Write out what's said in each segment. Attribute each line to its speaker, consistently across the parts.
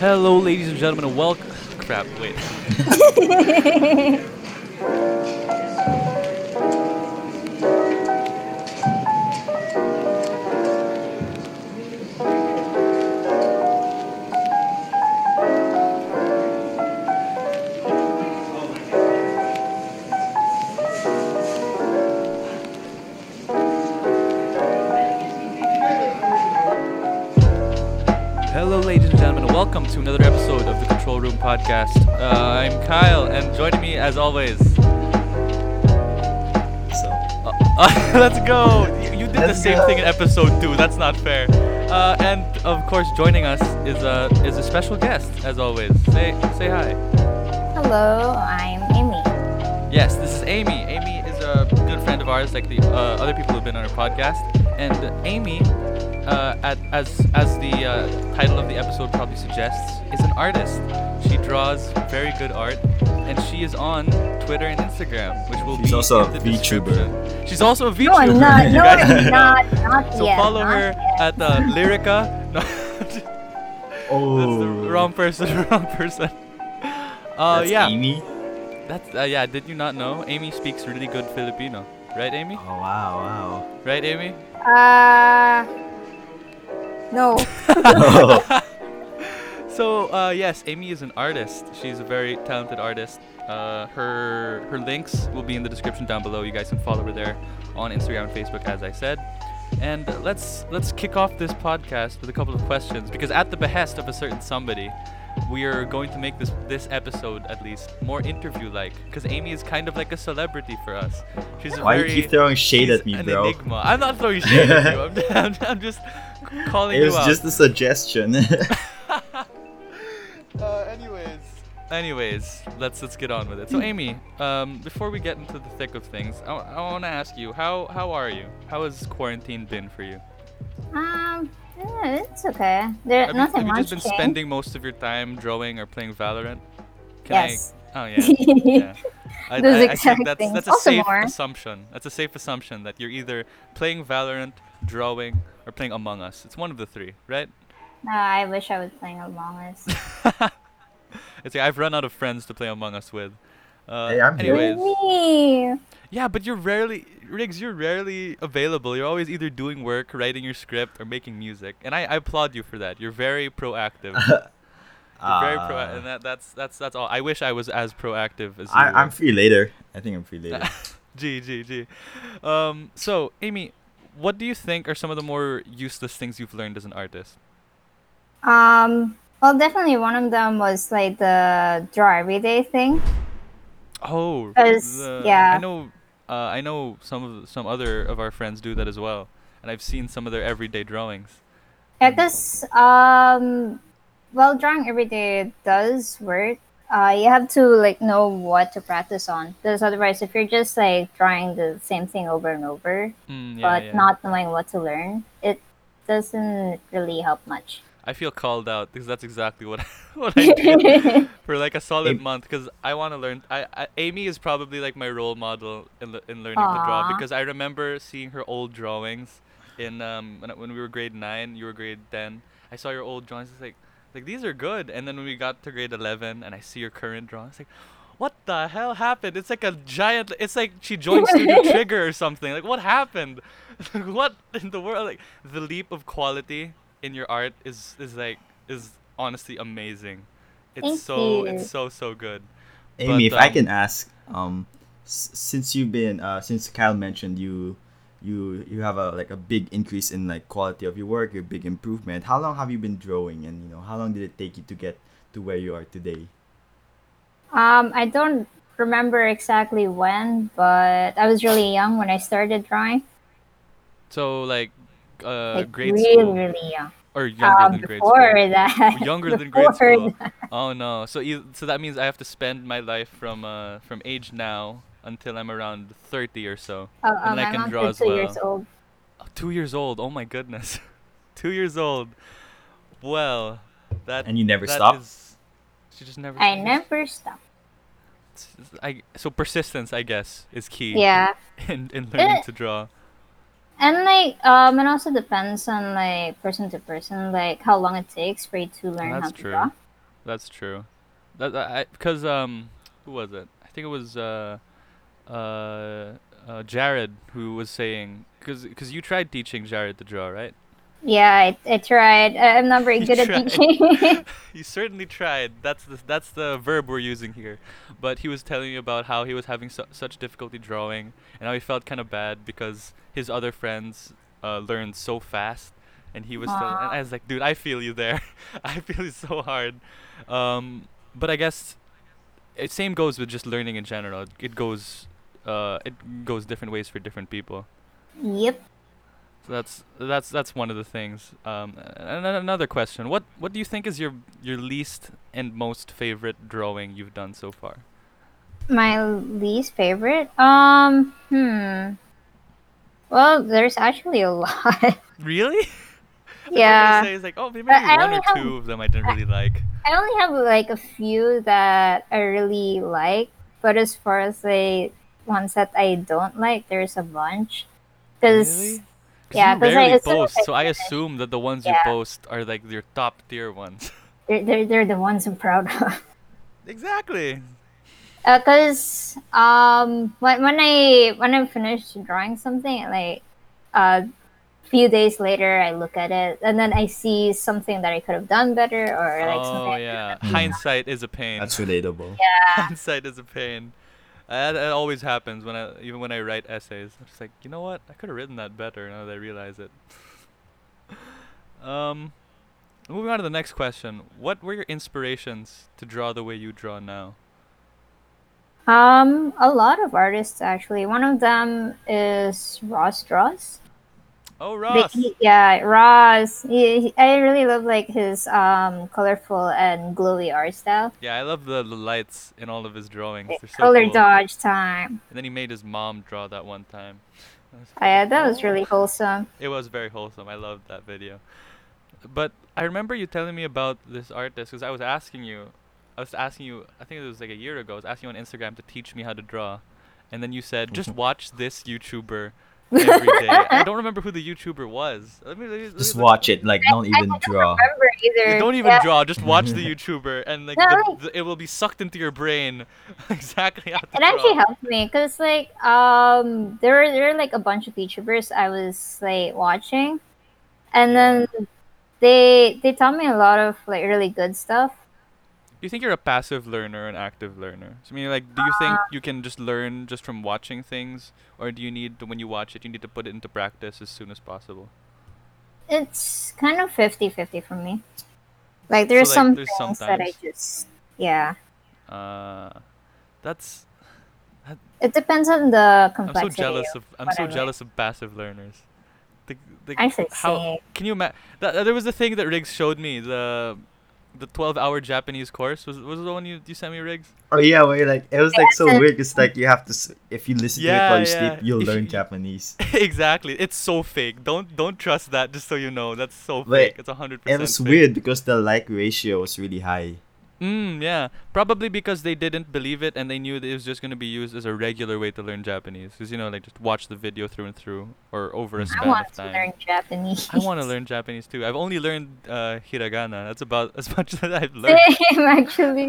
Speaker 1: Hello, ladies and gentlemen, and welcome. Crap, wait. Hello, ladies and gentlemen, and welcome to another episode of the Control Room Podcast. Uh, I'm Kyle, and joining me, as always,
Speaker 2: So
Speaker 1: uh, uh, let's go. You, you did the
Speaker 2: Let's
Speaker 1: same
Speaker 2: go.
Speaker 1: thing in episode two. That's not fair. Uh, and of course, joining us is a is a special guest, as always. Say say hi.
Speaker 3: Hello, I'm Amy.
Speaker 1: Yes, this is Amy. Amy is a good friend of ours, like the uh, other people who've been on our podcast. And Amy, uh, at, as as the uh, title of the episode probably suggests, is an artist. She draws very good art, and she is on Twitter and Instagram, which will
Speaker 2: She's
Speaker 1: be
Speaker 2: also
Speaker 1: in
Speaker 2: a
Speaker 1: the
Speaker 2: VTuber.
Speaker 1: description. She's also a VTuber.
Speaker 3: No, I'm not.
Speaker 1: you
Speaker 3: No,
Speaker 1: guys
Speaker 3: I'm
Speaker 1: should
Speaker 3: not.
Speaker 1: know.
Speaker 3: Not
Speaker 1: So
Speaker 3: yet.
Speaker 1: follow
Speaker 3: not
Speaker 1: her
Speaker 3: yet.
Speaker 1: at uh, Lyrica. No,
Speaker 2: Oh,
Speaker 1: That's the wrong person. Wrong person. Uh,
Speaker 2: That's
Speaker 1: yeah,
Speaker 2: Amy.
Speaker 1: that's uh, yeah. Did you not know? Amy speaks really good Filipino, right, Amy?
Speaker 2: Oh wow
Speaker 1: Right, Amy?
Speaker 3: Uh, no.
Speaker 2: wow.
Speaker 1: So uh, yes, Amy is an artist. She's a very talented artist. Uh, her her links will be in the description down below. You guys can follow her there on Instagram and Facebook, as I said. And uh, let's let's kick off this podcast with a couple of questions because at the behest of a certain somebody, we are going to make this this episode at least more interview-like because Amy is kind of like a celebrity for us. She's a
Speaker 2: Why
Speaker 1: very
Speaker 2: you keep throwing shade
Speaker 1: she's
Speaker 2: at me,
Speaker 1: an
Speaker 2: bro?
Speaker 1: enigma. I'm not throwing shade at you. I'm, I'm, I'm just calling you
Speaker 2: It was
Speaker 1: out.
Speaker 2: just a suggestion.
Speaker 1: Uh, anyways. Hmm. Anyways, let's let's get on with it. So, Amy, um, before we get into the thick of things, I, want to ask you how how are you? How has quarantine been for you?
Speaker 3: Um, yeah, it's okay. There,
Speaker 1: Have you,
Speaker 3: nothing
Speaker 1: have you
Speaker 3: much
Speaker 1: just been
Speaker 3: changed.
Speaker 1: spending most of your time drawing or playing Valorant?
Speaker 3: Yes.
Speaker 1: I, oh yeah. yeah. I,
Speaker 3: Those
Speaker 1: I- I think
Speaker 3: exact
Speaker 1: that's,
Speaker 3: things.
Speaker 1: That's a
Speaker 3: Also
Speaker 1: safe
Speaker 3: more.
Speaker 1: assumption. That's a safe assumption that you're either playing Valorant, drawing, or playing Among Us. It's one of the three, right?
Speaker 3: No, I wish I was playing Among Us.
Speaker 1: It's like I've run out of friends to play Among Us with. Uh,
Speaker 2: Hey, I'm here.
Speaker 1: anyways.
Speaker 3: Really?
Speaker 1: Yeah, but you're rarely, Riggs, you're rarely available. You're always either doing work, writing your script, or making music. And I, I applaud you for that. You're very proactive. You're very pro-
Speaker 2: Uh,
Speaker 1: and that, that's that's that's all. I wish I was as proactive as you.
Speaker 2: I, I'm
Speaker 1: were.
Speaker 2: free later. I think I'm free later.
Speaker 1: G G G. Um, so, Amy, what do you think are some of the more useless things you've learned as an artist?
Speaker 3: Um, well, definitely one of them was like the draw everyday thing.
Speaker 1: Oh,
Speaker 3: As-
Speaker 1: the- I
Speaker 3: yeah.
Speaker 1: know. Uh, I know some of some other of our friends do that as well, and I've seen some of their everyday drawings.
Speaker 3: Yeah, because um, well, drawing every day does work. Uh, you have to like know what to practice on, because otherwise, if you're just like drawing the same thing over and over,
Speaker 1: Mm, yeah,
Speaker 3: but
Speaker 1: yeah.
Speaker 3: not knowing what to learn, it doesn't really help much.
Speaker 1: I feel called out because that's exactly what I, what I did for like a solid
Speaker 2: Am-
Speaker 1: month because I want to learn. I, I Amy is probably like my role model in, le- in learning to draw
Speaker 3: Aw.
Speaker 1: because I remember seeing her old drawings in um when, I- when we were grade nine, you were grade ten. I saw your old drawings. It's like like these are good. And then when we got to grade eleven, and I see your current drawings, it's like. What the hell happened? It's like a giant. It's like she joined Studio Trigger or something. Like what happened? what in the world? Like the leap of quality in your art is is like is honestly amazing. It's
Speaker 3: Thank
Speaker 1: so
Speaker 3: you.
Speaker 1: it's so so good.
Speaker 2: Amy, if
Speaker 1: But,
Speaker 2: I
Speaker 1: um,
Speaker 2: can ask, um, s- since you've been, uh, since Kyle mentioned you, you you have a like a big increase in like quality of your work, your big improvement. How long have you been drawing, and you know how long did it take you to get to where you are today?
Speaker 3: Um, I don't remember exactly when, but I was really young when I started drawing.
Speaker 1: So like uh
Speaker 3: Like
Speaker 1: grade
Speaker 3: really,
Speaker 1: school
Speaker 3: really young.
Speaker 1: or younger
Speaker 3: Um,
Speaker 1: than grade
Speaker 3: before
Speaker 1: school.
Speaker 3: that.
Speaker 1: Younger than grade
Speaker 3: before
Speaker 1: school.
Speaker 3: that.
Speaker 1: Oh no. So you, so that means I have to spend my life from uh from age now until I'm around 30 or so.
Speaker 3: Oh,
Speaker 1: And I
Speaker 3: um,
Speaker 1: can
Speaker 3: I'm
Speaker 1: draw
Speaker 3: also
Speaker 1: as
Speaker 3: two
Speaker 1: well.
Speaker 3: years old.
Speaker 1: Oh, 2 years old. Oh my goodness. 2 years old. Well, that
Speaker 2: And you never
Speaker 1: that
Speaker 2: stopped?
Speaker 1: is- she just never stops.
Speaker 3: I never stopped.
Speaker 1: I, so persistence, I guess, is key.
Speaker 3: Yeah.
Speaker 1: In, in learning
Speaker 3: Eh.
Speaker 1: to draw.
Speaker 3: And like um it also depends on like person to person, like how long it takes for you to learn
Speaker 1: That's
Speaker 3: how to
Speaker 1: true.
Speaker 3: draw.
Speaker 1: That's true. That I because um who was it? I think it was uh uh, uh Jared who was saying because cause you tried teaching Jared to draw, right?
Speaker 3: Yeah, I, I tried. I, I'm not very
Speaker 1: You
Speaker 3: good at
Speaker 1: tried.
Speaker 3: teaching.
Speaker 1: you certainly tried. That's the that's the verb we're using here. But he was telling me about how he was having su- such difficulty drawing, and how he felt kind of bad because his other friends uh, learned so fast, and he was. Still, and I was like, dude, I feel you there. I feel you so hard. Um, but I guess it same goes with just learning in general. It, it goes, uh, it goes different ways for different people.
Speaker 3: yep.
Speaker 1: So that's that's that's one of the things. Um, and then another question: What what do you think is your your least and most favorite drawing you've done so far?
Speaker 3: My least favorite? Um, hmm. Well, there's actually a lot.
Speaker 1: Really?
Speaker 3: yeah.
Speaker 1: Say, it's like oh maybe
Speaker 3: I- I
Speaker 1: one
Speaker 3: only
Speaker 1: or
Speaker 3: have-
Speaker 1: two of them I didn't really like.
Speaker 3: I only have like a few that I really like, but as far as the ones that I don't like, there's a bunch. Because
Speaker 1: Really? 'Cause
Speaker 3: yeah,
Speaker 1: you
Speaker 3: 'cause I-
Speaker 1: rarely
Speaker 3: as soon as
Speaker 1: post,
Speaker 3: I
Speaker 1: so I assume that the ones you
Speaker 3: Yeah.
Speaker 1: post are like your top tier ones.
Speaker 3: they're, they're, they're the ones I'm proud of.
Speaker 1: exactly.
Speaker 3: Because Uh, um, when, when I when I'm finished drawing something, like a few days later, I look at it and then I see something that I could have done better or like
Speaker 1: Oh
Speaker 3: something. I-
Speaker 1: yeah,
Speaker 2: Mm.
Speaker 1: hindsight is a pain.
Speaker 2: That's relatable.
Speaker 1: hindsight is a pain. Uh, That, that always happens when I even when I write essays. I'm just like, you know what? I could have written that better now that I realize it. um, moving on to the next question. What were your inspirations to draw the way you draw now?
Speaker 3: Um, a lot of artists actually. One of them is Ross Dross.
Speaker 1: Oh,
Speaker 3: They-
Speaker 1: Ross.
Speaker 3: he- yeah, Ross. He, he- I really love like his um colorful and glowy art style.
Speaker 1: Yeah, I love the, the lights in all of his drawings. They're so
Speaker 3: Color
Speaker 1: cool.
Speaker 3: dodge time.
Speaker 1: And then he made his mom draw that one time. I was
Speaker 3: Oh, yeah, that was
Speaker 1: "Oh."
Speaker 3: really wholesome.
Speaker 1: It was very wholesome. I loved that video. But I remember you telling me about this artist because I was asking you, I was asking you, I think it was like a year ago, I was asking you on Instagram to teach me how to draw. And then you said, just watch this YouTuber every day. I don't remember who the YouTuber was. Let me, let me- let
Speaker 2: Just
Speaker 1: me look-
Speaker 2: watch it. Like, don't even draw.
Speaker 3: Remember either?
Speaker 1: Don't even
Speaker 3: yeah,
Speaker 1: draw, just watch the YouTuber and like
Speaker 3: No,
Speaker 1: the,
Speaker 3: like-
Speaker 1: the, it will be sucked into your brain exactly how to
Speaker 3: It actually
Speaker 1: draw.
Speaker 3: helped me because like um there were there were like a bunch of YouTubers I was like watching, and then they they taught me a lot of like really good stuff.
Speaker 1: Do you think you're a passive learner or an active learner? So, I mean, like, do you
Speaker 3: Uh,
Speaker 1: think you can just learn just from watching things, or do you need to, when you watch it, you need to put it into practice as soon as possible?
Speaker 3: it's kind of 50-50 for me like there's
Speaker 1: like,
Speaker 3: some
Speaker 1: there's
Speaker 3: things that i
Speaker 1: sometimes.
Speaker 3: just yeah
Speaker 1: Uh, that's
Speaker 3: it depends on the
Speaker 1: I'm so
Speaker 3: complexity
Speaker 1: jealous of I'm
Speaker 3: what I
Speaker 1: so
Speaker 3: like.
Speaker 1: jealous of passive learners. The, the,
Speaker 3: I should
Speaker 1: how
Speaker 3: say.
Speaker 1: can you imagine? There was a thing that Riggs showed me the the 12-hour Japanese course was was it the one you you sent me Riggs?
Speaker 2: Oh yeah, wait, like it was like so
Speaker 3: Yeah.
Speaker 2: weird. It's like you have to, s- if you listen
Speaker 1: Yeah,
Speaker 2: to it while you
Speaker 1: yeah.
Speaker 2: sleep, you'll
Speaker 1: If
Speaker 2: learn
Speaker 1: you-
Speaker 2: Japanese.
Speaker 1: exactly. It's so fake. Don't don't trust that. Just so you know, that's so fake.
Speaker 2: Wait,
Speaker 1: It's hundred
Speaker 2: It
Speaker 1: percent.
Speaker 2: was weird because the like ratio was really high.
Speaker 1: Mm, yeah. Probably because they didn't believe it and they knew that it was just going to be used as a regular way to learn Japanese. Because, you know, like just watch the video through and through or over a
Speaker 3: i
Speaker 1: span
Speaker 3: want
Speaker 1: of
Speaker 3: to
Speaker 1: time.
Speaker 3: learn japanese
Speaker 1: I want to learn Japanese too. I've only learned uh, hiragana. That's about as much as I've learned.
Speaker 3: same actually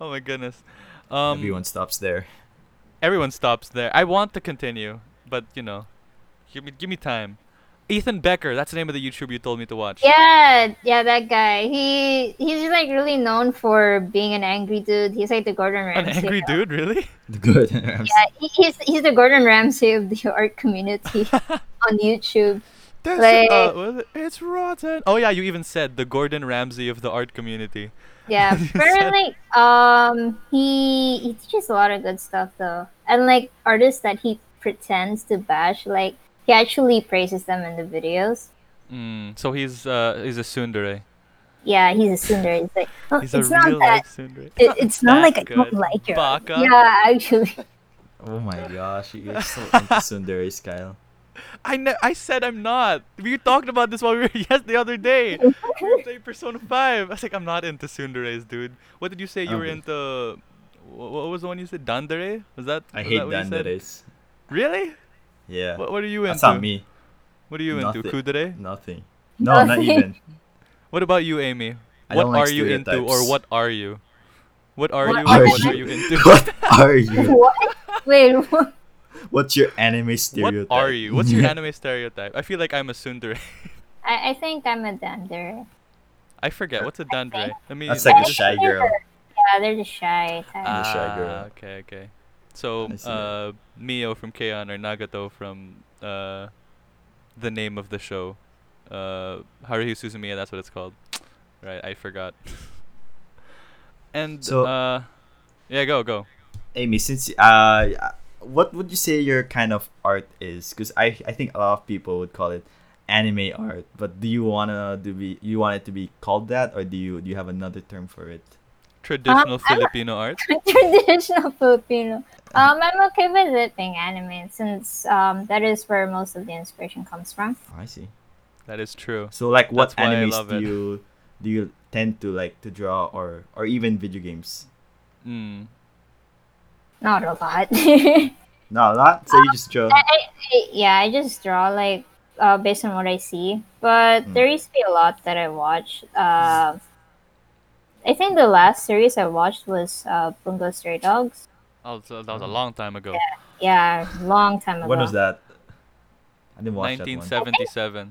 Speaker 1: oh my goodness. Um,
Speaker 2: Everyone stops there.
Speaker 1: everyone stops there. I want to continue, but, you know, give me, give me time. Ethan Becker, that's the name of the YouTuber you told me to watch.
Speaker 3: yeah yeah that guy he he's like really known for being an angry dude he's like the gordon
Speaker 1: An
Speaker 3: ramsay
Speaker 1: angry dude, really?
Speaker 2: Good. I'm s-
Speaker 3: yeah, he- he's, he's the gordon ramsay of the art community on youtube
Speaker 1: That's
Speaker 3: Like-
Speaker 1: uh, what is it? it's rotten. Oh yeah, you even said the Gordon Ramsay of the art community.
Speaker 3: Yeah, but like um, he he teaches a lot of good stuff though, and like artists that he pretends to bash, like he actually praises them in the videos.
Speaker 1: Mm, so he's uh he's a tsundere.
Speaker 3: Yeah, he's a tsundere. It's like "Oh,
Speaker 1: He's
Speaker 3: it's
Speaker 1: a
Speaker 3: not
Speaker 1: real
Speaker 3: that.
Speaker 1: life tsundere.
Speaker 3: It, it's not
Speaker 1: that
Speaker 3: like I don't
Speaker 1: good.
Speaker 3: like your art."
Speaker 1: Baka.
Speaker 3: Yeah, actually,
Speaker 2: Oh my gosh, you're so into Sundari, Kyle.
Speaker 1: I ne- I said I'm not. We talked about this while we were yes the other day. we were playing Persona Five. I was like I'm not into tsunderes, dude. What did you say you were
Speaker 2: Okay.
Speaker 1: into? wh- What was the one you said? Dandere? Was that?
Speaker 2: I
Speaker 1: was
Speaker 2: hate
Speaker 1: that what you said?
Speaker 2: Dandares.
Speaker 1: Really?
Speaker 2: Yeah,
Speaker 1: What, what are you into?
Speaker 2: that's not me.
Speaker 1: What are you into?
Speaker 2: Nothing.
Speaker 1: Kudere?
Speaker 2: Nothing. No, not
Speaker 3: Nothing.
Speaker 2: even.
Speaker 1: What about you, Amy?
Speaker 2: I
Speaker 1: what
Speaker 2: don't like
Speaker 1: are you into or
Speaker 2: stereotypes.
Speaker 1: what are you? What are you?
Speaker 3: What
Speaker 1: and
Speaker 3: are
Speaker 1: What
Speaker 3: you?
Speaker 1: are you into?
Speaker 2: what are you?
Speaker 3: what? Wait, what?
Speaker 2: What's your anime
Speaker 1: What
Speaker 2: stereotype?
Speaker 1: are you? What's your anime stereotype? I feel like I'm a tsundere.
Speaker 3: I, I think I'm a dandere.
Speaker 1: I forget. What's a dandre? Let me.
Speaker 2: That's
Speaker 1: let
Speaker 2: like
Speaker 1: me
Speaker 2: a
Speaker 1: just-
Speaker 2: shy girl.
Speaker 3: Yeah, they're just shy type.
Speaker 2: I'm a shy
Speaker 1: Ah,
Speaker 2: girl.
Speaker 1: Okay, okay. So,
Speaker 2: I see that.
Speaker 1: uh, Mio from K-On! or Nagato from uh, the name of the show, uh, Haruhi Suzumiya. That's what it's called. Right, I forgot. and
Speaker 2: So-
Speaker 1: uh, yeah, go go.
Speaker 2: Amy, since uh, what would you say your kind of art is? Because I I think a lot of people would call it anime art. But do you wanna to be you want it to be called that, or do you do you have another term for it?
Speaker 1: Traditional
Speaker 3: I'm a-
Speaker 1: Filipino art.
Speaker 3: Traditional Filipino. Um, I'm okay with it being anime since um that is where most of the inspiration comes from.
Speaker 2: Oh, I see.
Speaker 1: That is true.
Speaker 2: So like, what
Speaker 1: That's why I
Speaker 2: animes
Speaker 1: love
Speaker 2: do
Speaker 1: it.
Speaker 2: you do you tend to like to draw, or or even video games?
Speaker 1: Mm.
Speaker 3: Not a lot. I,
Speaker 2: Not a lot. So you just draw.
Speaker 3: I- I- yeah, I just draw like uh, based on what I see, but
Speaker 2: Mm.
Speaker 3: there used to be a lot that I watched. Uh, I think the last series I watched was uh, Bungo Stray Dogs.
Speaker 1: Oh, so that was
Speaker 2: Mm.
Speaker 1: a long time ago.
Speaker 3: Yeah, long time ago.
Speaker 2: When was that? I didn't watch that
Speaker 1: 1977.
Speaker 2: one.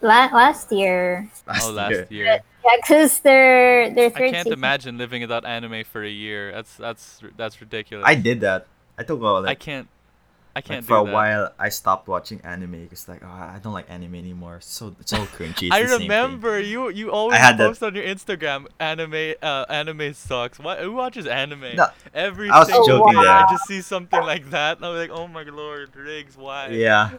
Speaker 3: La- last year.
Speaker 1: oh, last year.
Speaker 3: Yeah, because they're they're
Speaker 1: I
Speaker 3: third
Speaker 1: can't
Speaker 3: season.
Speaker 1: imagine living without anime for a year. That's that's r- that's ridiculous.
Speaker 2: I did that. I took about
Speaker 1: I
Speaker 2: like,
Speaker 1: can't. I
Speaker 2: like,
Speaker 1: can't do
Speaker 2: for a
Speaker 1: that.
Speaker 2: while. I stopped watching anime because like oh, I don't like anime anymore. It's so it's all cringy. It's
Speaker 1: I
Speaker 2: the same thing.
Speaker 1: remember you. You always
Speaker 2: had that-
Speaker 1: post on your Instagram anime. Uh, anime sucks. What? Who watches anime?
Speaker 2: No,
Speaker 1: Every
Speaker 2: I was
Speaker 1: single
Speaker 3: joking
Speaker 1: day,
Speaker 2: there.
Speaker 1: I just see something like that, and I'm like, "Oh my lord, Riggs, why?"
Speaker 2: Yeah,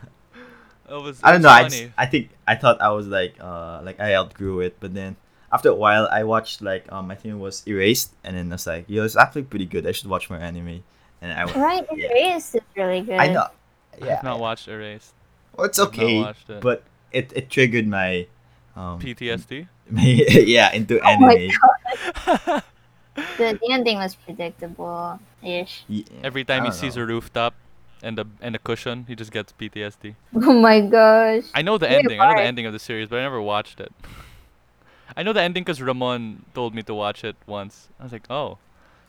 Speaker 1: It was.
Speaker 2: I don't
Speaker 1: it's
Speaker 2: know. I, just,
Speaker 1: funny.
Speaker 2: I think I thought I was like uh like I outgrew it, but then after a while I watched like um I think it was Erased, and then I was like yo, it's actually pretty good. I should watch more anime, and I w-
Speaker 3: Right,
Speaker 2: Yeah.
Speaker 3: Erased is really good.
Speaker 2: I know.
Speaker 1: I
Speaker 2: Yeah,
Speaker 1: have not watched Erased.
Speaker 2: well, it's
Speaker 1: I've not
Speaker 2: okay,
Speaker 1: watched it.
Speaker 2: but it it triggered my um
Speaker 1: PTSD.
Speaker 2: my, yeah into
Speaker 3: Oh my
Speaker 2: anime.
Speaker 3: The, the ending was predictable ish.
Speaker 2: Yeah,
Speaker 1: Every time
Speaker 2: I
Speaker 1: he
Speaker 2: don't
Speaker 1: sees
Speaker 2: know.
Speaker 1: a rooftop and a and a cushion, he just gets PTSD.
Speaker 3: Oh my gosh.
Speaker 1: I know the
Speaker 3: Yeah,
Speaker 1: ending. I know the
Speaker 3: why?
Speaker 1: ending of the series, but I never watched it. I know the ending because Ramon told me to watch it once. I was like, oh,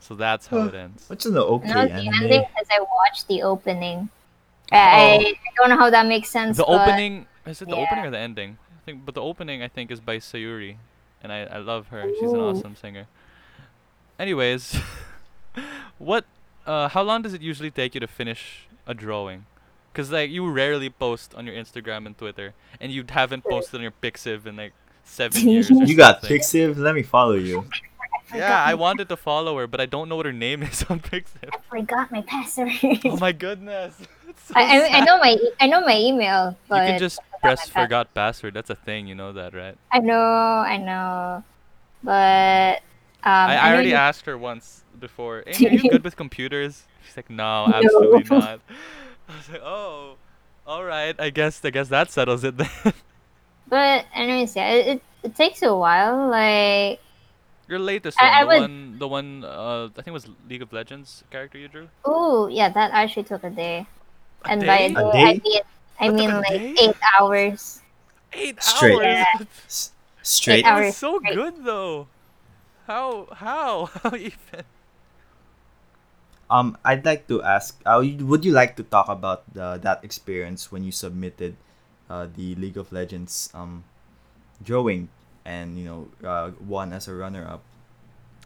Speaker 1: so that's how
Speaker 2: Huh.
Speaker 1: it ends.
Speaker 2: Which is an okay
Speaker 3: no, the ending
Speaker 2: anime.
Speaker 3: because I watched the opening. I, I I don't know how that makes sense.
Speaker 1: Oh. The
Speaker 3: but
Speaker 1: opening is it the
Speaker 3: yeah.
Speaker 1: opening or the ending? I think, but the opening I think is by Sayuri, and I, I love her. She's an
Speaker 3: Ooh.
Speaker 1: awesome singer. Anyways, what? Uh, how long does it usually take you to finish a drawing? Cause like you rarely post on your Instagram and Twitter, and you haven't posted on your Pixiv in like seven years. Or
Speaker 2: You got
Speaker 1: something.
Speaker 2: Pixiv? Let me follow you.
Speaker 1: Yeah, I wanted to follow her, but I don't know what her name is on Pixiv.
Speaker 3: I forgot my password.
Speaker 1: Oh my goodness. It's so
Speaker 3: I, I, I
Speaker 1: sad.
Speaker 3: know my e- I know my email, but
Speaker 1: you can just press forgot password. That's a thing, you know that, right?
Speaker 3: I know I know, but um,
Speaker 1: I,
Speaker 3: know
Speaker 1: I already
Speaker 3: you-
Speaker 1: asked her once before, Amy, are you good with computers? She's like, no, absolutely
Speaker 3: No.
Speaker 1: not. I was like, oh, all right. I guess I guess that settles it then.
Speaker 3: But anyways, yeah, it, it, it takes a while. Like
Speaker 1: Your latest one,
Speaker 3: I- I
Speaker 1: the
Speaker 3: would-
Speaker 1: one, the one, uh, I think it was League of Legends character you drew.
Speaker 3: oh yeah, that actually took a day.
Speaker 1: A
Speaker 3: and by a
Speaker 1: day?
Speaker 3: day,
Speaker 2: A
Speaker 1: That
Speaker 2: day?
Speaker 3: I mean I
Speaker 1: took
Speaker 3: mean
Speaker 1: a
Speaker 3: like
Speaker 1: day?
Speaker 3: eight hours.
Speaker 1: Eight
Speaker 2: Straight.
Speaker 1: hours.
Speaker 3: Yeah.
Speaker 2: S- Straight.
Speaker 1: That was
Speaker 3: Hours
Speaker 1: so
Speaker 3: straight.
Speaker 1: good though. How how how even?
Speaker 2: Um, I'd like to ask. Uh, you- would you like to talk about the, that experience when you submitted, uh, the League of Legends um, drawing, and you know, uh, won as a runner-up?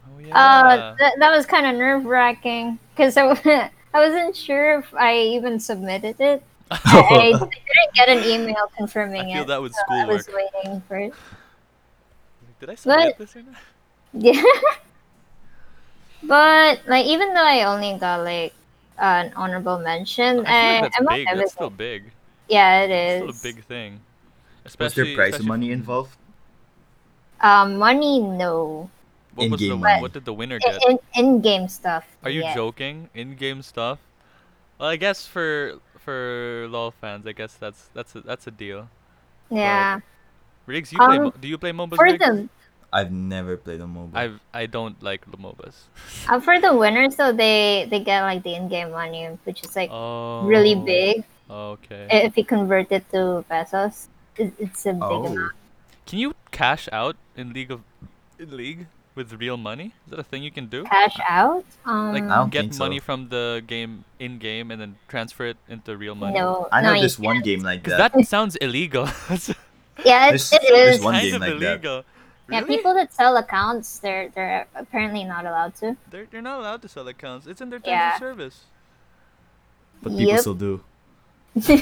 Speaker 1: Oh
Speaker 3: Uh, th- that was kind of nerve wracking because I, w- I wasn't sure if I even submitted it. I,
Speaker 2: Oh.
Speaker 3: I didn't get an email
Speaker 1: I
Speaker 3: confirming
Speaker 1: feel
Speaker 3: it.
Speaker 1: that with
Speaker 3: I was
Speaker 1: schoolwork.
Speaker 3: waiting for it.
Speaker 1: Did I submit this or not?
Speaker 3: Yeah. but like, even though I only got like an honorable mention,
Speaker 1: I feel
Speaker 3: I,
Speaker 1: like that's big.
Speaker 3: I'm okay with
Speaker 1: That's
Speaker 3: it.
Speaker 1: still big.
Speaker 3: yeah, it
Speaker 1: It's
Speaker 3: is.
Speaker 1: still a big thing.
Speaker 2: Was
Speaker 1: Especially
Speaker 2: there prize
Speaker 1: especially-
Speaker 2: money involved?
Speaker 3: Um, money, no.
Speaker 1: What was the
Speaker 2: In-game
Speaker 1: what
Speaker 2: money.
Speaker 1: did the winner
Speaker 3: In,
Speaker 1: get?
Speaker 3: in, in-game stuff.
Speaker 1: Are you
Speaker 3: yeah.
Speaker 1: joking? In-game stuff. Well, I guess for for LoL fans, I guess that's that's a, that's a deal.
Speaker 3: Yeah.
Speaker 1: Riggs, you play
Speaker 3: Um,
Speaker 1: mo- do you play MOBAs?
Speaker 3: For
Speaker 1: Riggs?
Speaker 3: the
Speaker 2: I've never played a mobile.
Speaker 1: I've I don't like the MOBAs.
Speaker 3: Uh, for the winners, though, they they get like the in-game money, which is like
Speaker 1: Oh.
Speaker 3: really big.
Speaker 1: Okay.
Speaker 3: If you convert it to pesos, it, it's a big
Speaker 2: oh,
Speaker 3: amount.
Speaker 1: Can you cash out in League of league with real money? Is that a thing you can do?
Speaker 3: Cash out? Um,
Speaker 1: Like
Speaker 2: I don't
Speaker 1: get
Speaker 2: think
Speaker 1: money
Speaker 2: so.
Speaker 1: from the game in game and then transfer it into real money.
Speaker 3: no.
Speaker 2: I
Speaker 3: no,
Speaker 2: know
Speaker 3: you
Speaker 2: this one
Speaker 3: can't.
Speaker 2: game like
Speaker 1: Because
Speaker 2: that.
Speaker 1: that sounds illegal. That's
Speaker 3: Yeah, it,
Speaker 2: There's-
Speaker 3: it
Speaker 2: there's
Speaker 3: is.
Speaker 2: one
Speaker 1: kind
Speaker 2: game
Speaker 1: of
Speaker 2: like that.
Speaker 1: illegal.
Speaker 3: Yeah,
Speaker 1: Really?
Speaker 3: people that sell accounts, they're they're apparently not allowed to.
Speaker 1: They're, they're not allowed to sell accounts. It's in their terms of
Speaker 3: Yeah.
Speaker 1: service.
Speaker 2: But people
Speaker 3: Yep.
Speaker 2: still do.
Speaker 3: so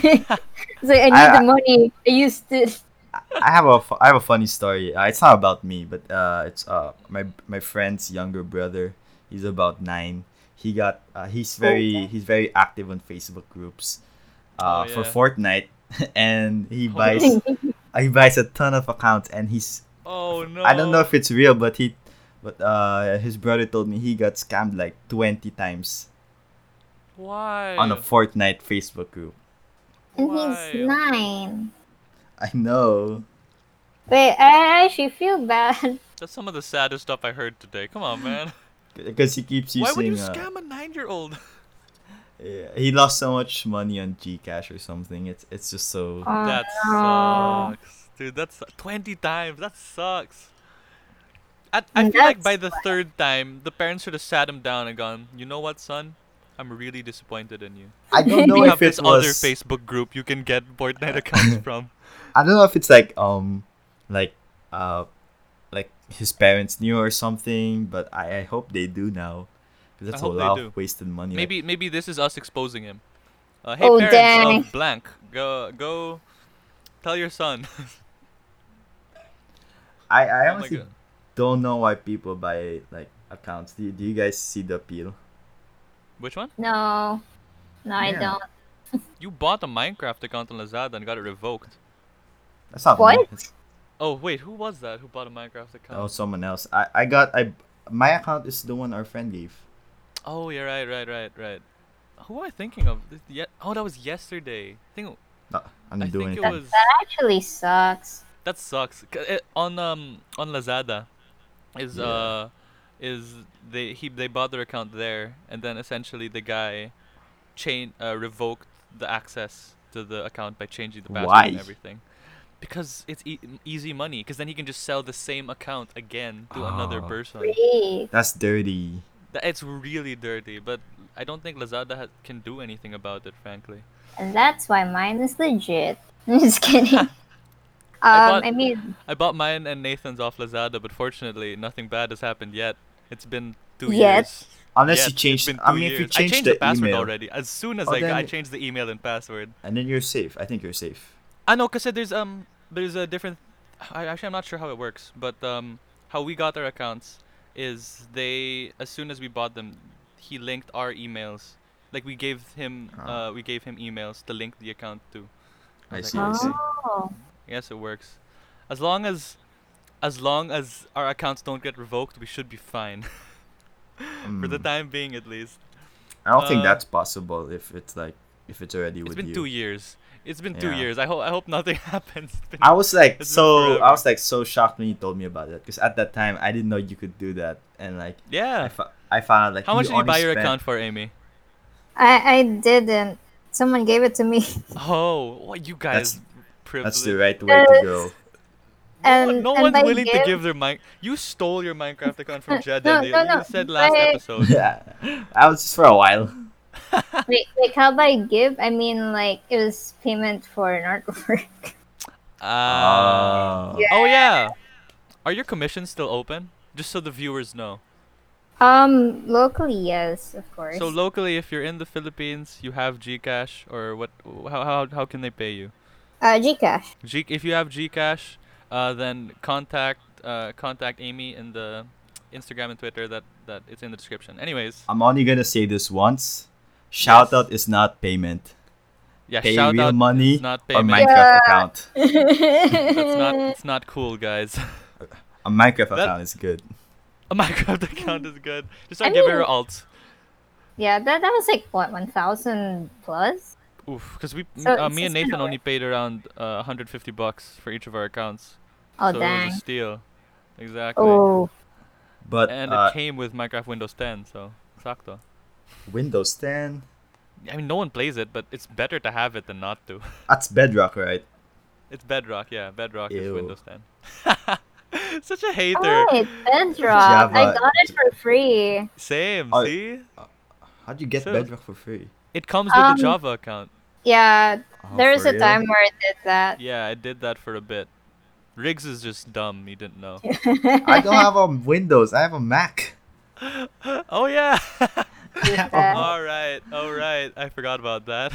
Speaker 3: I need
Speaker 2: I-
Speaker 3: the money. I used it.
Speaker 2: I have a fu- I have a funny story. Uh, it's not about me, but uh, it's uh my my friend's younger brother. He's about nine. He got uh, he's very
Speaker 3: Okay.
Speaker 2: he's very active on Facebook groups, uh,
Speaker 1: Oh,
Speaker 2: for
Speaker 1: yeah.
Speaker 2: Fortnite, and he
Speaker 1: Oh,
Speaker 2: buys uh,
Speaker 1: no.
Speaker 2: he buys a ton of accounts, and he's
Speaker 1: Oh no.
Speaker 2: I don't know if it's real, but he but uh his brother told me he got scammed like twenty times
Speaker 1: Why?
Speaker 2: on a Fortnite Facebook group.
Speaker 3: and
Speaker 1: Why?
Speaker 3: he's nine.
Speaker 2: I know.
Speaker 3: Wait, I actually feel bad.
Speaker 1: That's some of the saddest stuff I heard today. Come on, man.
Speaker 2: Because he keeps using
Speaker 1: Why would you
Speaker 2: uh,
Speaker 1: scam a nine-year-old?
Speaker 2: Yeah, he lost so much money on Gcash or something. It's it's just so.
Speaker 3: Oh,
Speaker 1: That
Speaker 3: no.
Speaker 1: sucks, dude. That's twenty times. That sucks. I, I
Speaker 3: And
Speaker 1: feel like
Speaker 3: that's
Speaker 1: by the third time, the parents should have sat him down and gone, "You know what, son? I'm really disappointed in you.
Speaker 2: I don't
Speaker 1: You
Speaker 2: know
Speaker 1: have this
Speaker 2: if it was.
Speaker 1: other Facebook group you can get Fortnite accounts from."
Speaker 2: I don't know if it's like um, like uh, like his parents knew or something. But I, I hope they do now, because that's a
Speaker 1: hope they
Speaker 2: lot
Speaker 1: do.
Speaker 2: of wasted money.
Speaker 1: Maybe maybe this is us exposing him. Uh, hey
Speaker 3: Oh,
Speaker 1: parents
Speaker 3: dang.
Speaker 1: of blank, go go, tell your son.
Speaker 2: Like, I I
Speaker 1: Oh my
Speaker 2: honestly
Speaker 1: God.
Speaker 2: don't know why people buy like accounts. Do you, do you guys see the appeal?
Speaker 1: Which one?
Speaker 3: No, no, I
Speaker 2: Yeah.
Speaker 3: don't.
Speaker 1: You bought a Minecraft account on Lazada and got it revoked.
Speaker 2: That's not
Speaker 3: What?
Speaker 2: me. That's-
Speaker 1: Oh wait, who was that? Who bought a Minecraft account?
Speaker 2: Oh, someone else. I I got I my account is the one our friend gave.
Speaker 1: Oh, you're right, right, right, right. Who am I thinking of? This- Ye- oh, that was yesterday. I think
Speaker 2: No, I'm
Speaker 1: I
Speaker 2: not doing
Speaker 1: think it
Speaker 2: anything.
Speaker 1: was.
Speaker 3: That actually sucks.
Speaker 1: That sucks. C- eh, on um on Lazada, is
Speaker 2: Yeah.
Speaker 1: uh is they he they bought their account there, and then essentially the guy, chain uh, revoked the access to the account by changing the password and
Speaker 2: Why?
Speaker 1: everything. Because it's e- easy money. Because then he can just sell the same account again to another
Speaker 2: Oh.
Speaker 1: person.
Speaker 3: Great.
Speaker 2: That's dirty.
Speaker 1: Th- It's really dirty, but I don't think Lazada ha- can do anything about it, frankly.
Speaker 3: And that's why mine is legit. I'm just kidding. um, I,
Speaker 1: bought-
Speaker 3: mean,
Speaker 1: I bought mine and Nathan's off Lazada, but fortunately, nothing bad has happened yet. It's been two
Speaker 3: Yet?
Speaker 1: years.
Speaker 2: Unless
Speaker 1: Yet,
Speaker 2: you change,
Speaker 1: it's been
Speaker 2: I
Speaker 1: two
Speaker 2: mean, if you
Speaker 1: years.
Speaker 2: change
Speaker 1: I changed
Speaker 2: the,
Speaker 1: the, password
Speaker 2: email,
Speaker 1: already. As soon as
Speaker 2: Oh,
Speaker 1: I, g- I
Speaker 2: then-
Speaker 1: changed the email and password.
Speaker 2: and then you're safe. I think you're safe.
Speaker 1: I know, cause there's um, there's a different. I, actually, I'm not sure how it works, but um, how we got our accounts is they as soon as we bought them, he linked our emails. Like we gave him,
Speaker 2: Ah.
Speaker 1: uh, we gave him emails to link the account to.
Speaker 2: I
Speaker 1: was
Speaker 2: see,
Speaker 1: like,
Speaker 2: I see.
Speaker 1: "Okay."
Speaker 3: oh,
Speaker 1: Yes, it works. As long as, as long as our accounts don't get revoked, we should be fine. For the
Speaker 2: Mm.
Speaker 1: time being, at least.
Speaker 2: I don't think
Speaker 1: uh,
Speaker 2: that's possible if it's like if it's already
Speaker 1: It's
Speaker 2: with
Speaker 1: been
Speaker 2: you.
Speaker 1: two years. It's been two
Speaker 2: Yeah.
Speaker 1: years. I hope. I hope nothing happens. It's been-
Speaker 2: I was like
Speaker 1: It's been
Speaker 2: so
Speaker 1: forever.
Speaker 2: I was like so shocked when you told me about that because at that time I didn't know you could do that and like I,
Speaker 1: yeah.
Speaker 2: fo- I found out like
Speaker 1: How much did you
Speaker 2: only
Speaker 1: buy your
Speaker 2: spent-
Speaker 1: account for, Amy?
Speaker 3: I, I didn't. Someone gave it to me,
Speaker 1: Oh, what you guys?
Speaker 2: That's
Speaker 1: privileged.
Speaker 2: the right way to go.
Speaker 1: No,
Speaker 3: and
Speaker 1: no
Speaker 3: and
Speaker 1: one's
Speaker 3: by
Speaker 1: willing to
Speaker 3: give-
Speaker 1: give their mic. You stole your Minecraft account from Jed.
Speaker 3: No,
Speaker 1: and
Speaker 3: no,
Speaker 1: you
Speaker 3: no,
Speaker 1: said last
Speaker 3: by-
Speaker 1: episode.
Speaker 2: yeah, I was just for a while.
Speaker 3: Wait, like how by give? I mean, like it was payment for an artwork.
Speaker 1: Ah.
Speaker 2: Oh.
Speaker 3: Yeah.
Speaker 1: oh yeah. Are your commissions still open? Just so the viewers know.
Speaker 3: Um, locally, yes, of course.
Speaker 1: So locally, if you're in the Philippines, you have GCash or what? How how, how can they pay you?
Speaker 3: uh, Gcash.
Speaker 1: G if you have GCash, uh, then contact uh, contact Amy in the Instagram and Twitter that that it's in the description. Anyways,
Speaker 2: I'm only gonna say this once. Shout
Speaker 1: Yes.
Speaker 2: out is not payment.
Speaker 1: yeah,
Speaker 2: Pay
Speaker 1: shout
Speaker 2: real
Speaker 1: out.
Speaker 2: money
Speaker 1: It's not
Speaker 2: or
Speaker 1: payment.
Speaker 2: Minecraft
Speaker 3: Yeah.
Speaker 2: account.
Speaker 1: That's not it's not cool, guys.
Speaker 2: A Minecraft
Speaker 1: That-
Speaker 2: account is good.
Speaker 1: A Minecraft account is good. Just start
Speaker 3: I
Speaker 1: giving her
Speaker 3: mean-
Speaker 1: alts.
Speaker 3: yeah, that that was like what one thousand plus.
Speaker 1: Oof, because we
Speaker 3: So
Speaker 1: uh,
Speaker 3: it's
Speaker 1: me and
Speaker 3: just gonna
Speaker 1: Nathan only
Speaker 3: work.
Speaker 1: paid around uh, 150 bucks for each of our accounts.
Speaker 3: Oh
Speaker 1: so it
Speaker 3: dang.
Speaker 1: was a steal. Exactly.
Speaker 3: Oh,
Speaker 2: But
Speaker 1: And
Speaker 2: uh,
Speaker 1: it came with Minecraft Windows 10, so sakto.
Speaker 2: Windows 10.
Speaker 1: I mean, no one plays it, but it's better to have it than not to.
Speaker 2: That's Bedrock, right?
Speaker 1: It's Bedrock, yeah. Bedrock is
Speaker 2: Ew.
Speaker 1: Windows 10. Such a hater.
Speaker 3: Alright, Bedrock.
Speaker 2: Yeah,
Speaker 3: I
Speaker 2: but-
Speaker 3: got it for free.
Speaker 1: Same.
Speaker 2: Oh,
Speaker 1: see,
Speaker 2: How'd you get
Speaker 1: So-
Speaker 2: Bedrock for free?
Speaker 1: it comes with
Speaker 3: um,
Speaker 1: a Java account.
Speaker 3: Yeah,
Speaker 2: Oh,
Speaker 3: there was
Speaker 2: for
Speaker 3: a
Speaker 2: real?
Speaker 3: time where I did that.
Speaker 1: Yeah, I did that for a bit. Riggs is just dumb. He didn't know.
Speaker 2: I don't have a Windows. I have a Mac.
Speaker 1: oh yeah.
Speaker 3: Yeah.
Speaker 1: all right. All right. I forgot about that.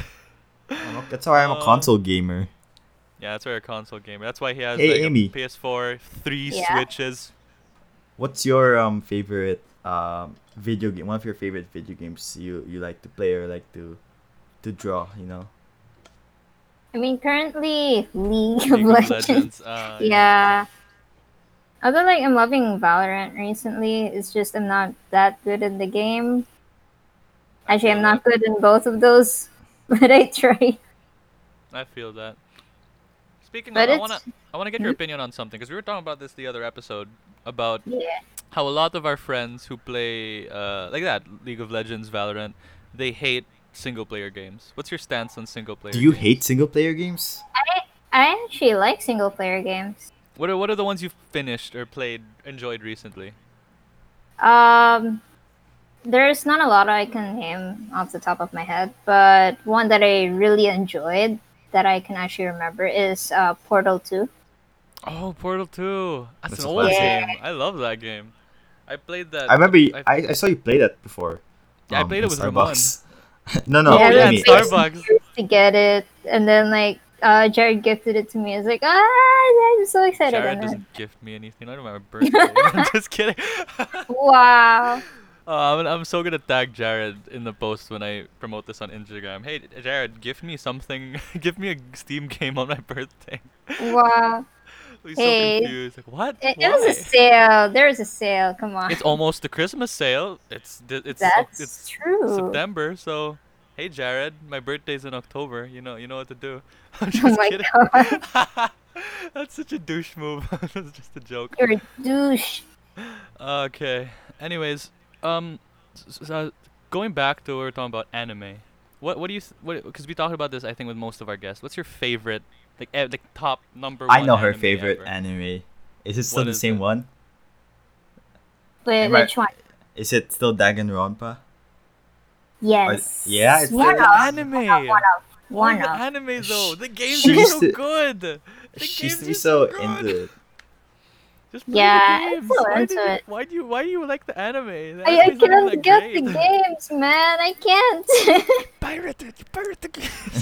Speaker 2: That's why I'm a
Speaker 1: Uh,
Speaker 2: console gamer.
Speaker 1: Yeah, that's why you're a console gamer. That's why he has
Speaker 2: Hey,
Speaker 1: like, a
Speaker 2: Amy.
Speaker 1: PS4, three
Speaker 3: Yeah.
Speaker 1: switches.
Speaker 2: What's your um favorite um video game? One of your favorite video games you you like to play or like to to draw? You know.
Speaker 3: I mean, currently League,
Speaker 1: League
Speaker 3: of Legends.
Speaker 1: Uh,
Speaker 3: Oh, Yeah. Although, like, I'm loving Valorant recently. It's just I'm not that good in the game. Actually, I'm not good in both of those, but I try.
Speaker 1: I feel that. Speaking
Speaker 3: But
Speaker 1: of, I
Speaker 3: it's-
Speaker 1: wanna I wanna get your opinion on something because we were talking about this the other episode about
Speaker 3: Yeah.
Speaker 1: how a lot of our friends who play uh, like that League of Legends, Valorant, they hate single player games. What's your stance on single player?
Speaker 2: Do you
Speaker 1: games?
Speaker 2: hate single player games?
Speaker 3: I actually like single player games.
Speaker 1: What are what are the ones you've finished or played enjoyed recently?
Speaker 3: Um, there's not a lot I can name off the top of my head, but one that I really enjoyed that I can actually remember is uh, Portal 2.
Speaker 1: Oh, Portal Two. That's,
Speaker 2: That's
Speaker 1: an
Speaker 2: a
Speaker 1: old
Speaker 3: classic.
Speaker 1: game. I love that game. I played that.
Speaker 2: I remember you,
Speaker 1: I-
Speaker 2: I, I saw you play that before. um,
Speaker 1: Yeah, I played
Speaker 2: in
Speaker 1: it with Ramon.
Speaker 2: Starbucks. no, no,
Speaker 1: Oh,
Speaker 3: Yeah,
Speaker 1: yeah,
Speaker 3: I
Speaker 2: Amy.
Speaker 1: at
Speaker 3: played it.
Speaker 1: Starbucks.
Speaker 3: to get it, and then like uh, Jared gifted it to me. I was like, ah, I'm so excited!
Speaker 1: Jared
Speaker 3: and then,
Speaker 1: doesn't gift me anything. I don't remember birthday. I'm just kidding.
Speaker 3: wow,
Speaker 1: Uh, I'm, I'm so gonna tag Jared in the post when I promote this on Instagram. Hey, Jared, give me something. give me a Steam game on my birthday.
Speaker 3: wow!
Speaker 1: He's
Speaker 3: Hey.
Speaker 1: so confused. Like, what?
Speaker 3: It, it was a
Speaker 1: Why?"
Speaker 3: sale. There was a sale. Come on,
Speaker 1: It's almost the Christmas sale. It's th- it's
Speaker 3: that's
Speaker 1: it's
Speaker 3: true.
Speaker 1: September, so hey Jared, my birthday's in October. You know you know what to do. I'm
Speaker 3: Oh
Speaker 1: just
Speaker 3: my
Speaker 1: kidding.
Speaker 3: god,
Speaker 1: That's such a douche move. That's just a joke.
Speaker 3: you're a douche.
Speaker 1: Okay. Anyways, um, s- s- uh, going back to what we were talking about anime. What what do you th- what? Because we talked about this, I think, with most of our guests. What's your favorite, like, eh, like top number?
Speaker 2: I
Speaker 1: one
Speaker 2: know her
Speaker 1: anime
Speaker 2: favorite
Speaker 1: ever?
Speaker 2: anime. Is it still
Speaker 1: What
Speaker 2: the
Speaker 1: is
Speaker 2: same
Speaker 1: it?
Speaker 2: one?
Speaker 3: Wait,
Speaker 2: Am I-
Speaker 3: which one?
Speaker 2: Is it still Danganronpa?
Speaker 3: Yes.
Speaker 2: yeah, it's
Speaker 3: one
Speaker 1: Favorite
Speaker 3: of
Speaker 1: anime.
Speaker 3: one of one
Speaker 1: Favorite
Speaker 3: of.
Speaker 1: anime though. The games
Speaker 2: she
Speaker 1: are
Speaker 2: used
Speaker 1: so
Speaker 2: to-
Speaker 1: good. The
Speaker 2: She used
Speaker 1: games
Speaker 2: to be
Speaker 1: are
Speaker 2: so
Speaker 1: good.
Speaker 2: into it.
Speaker 1: Just play
Speaker 3: Yeah,
Speaker 1: the
Speaker 3: I'm
Speaker 1: games.
Speaker 3: so
Speaker 1: why
Speaker 3: into
Speaker 1: do you,
Speaker 3: it.
Speaker 1: Why do you why do you like the anime? The
Speaker 3: I, I
Speaker 1: anime's not even
Speaker 3: can't
Speaker 1: that
Speaker 3: get
Speaker 1: great.
Speaker 3: the games, man. I can't.
Speaker 1: Pirate it. You pirate the games.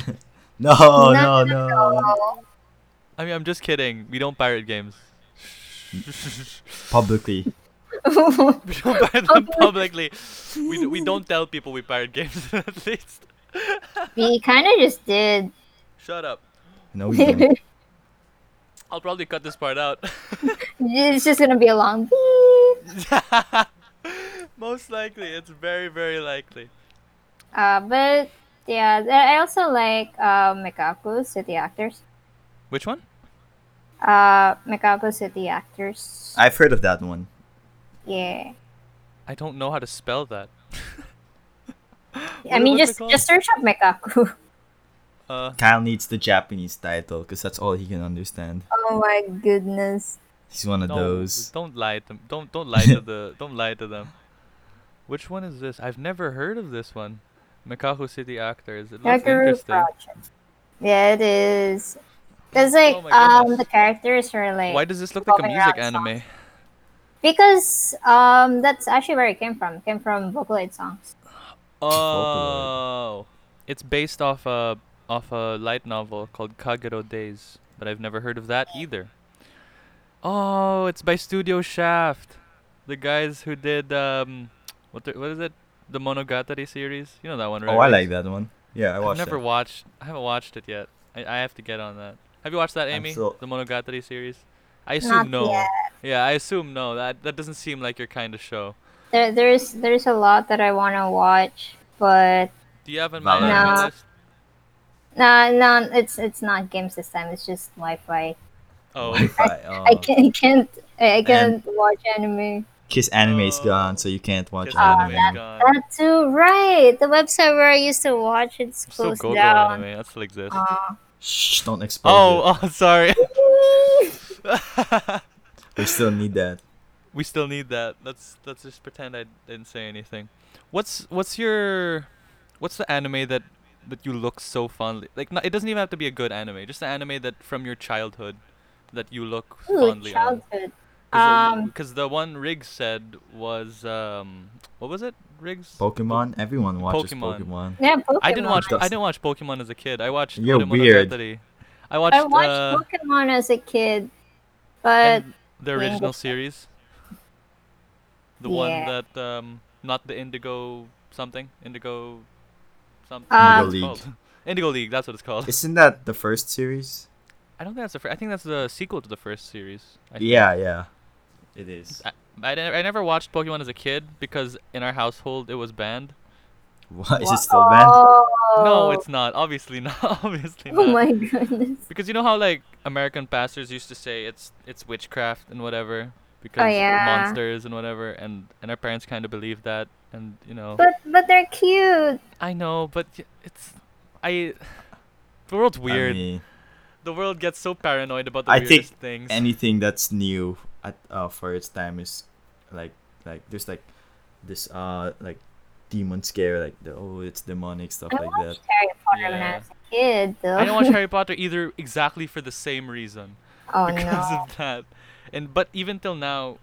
Speaker 2: No,
Speaker 3: No,
Speaker 2: Oh, no, no.
Speaker 3: no.
Speaker 1: I mean, I'm just kidding. We don't pirate games.
Speaker 2: Publicly.
Speaker 1: We don't buy them
Speaker 3: Okay.
Speaker 1: publicly. We, d- we don't tell people we pirate games at least.
Speaker 3: we kind of just did.
Speaker 1: Shut up.
Speaker 2: No, we don't.
Speaker 1: I'll probably cut this part out.
Speaker 3: it's just gonna be a long beep.
Speaker 1: Most likely, it's very very likely.
Speaker 3: Uh, but yeah, th- I also like uh, Mikaku City Actors.
Speaker 1: Which one?
Speaker 3: Uh, Mikaku City Actors.
Speaker 2: I've heard of that one.
Speaker 3: yeah.
Speaker 1: I don't know how to spell that.
Speaker 3: I
Speaker 1: What-
Speaker 3: mean,
Speaker 1: what's it
Speaker 3: just
Speaker 1: called?
Speaker 3: just search up Mikaku.
Speaker 1: Uh,
Speaker 2: Kyle needs the Japanese title because that's all he can understand.
Speaker 3: Oh my goodness.
Speaker 2: He's one of
Speaker 1: no,
Speaker 2: those.
Speaker 1: don't lie to them. Don't don't lie to the don't lie to them. Which one is this? I've never heard of this one. Mikaho City Actors. It looks
Speaker 3: Kakarot
Speaker 1: interesting.
Speaker 3: Project. Yeah, it is. It's like
Speaker 1: Oh my
Speaker 3: um
Speaker 1: goodness.
Speaker 3: the characters are like
Speaker 1: Why does this look like a
Speaker 3: Revolving
Speaker 1: music
Speaker 3: around
Speaker 1: anime?
Speaker 3: because um that's actually where it came from. It came from Vocaloid songs.
Speaker 1: Oh, it's based off a off a light novel called Kagero Days, but I've never heard of that either. Oh, it's by Studio Shaft, the guys who did um, what the, what is it? The Monogatari series. You know that one, right?
Speaker 2: Oh, I
Speaker 1: Rex?
Speaker 2: like that one. Yeah, I
Speaker 1: I've
Speaker 2: watched
Speaker 1: never
Speaker 2: that.
Speaker 1: watched. I haven't watched it yet. I, I have to get on that. Have you watched that, Amy?
Speaker 2: still-
Speaker 1: The Monogatari series. I assume
Speaker 3: Not
Speaker 1: no.
Speaker 3: yet.
Speaker 1: Yeah, I assume no. That that doesn't seem like your kind of show.
Speaker 3: There, there's there's a lot that I want to watch, but
Speaker 1: Do you have in mind?
Speaker 2: Valorant.
Speaker 3: No. no, no, it's it's not games this time. It's just Wi-Fi.
Speaker 1: Oh,
Speaker 2: Wi-Fi,
Speaker 3: I
Speaker 2: oh.
Speaker 3: can't, I can't, I I can't watch anime.
Speaker 2: Kiss anime is
Speaker 1: Oh.
Speaker 2: gone, so you can't watch
Speaker 1: Kiss
Speaker 3: anime.
Speaker 2: anime.
Speaker 1: Anime Gone.
Speaker 3: Oh, That too, right? The website where I used to watch it's
Speaker 1: Still
Speaker 3: closed
Speaker 1: go
Speaker 3: down. Uh,
Speaker 1: anime. That still exists.
Speaker 3: Aw.
Speaker 1: uh.
Speaker 2: Shh, don't expose it.
Speaker 1: oh, oh, sorry.
Speaker 2: We still need that.
Speaker 1: we still need that. Let's let's just pretend I didn't say anything. What's what's your what's the anime that that you look so fondly? Like no, it doesn't even have to be a good anime. Just an anime that from your childhood that you look
Speaker 3: Ooh,
Speaker 1: fondly on.
Speaker 3: childhood. Um,
Speaker 1: Because the one Riggs said was um what was it Riggs?
Speaker 2: Pokemon. Everyone watches
Speaker 1: Pokemon.
Speaker 2: Pokemon.
Speaker 3: yeah, Pokemon.
Speaker 1: I didn't watch
Speaker 2: Does-
Speaker 1: I didn't watch Pokemon as a kid. I watched
Speaker 2: You're
Speaker 1: Doraemon
Speaker 2: weird.
Speaker 1: Otatari. I watched,
Speaker 3: I watched
Speaker 1: uh,
Speaker 3: Pokemon as a kid, but
Speaker 1: and the original series. The
Speaker 3: Yeah.
Speaker 1: one that um not the Indigo something, Indigo something.
Speaker 3: Uh,
Speaker 1: what's it
Speaker 2: Indigo League.
Speaker 1: called? Indigo League, that's what it's called.
Speaker 2: Isn't that the first series?
Speaker 1: I don't think that's the first. I think that's the sequel to the first series. I think.
Speaker 2: Yeah, yeah. It is.
Speaker 1: I, I, ne- I never watched Pokemon as a kid because in our household it was banned.
Speaker 2: Why is
Speaker 3: Wha-
Speaker 2: it still banned?
Speaker 1: No,
Speaker 3: Oh.
Speaker 1: it's not. Obviously not. Obviously not.
Speaker 3: Oh my goodness.
Speaker 1: Because you know how like American pastors used to say it's it's witchcraft and whatever because
Speaker 3: Oh, yeah.
Speaker 1: monsters and whatever and and our parents kind of believed that and you know
Speaker 3: But but they're cute.
Speaker 1: I know but y- it's I the world's weird.
Speaker 2: I mean,
Speaker 1: the world gets so paranoid about the
Speaker 2: I think
Speaker 1: weirdest things.
Speaker 2: anything that's new at uh, for its time is like like there's like this uh like demon scare like the, oh it's demonic stuff
Speaker 3: I
Speaker 2: like that.
Speaker 3: watched Harry Potter when
Speaker 1: Yeah.
Speaker 3: I was a kid, though.
Speaker 1: I don't watch Harry Potter either exactly for the same reason.
Speaker 3: oh
Speaker 1: because
Speaker 3: no.
Speaker 1: of that. And but even till now,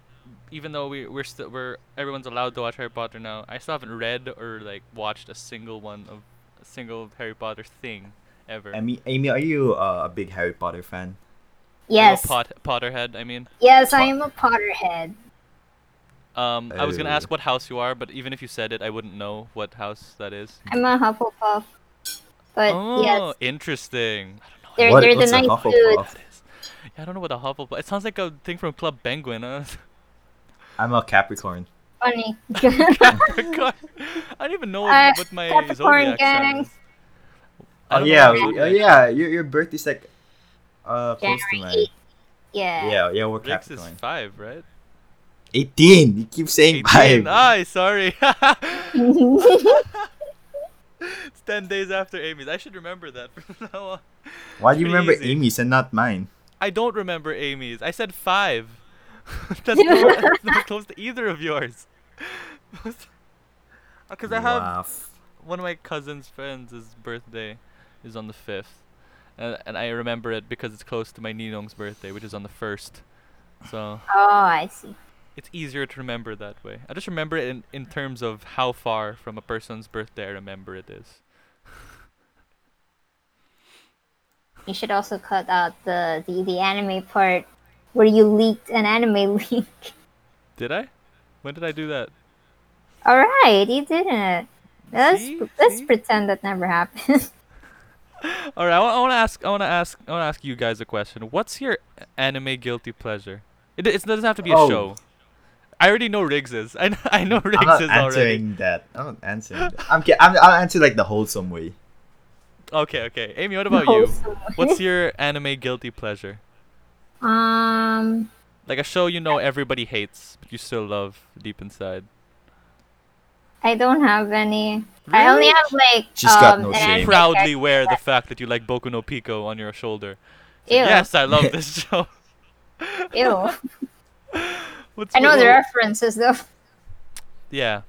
Speaker 1: even though we we're still we're everyone's allowed to watch Harry Potter now, I still haven't read or like watched a single one of a single Harry Potter thing ever.
Speaker 2: Amy, Amy, are you uh, a big Harry Potter
Speaker 1: I'm
Speaker 2: fan?
Speaker 1: a
Speaker 3: Yes.
Speaker 1: Pot- Potterhead, I mean.
Speaker 3: Yes, I am a Potterhead.
Speaker 1: Um, I was gonna ask
Speaker 2: Oh.
Speaker 1: what house you are, but even if you said it, I wouldn't know what house that is.
Speaker 3: I'm a Hufflepuff. But
Speaker 1: oh,
Speaker 3: yes,
Speaker 1: interesting.
Speaker 3: they're
Speaker 2: What-
Speaker 3: they're the
Speaker 2: what's a
Speaker 3: nice
Speaker 2: Hufflepuff?
Speaker 3: dudes.
Speaker 1: That is. Yeah, I don't know what a Hufflepuff. It sounds like a thing from Club Penguin. Huh?
Speaker 2: I'm a Capricorn.
Speaker 3: Funny.
Speaker 1: Capricorn. I don't even know
Speaker 3: Uh,
Speaker 1: what, what my
Speaker 3: Capricorn
Speaker 1: zodiac sign
Speaker 3: gang.
Speaker 1: is. I
Speaker 2: Oh
Speaker 1: don't know
Speaker 2: yeah,
Speaker 1: what my
Speaker 2: we- oh
Speaker 1: zodiac-
Speaker 2: yeah. Your your birth is like uh close to
Speaker 3: January
Speaker 2: mine.
Speaker 3: eighth. Yeah.
Speaker 2: Yeah, oh, yeah, we're
Speaker 1: Rix is
Speaker 2: Capricorn.
Speaker 1: five, right?
Speaker 2: 18. You keep
Speaker 1: 18.
Speaker 2: saying five.
Speaker 1: Ay, sorry. it's
Speaker 3: I
Speaker 1: ten days after Amy's. I should remember that from now on.
Speaker 2: Why do you
Speaker 1: Pretty
Speaker 2: remember
Speaker 1: easy.
Speaker 2: Amy's and not mine?
Speaker 1: I don't remember Amy's. I said five. that's, not, that's not close to either of yours. Because I have
Speaker 2: Wow, f-
Speaker 1: one of my cousin's friends' his birthday is on the fifth, and, and I remember it because it's close to my ninong's birthday, which is on the first. So
Speaker 3: Oh, I see.
Speaker 1: it's easier to remember that way. I just remember it in, in terms of how far from a person's birthday I remember it is.
Speaker 3: You should also cut out the the, the anime part where you leaked an anime leak.
Speaker 1: Did I? When did I do that?
Speaker 3: All right, you didn't. Let's
Speaker 1: See?
Speaker 3: let's
Speaker 1: See?
Speaker 3: pretend that never happened.
Speaker 1: All right, I, want to ask. I want to ask. I want to ask you guys a question. What's your anime guilty pleasure? It, it doesn't have to be a
Speaker 2: Oh.
Speaker 1: show. I already know Riggs's. I know, I know
Speaker 2: I'm not
Speaker 1: Riggs's already.
Speaker 2: answering that. I'm not answering that. I'm, ki- I'm, I'll answer like the wholesome way.
Speaker 1: Okay, okay. Amy, what about you?
Speaker 3: Wholesome.
Speaker 1: What's your anime guilty pleasure?
Speaker 3: um
Speaker 1: Like a show you know everybody hates, but you still love deep inside.
Speaker 3: I don't have any. I only
Speaker 1: Really?
Speaker 3: have like
Speaker 2: She's
Speaker 3: um,
Speaker 2: got no
Speaker 3: an
Speaker 2: shame.
Speaker 3: anime
Speaker 1: Proudly
Speaker 3: character.
Speaker 1: wear the fact that you like Boku no Pico on your shoulder.
Speaker 3: Ew,
Speaker 1: Yes, I love this show.
Speaker 3: ew.
Speaker 1: What's
Speaker 3: I know
Speaker 1: what-
Speaker 3: the
Speaker 1: what-
Speaker 3: references though.
Speaker 1: Yeah,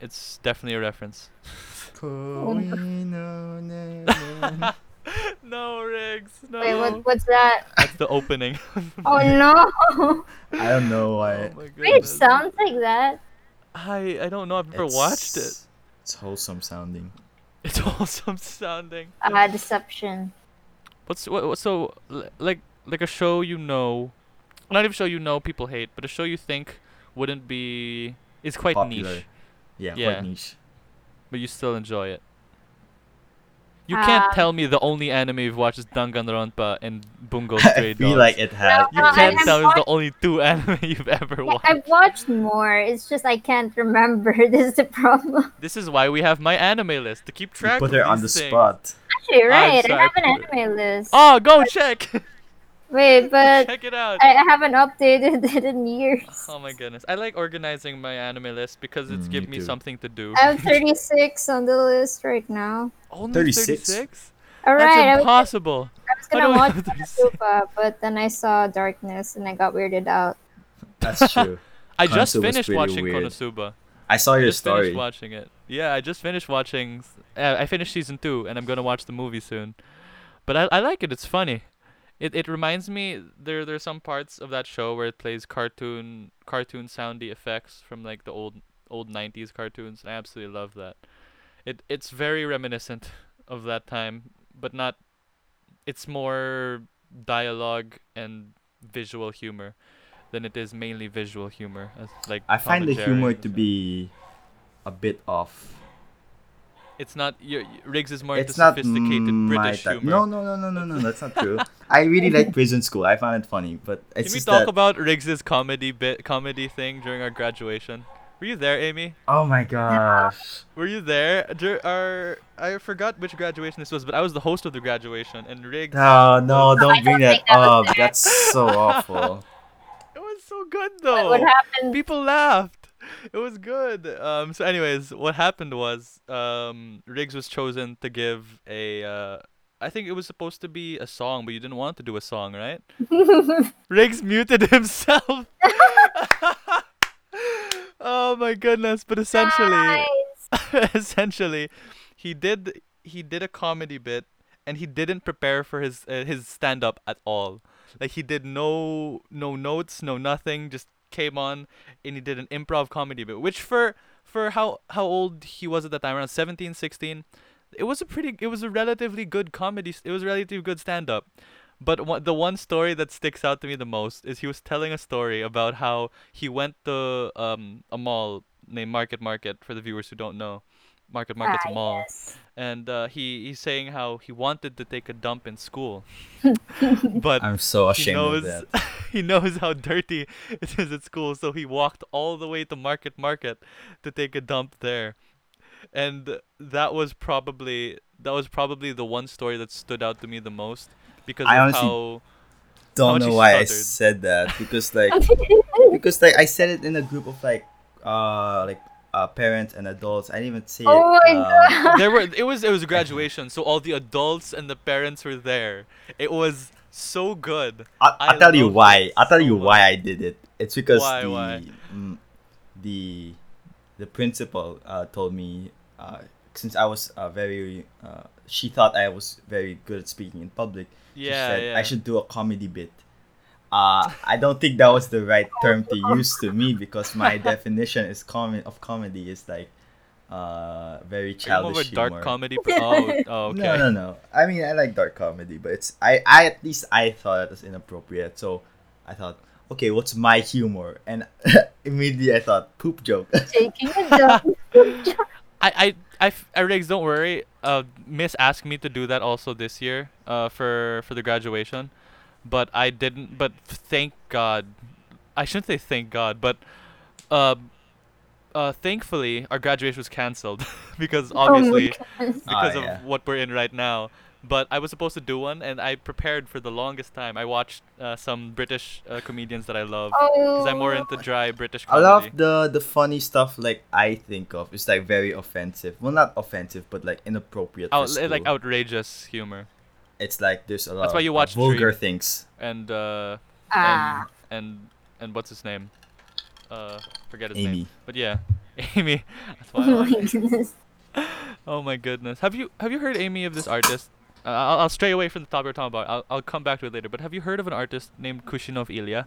Speaker 1: it's definitely a reference.
Speaker 2: Koinonene.
Speaker 1: no, Riggs. No.
Speaker 3: Wait, what, what's that?
Speaker 1: That's the opening.
Speaker 3: Oh no!
Speaker 2: I don't know why.
Speaker 1: Oh my
Speaker 3: It
Speaker 1: goodness.
Speaker 3: sounds like that.
Speaker 1: I I don't know. I've never watched it.
Speaker 2: It's- It's wholesome sounding.
Speaker 1: It's awesome sounding.
Speaker 3: Uh, deception.
Speaker 1: What's what, what? So l- like like a show you know, not even show you know people hate, but a show you think wouldn't be is quite
Speaker 2: Popular.
Speaker 1: niche,
Speaker 2: Yeah,
Speaker 1: Yeah.
Speaker 2: quite niche.
Speaker 1: but you still enjoy it. You can't
Speaker 3: Um,
Speaker 1: tell me the only anime you've watched is Danganronpa and Bungo Stray
Speaker 2: I feel
Speaker 1: Dogs.
Speaker 2: like it has.
Speaker 1: you
Speaker 3: No, I
Speaker 1: can't
Speaker 3: have
Speaker 1: tell me the
Speaker 3: watched-
Speaker 1: only two anime you've ever
Speaker 3: Uh, Yeah,
Speaker 1: watched.
Speaker 3: I've watched more. It's just I can't remember. This is the problem.
Speaker 1: This is why we have my anime list to keep
Speaker 2: You
Speaker 1: track.
Speaker 2: put
Speaker 1: of
Speaker 2: her on the
Speaker 1: these things.
Speaker 2: spot.
Speaker 3: Actually,
Speaker 1: I'm
Speaker 3: right.
Speaker 1: sorry,
Speaker 3: I have an
Speaker 1: I put
Speaker 3: anime list.
Speaker 1: Oh, go check.
Speaker 3: Wait, but
Speaker 1: check it out.
Speaker 3: I I haven't updated it in years.
Speaker 1: Oh my goodness. I like organizing my anime list because it's
Speaker 2: Mm,
Speaker 1: give me
Speaker 2: me too.
Speaker 1: something to do.
Speaker 3: I have 36 on the list right now.
Speaker 1: Only
Speaker 2: 36?
Speaker 1: 36?
Speaker 3: All
Speaker 1: That's
Speaker 3: right, I was,
Speaker 1: impossible.
Speaker 3: I was
Speaker 1: Why do
Speaker 3: gonna
Speaker 1: we
Speaker 3: watch
Speaker 1: have 36?
Speaker 3: Super, but then I saw Darkness and I got weirded out.
Speaker 2: That's true.
Speaker 1: I just
Speaker 2: Konosuba's
Speaker 1: finished
Speaker 2: pretty
Speaker 1: watching
Speaker 2: weird.
Speaker 1: Konosuba.
Speaker 2: I saw
Speaker 1: I
Speaker 2: your
Speaker 1: just finished
Speaker 2: story.
Speaker 1: watching it. Yeah, I just finished watching. s- Uh, I finished season two, and I'm gonna watch the movie soon. But I, I like it. It's funny. It it reminds me there there's some parts of that show where it plays cartoon cartoon soundy effects from like the old old 90s cartoons, and I absolutely love that. It it's very reminiscent of that time, but not. It's more dialogue and visual humor than it is mainly visual humor. as, Like
Speaker 2: I find the
Speaker 1: commentary
Speaker 2: humor
Speaker 1: and
Speaker 2: to
Speaker 1: stuff.
Speaker 2: be a bit off.
Speaker 1: It's not your Riggs is more
Speaker 2: It's
Speaker 1: into
Speaker 2: not
Speaker 1: sophisticated
Speaker 2: my
Speaker 1: British
Speaker 2: type.
Speaker 1: humor.
Speaker 2: No, no, no, no, no, no. That's not true. I really like Prison School. I found it funny, but
Speaker 1: Can
Speaker 2: it's
Speaker 1: we
Speaker 2: just
Speaker 1: talk
Speaker 2: that.
Speaker 1: about Riggs's comedy bit comedy thing during our graduation? Were you there, Amy?
Speaker 2: oh my gosh.
Speaker 1: Were you there? Dur- our, I forgot which graduation this was, but I was the host of the graduation, and Riggs.
Speaker 2: No, no, don't
Speaker 3: I
Speaker 2: bring
Speaker 3: don't
Speaker 2: that
Speaker 3: think that was
Speaker 2: up. That's so awful.
Speaker 1: It was so good
Speaker 3: What
Speaker 1: though.
Speaker 3: would happen?
Speaker 1: People laughed. It was good. Um, so, anyways, what happened was um, Riggs was chosen to give a. Uh, I think it was supposed to be a song, but you didn't want to do a song, right? Riggs muted himself. oh my goodness! But essentially,
Speaker 3: Guys,
Speaker 1: essentially, he did he did a comedy bit, and he didn't prepare for his uh, his stand up at all. Like he did no no notes, no nothing. Just came on, and he did an improv comedy bit, which for for how how old he was at that time, around 17, 16, it was a pretty it was a relatively good comedy. s- It was a relatively good stand up. But one, the one story that sticks out to me the most is he was telling a story about how he went to um, a mall named Market Market for the viewers who don't know. Market Market's
Speaker 3: ah,
Speaker 1: a mall,
Speaker 3: yes.
Speaker 1: and uh, he he's saying how he wanted to take a dump in school, but
Speaker 2: I'm so
Speaker 1: he
Speaker 2: ashamed
Speaker 1: knows
Speaker 2: of that.
Speaker 1: he knows how dirty it is at school, so he walked all the way to Market Market to take a dump there, and that was probably that was probably the one story that stood out to me the most because
Speaker 2: I
Speaker 1: of
Speaker 2: honestly
Speaker 1: how
Speaker 2: Don't
Speaker 1: much
Speaker 2: know
Speaker 1: he
Speaker 2: why I
Speaker 1: stuttered.
Speaker 2: said that because like because like I said it in a group of like uh like uh parents and adults. I didn't even say
Speaker 3: Oh
Speaker 2: it.
Speaker 3: my
Speaker 2: uh,
Speaker 1: there were it was it was graduation, so all the adults and the parents were there. It was so good.
Speaker 2: I'll,
Speaker 1: I
Speaker 2: I'll tell you
Speaker 1: love
Speaker 2: why.
Speaker 1: it
Speaker 2: I'll tell you
Speaker 1: so
Speaker 2: why I did it. It's because
Speaker 1: Why,
Speaker 2: the
Speaker 1: why?
Speaker 2: mm, the the principal uh, told me uh, since I was uh, very uh, she thought I was very good at speaking in public. she
Speaker 1: Yeah,
Speaker 2: said
Speaker 1: yeah.
Speaker 2: I should do a comedy bit. Uh, I don't think that was the right term to use to me because my definition is com- of comedy is like uh, very
Speaker 1: Are you more of a
Speaker 2: childish humor.
Speaker 1: dark comedy. per- oh, oh, okay.
Speaker 2: No, no, no. I mean, I like dark comedy, but it's I, I at least I thought it was inappropriate. So I thought, okay, what's my humor? And immediately I thought poop joke.
Speaker 3: Taking a dump.
Speaker 1: I, I, I, f- I, Riggs, don't worry. Uh, Miss asked me to do that also this year. Uh, for for the graduation, but I didn't. But thank God, I shouldn't say thank God, but, uh, uh, thankfully our graduation was canceled because obviously
Speaker 3: Oh goodness.
Speaker 1: because
Speaker 2: Ah,
Speaker 1: of
Speaker 2: yeah.
Speaker 1: what we're in right now. But I was supposed to do one, and I prepared for the longest time. I watched uh, some British uh, comedians that I love because
Speaker 3: oh,
Speaker 1: I'm more into dry British
Speaker 2: I
Speaker 1: comedy.
Speaker 2: love the the funny stuff like I think of. It's like very offensive. Well, not offensive, but like inappropriate.
Speaker 1: Out,
Speaker 2: for
Speaker 1: like
Speaker 2: school.
Speaker 1: outrageous humor.
Speaker 2: It's like there's a lot.
Speaker 1: That's why you
Speaker 2: of
Speaker 1: watch
Speaker 2: vulgar
Speaker 1: Dream.
Speaker 2: things.
Speaker 1: and uh,
Speaker 3: ah.
Speaker 1: and, and and what's his name? Uh, forget his
Speaker 2: Amy.
Speaker 1: name. But yeah, Amy. That's why I
Speaker 3: Oh
Speaker 1: like-
Speaker 3: my goodness.
Speaker 1: oh my goodness. Have you have you heard Amy of this artist? Uh, I'll, I'll stray away from the topic we're talking about. I'll, I'll come back to it later. But have you heard of an artist named Kushinov Ilya?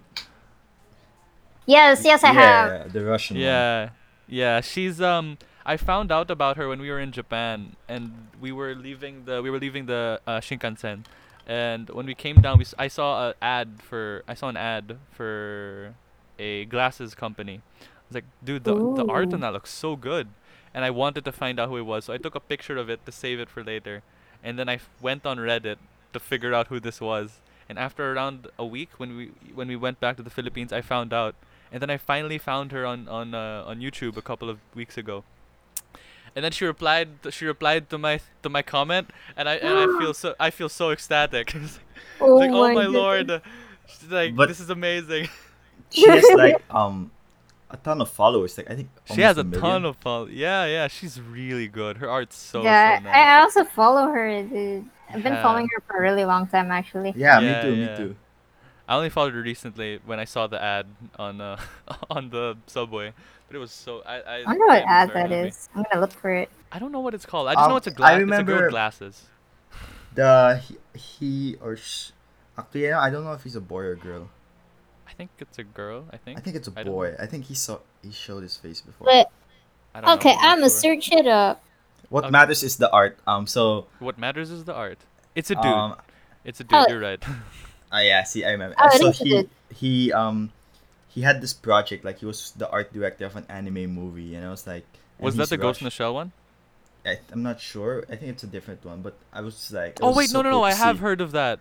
Speaker 3: Yes, yes, I have.
Speaker 2: Yeah, the Russian. one.
Speaker 1: Yeah, yeah. She's um. I found out about her when we were in Japan, and we were leaving the we were leaving the uh, Shinkansen, and when we came down, we s- I saw an ad for I saw an ad for a glasses company. I was like, dude, the the art
Speaker 3: Ooh.
Speaker 1: on that looks so good, and I wanted to find out who it was, so I took a picture of it to save it for later, and then I f- went on Reddit to figure out who this was. And after around a week, when we when we went back to the Philippines, I found out, and then I finally found her on on uh, on YouTube a couple of weeks ago. And then she replied she replied to my to my comment, and I and I feel so I feel so ecstatic. It's
Speaker 3: Oh,
Speaker 1: like, oh my
Speaker 3: goodness.
Speaker 1: lord, she's like
Speaker 2: But-
Speaker 1: this is amazing.
Speaker 2: She has like um a ton of followers. Like I think
Speaker 1: She has a
Speaker 2: almost
Speaker 1: ton
Speaker 2: million.
Speaker 1: of fun. Yeah, yeah, she's really good. Her art's so
Speaker 3: yeah,
Speaker 1: so
Speaker 3: I
Speaker 1: nice.
Speaker 3: I also follow her. Dude. I've been
Speaker 1: Yeah.
Speaker 3: following her for a really long time, actually.
Speaker 1: Yeah,
Speaker 2: Yeah, me too.
Speaker 1: yeah.
Speaker 2: Me too.
Speaker 1: I I only followed her recently when I saw the ad on uh, on the subway, but it was so I I,
Speaker 3: I wonder what
Speaker 1: am very
Speaker 3: ad that
Speaker 1: happy.
Speaker 3: is. I'm gonna look for it.
Speaker 1: I don't know what it's called. I just
Speaker 2: Um,
Speaker 1: know it's a
Speaker 2: I
Speaker 1: glass. It's a girl
Speaker 2: remember-
Speaker 1: with glasses.
Speaker 2: The he, he or sh actually yeah, I don't know if he's a boy or girl.
Speaker 1: I think it's a girl. I think.
Speaker 2: I think it's a
Speaker 1: I don't-
Speaker 2: boy. I think he saw he showed his face before.
Speaker 4: But
Speaker 1: I don't know,
Speaker 4: okay,
Speaker 1: not
Speaker 4: I'ma
Speaker 1: sure.
Speaker 4: search it up.
Speaker 2: what
Speaker 1: Okay.
Speaker 2: matters is the art. Um so
Speaker 1: What matters is the art. It's a dude.
Speaker 2: um
Speaker 1: it's a dude.
Speaker 4: oh.
Speaker 1: You're right.
Speaker 2: Ah, yeah, see, I remember.
Speaker 4: Oh, it
Speaker 2: so
Speaker 4: is a
Speaker 2: he
Speaker 4: good-
Speaker 2: he um he had this project like he was the art director of an anime movie, and I was like, and
Speaker 1: was that
Speaker 2: he's
Speaker 1: the Ghost in the
Speaker 2: rushed.
Speaker 1: Shell one?
Speaker 2: I, I'm not sure. I think it's a different one, but I was just like, it
Speaker 1: Oh
Speaker 2: was
Speaker 1: wait,
Speaker 2: so
Speaker 1: no, no, no.
Speaker 2: cool
Speaker 1: I
Speaker 2: to
Speaker 1: have
Speaker 2: see.
Speaker 1: heard of that.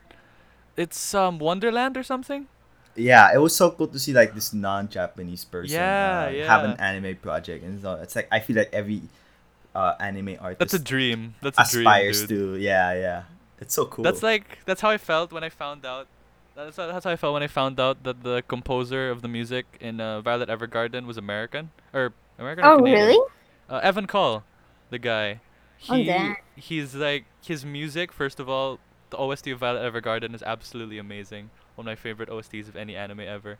Speaker 1: It's um Wonderland or something.
Speaker 2: Yeah, it was so cool to see like this non-Japanese person
Speaker 1: Yeah,
Speaker 2: uh, have
Speaker 1: yeah.
Speaker 2: an anime project, and so it's like I feel like every uh, anime artist
Speaker 1: That's a dream. That's a dream,
Speaker 2: aspires
Speaker 1: dude.
Speaker 2: to. Yeah, yeah, it's so cool.
Speaker 1: That's like that's how I felt when I found out. That's how, that's how I felt when I found out that the composer of the music in uh, Violet Evergarden was American or American. or
Speaker 3: Oh,
Speaker 1: Canadian.
Speaker 3: really?
Speaker 1: Uh, Evan Call, the guy.
Speaker 3: Oh,
Speaker 1: He
Speaker 3: damn.
Speaker 1: he's like his music. First of all, the OST of Violet Evergarden is absolutely amazing. One of my favorite OSTs of any anime ever.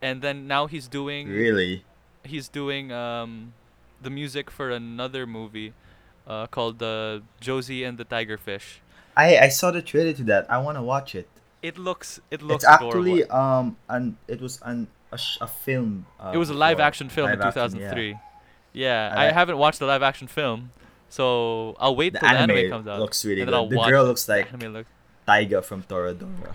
Speaker 1: And then now he's doing
Speaker 2: really
Speaker 1: he's doing um, the music for another movie uh, called uh, Josie and the Tiger Fish.
Speaker 2: I I saw the trailer to that. I want to watch it.
Speaker 1: It looks it looks
Speaker 2: it's actually
Speaker 1: adorable.
Speaker 2: um an it was an a, sh- a film. Uh,
Speaker 1: it was a live
Speaker 2: before.
Speaker 1: action film in
Speaker 2: Live action, yeah.
Speaker 1: 2003. yeah,
Speaker 2: I
Speaker 1: I,
Speaker 2: like-
Speaker 1: haven't watched the live action film, so I'll wait
Speaker 2: The
Speaker 1: till
Speaker 2: anime,
Speaker 1: the anime comes out.
Speaker 2: looks really
Speaker 1: and then I'll
Speaker 2: good.
Speaker 1: watch
Speaker 2: The girl
Speaker 1: it.
Speaker 2: looks
Speaker 1: The
Speaker 2: like
Speaker 1: anime looks
Speaker 2: Taiga from Toradora.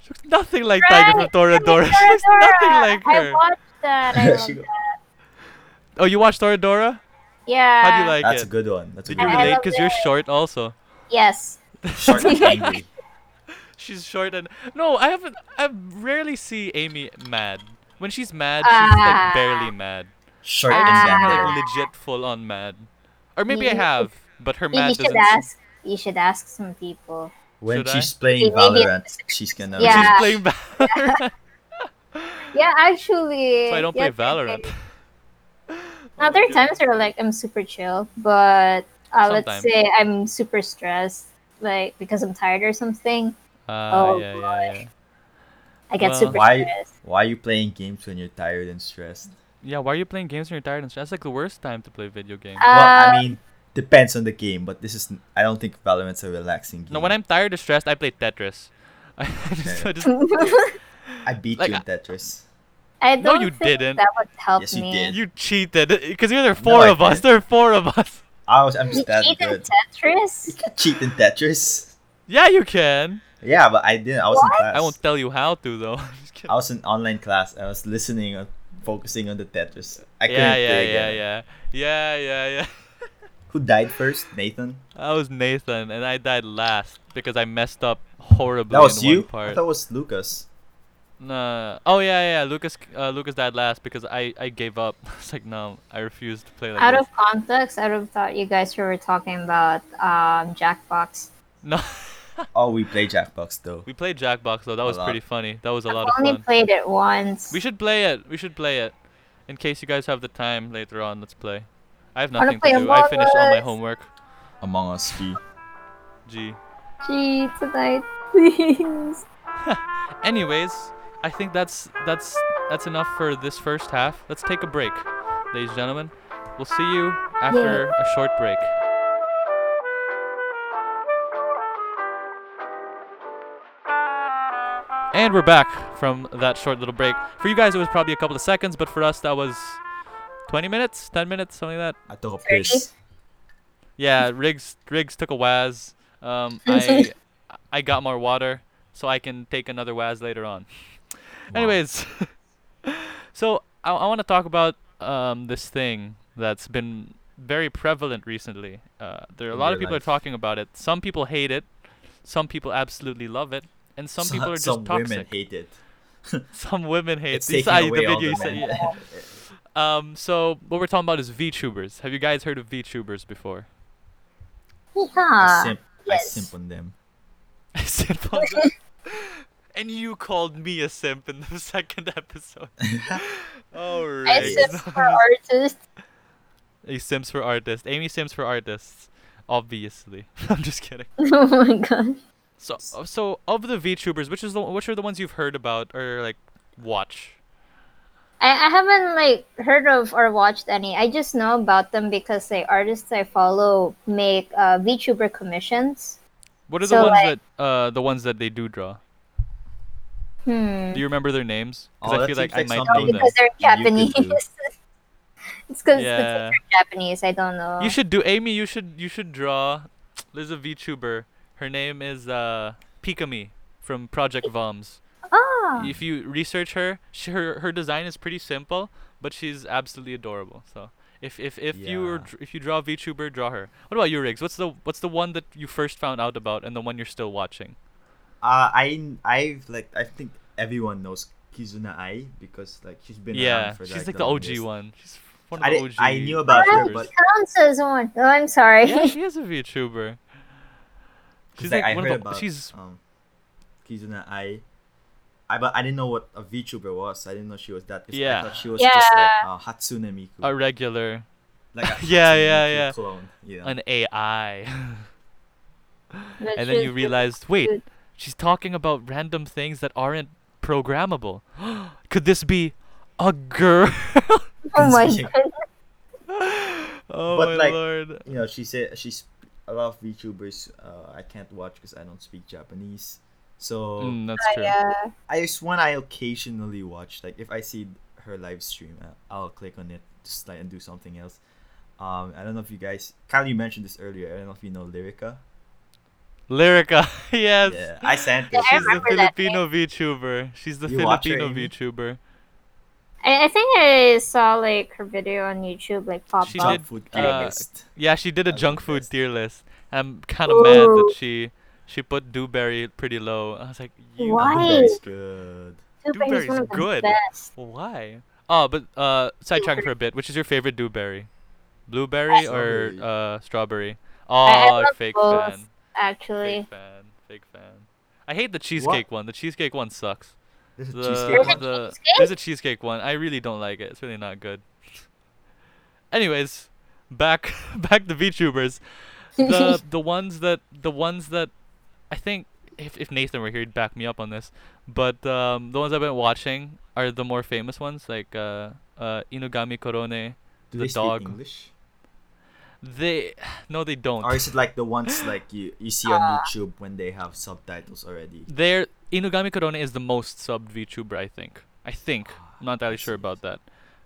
Speaker 1: she looks nothing like Tiger from Toradora. She looks nothing
Speaker 3: Dora!
Speaker 1: like
Speaker 3: I
Speaker 1: her.
Speaker 3: watched that. um, I love
Speaker 2: She go-
Speaker 3: that.
Speaker 1: Oh, you watched Toradora?
Speaker 3: Yeah.
Speaker 1: How do you like
Speaker 2: That's a
Speaker 1: it?
Speaker 2: good one. That's a
Speaker 1: Did
Speaker 2: good
Speaker 1: you
Speaker 3: I- I
Speaker 1: relate?
Speaker 3: loved
Speaker 1: Because you're short, also.
Speaker 3: Yes.
Speaker 2: Short and angry.
Speaker 1: She's short and no, I haven't. I rarely see Amy mad. When she's mad, she's
Speaker 3: Ah.
Speaker 1: like barely mad,
Speaker 2: Short
Speaker 3: Ah.
Speaker 2: and
Speaker 1: like
Speaker 2: angry.
Speaker 1: legit full on mad. Or maybe I
Speaker 3: You-
Speaker 1: have, but her
Speaker 3: You
Speaker 1: mad
Speaker 3: should
Speaker 1: doesn't.
Speaker 3: ask. You should ask some people.
Speaker 2: When
Speaker 1: Should
Speaker 2: she's
Speaker 3: Maybe
Speaker 2: playing
Speaker 3: it's-
Speaker 2: Valorant, she's gonna.
Speaker 1: She's
Speaker 3: Yeah.
Speaker 1: playing Valorant,
Speaker 3: Yeah, actually.
Speaker 1: so I don't
Speaker 3: yeah,
Speaker 1: play Valorant.
Speaker 3: Now, there are times where like I'm super chill, but uh, let's
Speaker 1: Sometimes.
Speaker 3: say I'm super stressed, like because I'm tired or something.
Speaker 1: Ah,
Speaker 3: Oh,
Speaker 1: yeah, yeah, yeah.
Speaker 3: I get
Speaker 1: Well-
Speaker 3: super
Speaker 2: Why-
Speaker 3: stressed.
Speaker 2: Why are you playing games when you're tired and stressed?
Speaker 1: Yeah, why are you playing games when you're tired and stressed? That's like the worst time to play video games.
Speaker 3: Uh,
Speaker 2: well, I mean, depends on the game, but this is. I don't think Valorant's a relaxing game.
Speaker 1: no, when I'm tired or stressed, I play Tetris. I just, I just,
Speaker 2: I
Speaker 3: Uh,
Speaker 2: beat
Speaker 1: like,
Speaker 2: you in
Speaker 1: I-
Speaker 2: Tetris.
Speaker 3: I
Speaker 1: No,
Speaker 3: don't
Speaker 1: you
Speaker 3: think
Speaker 1: didn't.
Speaker 3: That would help
Speaker 2: Yes, you
Speaker 3: me.
Speaker 2: did.
Speaker 1: you cheated because there are four
Speaker 2: I
Speaker 1: of us.
Speaker 2: didn't.
Speaker 1: There are four of us.
Speaker 2: I was. I'm
Speaker 3: You
Speaker 2: just that
Speaker 3: cheat in
Speaker 2: good.
Speaker 3: Tetris?
Speaker 2: Cheat in Tetris.
Speaker 1: Yeah, you can.
Speaker 2: Yeah, but I didn't. I was in class.
Speaker 1: I won't tell you how to though. I'm just kidding.
Speaker 2: I was in online class. I was listening, and focusing on the Tetris. I couldn't
Speaker 1: yeah,
Speaker 2: play
Speaker 1: yeah, yeah,
Speaker 2: again.
Speaker 1: yeah, yeah, yeah, yeah.
Speaker 2: Who died first? Nathan.
Speaker 1: I was Nathan, and I died last because I messed up horribly.
Speaker 2: That was
Speaker 1: in
Speaker 2: you.
Speaker 1: One part.
Speaker 2: I thought it was Lucas.
Speaker 1: Nah. Oh yeah, yeah. Lucas, uh, Lucas died last because I, I gave up. It's like no, I refused to play like
Speaker 3: out
Speaker 1: this.
Speaker 3: of context, I would have thought you guys were talking about um, Jackbox.
Speaker 1: No,
Speaker 2: Oh, we play Jackbox though.
Speaker 1: we played Jackbox though. That
Speaker 2: A
Speaker 1: was
Speaker 2: lot.
Speaker 1: pretty funny. That was a
Speaker 3: I've
Speaker 1: lot of
Speaker 3: only
Speaker 1: fun.
Speaker 3: played it once.
Speaker 1: We should play it. We should play it. In case you guys have the time later on, let's play. I have
Speaker 3: Wanna
Speaker 1: nothing
Speaker 3: play
Speaker 1: to do. I
Speaker 3: Among
Speaker 1: finished all my
Speaker 3: Us?
Speaker 1: homework.
Speaker 2: Among Us G.
Speaker 1: Gee.
Speaker 3: Gee, tonight, please.
Speaker 1: Anyways, I think that's that's that's enough for this first half. Let's take a break, ladies and gentlemen. We'll see you after a short break. And we're back from that short little break. For you guys, it was probably a couple of seconds, but for us, that was 20 minutes, 10 minutes, something like that.
Speaker 2: I took a piss.
Speaker 1: Yeah, Riggs Riggs took a waz. Um, I I got more water, so I can take another waz later on. Anyways, so I, I want to talk about um, this thing that's been very prevalent recently. Uh, there are a
Speaker 2: In
Speaker 1: lot
Speaker 2: your
Speaker 1: of people
Speaker 2: life.
Speaker 1: are talking about it. Some people hate it, some people absolutely love it, and some people are just
Speaker 2: some
Speaker 1: toxic.
Speaker 2: women hate it.
Speaker 1: Some women hate.
Speaker 2: It's
Speaker 1: These-
Speaker 2: taking
Speaker 1: I-
Speaker 2: away all
Speaker 1: video
Speaker 2: the
Speaker 1: you said-
Speaker 2: men.
Speaker 1: yeah. Um, so what we're talking about is VTubers. Have you guys heard of VTubers before?
Speaker 2: I
Speaker 3: Yeah.
Speaker 2: simp.
Speaker 3: Uh, yes.
Speaker 2: I simp on them.
Speaker 1: I said Ponzo. and you called me a simp in the second episode.
Speaker 3: I
Speaker 1: Alright.
Speaker 3: simp for artists.
Speaker 1: A Sims for artists. Amy Sims for artists. Obviously. I'm just kidding.
Speaker 3: Oh my gosh.
Speaker 1: So uh, so of the VTubers, which is the which are the ones you've heard about or like watch?
Speaker 3: I, I haven't like heard of or watched any. I just know about them because like artists I follow make uh, VTuber commissions.
Speaker 1: What are the
Speaker 3: So,
Speaker 1: ones
Speaker 3: like-
Speaker 1: that uh the ones that they do draw?
Speaker 3: Hmm.
Speaker 1: Do you remember their names?
Speaker 2: Oh,
Speaker 1: Because I
Speaker 2: that
Speaker 1: feel like I
Speaker 2: seems like
Speaker 1: might
Speaker 2: something
Speaker 1: know them.
Speaker 3: because they're
Speaker 2: Yeah, you could
Speaker 3: Japanese.
Speaker 2: do.
Speaker 3: it's because
Speaker 1: Yeah.
Speaker 3: they're Japanese. I don't know.
Speaker 1: You should do Amy. You should you should draw. There's a VTuber. Her name is uh Pikami from Project Voms.
Speaker 3: Ah,
Speaker 1: If you research her, she, her her design is pretty simple, but she's absolutely adorable. So if if if you were,
Speaker 2: Yeah.
Speaker 1: dr- if you draw a VTuber, draw her. What about you, Riggs? What's the what's the one that you first found out about and the one you're still watching?
Speaker 2: Uh, I I've like I think everyone knows Kizuna Ai because like she's been
Speaker 1: yeah,
Speaker 2: around for
Speaker 1: she's like the OG
Speaker 2: longest.
Speaker 1: one. She's one of
Speaker 2: I
Speaker 1: the
Speaker 2: did-
Speaker 1: OG.
Speaker 2: I knew about
Speaker 3: her,
Speaker 1: VTubers.
Speaker 2: but-
Speaker 3: counts as one. Oh, I'm sorry.
Speaker 1: yeah, she is a VTuber.
Speaker 2: 'Cause,
Speaker 1: She's
Speaker 2: like,
Speaker 1: like,
Speaker 2: I
Speaker 1: one
Speaker 2: heard
Speaker 1: of the,
Speaker 2: about
Speaker 1: she's
Speaker 2: um, Kizuna Ai. I but I didn't know what a VTuber was. I didn't know she was that. 'cause
Speaker 1: Yeah.
Speaker 2: I thought she was just like uh, Hatsune Miku,
Speaker 1: a regular,
Speaker 2: like a
Speaker 1: yeah,
Speaker 2: Hatsune
Speaker 1: yeah,
Speaker 2: Miku
Speaker 1: yeah.
Speaker 2: clone. Yeah.
Speaker 1: an AI.
Speaker 3: But
Speaker 1: and then
Speaker 3: she's
Speaker 1: you
Speaker 3: really
Speaker 1: realized, wait,
Speaker 3: cute.
Speaker 1: she's talking about random things that aren't programmable. Could this be a girl?
Speaker 3: Oh my
Speaker 2: Yeah.
Speaker 3: god.
Speaker 1: oh
Speaker 2: But,
Speaker 1: my
Speaker 2: like-
Speaker 1: lord.
Speaker 2: you know, she said she's a lot of VTubers. Uh, I can't watch because I don't speak Japanese. So
Speaker 1: Mm, that's true.
Speaker 3: Yeah.
Speaker 2: I just one I occasionally watch. Like if I see her live stream, I- I'll click on it just like and do something else. Um, I don't know if you guys. Kyle, you mentioned this earlier. I don't know if you know Lyrica.
Speaker 1: Lyrica, yes.
Speaker 2: Yeah, I sent
Speaker 3: Yeah,
Speaker 2: this.
Speaker 3: I
Speaker 1: She's the
Speaker 3: remember that
Speaker 1: Filipino VTuber. She's the
Speaker 2: You watch her,
Speaker 1: Filipino
Speaker 2: Amy?
Speaker 1: VTuber.
Speaker 3: I, I think I saw like her video on YouTube like pop
Speaker 1: She
Speaker 3: up.
Speaker 1: did,
Speaker 2: Junk food
Speaker 1: uh,
Speaker 2: playlist.
Speaker 1: Yeah, she did a
Speaker 2: I love
Speaker 1: junk food
Speaker 2: this.
Speaker 1: tier list. I'm kind of mad that
Speaker 3: Ooh.
Speaker 1: she she put Dewberry pretty low. I was like, you
Speaker 3: Why?
Speaker 2: Dewberry's good.
Speaker 3: Super
Speaker 1: Dewberry's
Speaker 3: is one of the
Speaker 1: good.
Speaker 3: best.
Speaker 1: Why? Oh, but uh, sidetracking for a bit. Which is your favorite dewberry? Blueberry or
Speaker 2: Strawberry.
Speaker 1: uh strawberry? Oh,
Speaker 3: I love
Speaker 1: fake
Speaker 3: both,
Speaker 1: fan,
Speaker 3: Actually,
Speaker 1: fake fan, fake fan. I hate the cheesecake one. The cheesecake one sucks.
Speaker 2: There's a
Speaker 1: The,
Speaker 2: cheesecake
Speaker 3: There's a
Speaker 2: one.
Speaker 1: the-
Speaker 3: cheesecake?
Speaker 1: there's a cheesecake one. I really don't like it. It's really not good. Anyways, back back to VTubers. The the ones that the ones that I think if if Nathan were here, he'd back me up on this. But um, the ones I've been watching are the more famous ones, like uh, uh, Inugami Korone.
Speaker 2: Do
Speaker 1: the
Speaker 2: they
Speaker 1: dog.
Speaker 2: speak English?
Speaker 1: They no, they don't.
Speaker 2: Or is it like the ones like you you see on
Speaker 3: Uh.
Speaker 2: YouTube when they have subtitles already?
Speaker 1: Their Inugami Korone is the most subbed VTuber, I think. I think. I'm not entirely
Speaker 2: I
Speaker 1: sure
Speaker 2: see.
Speaker 1: about that,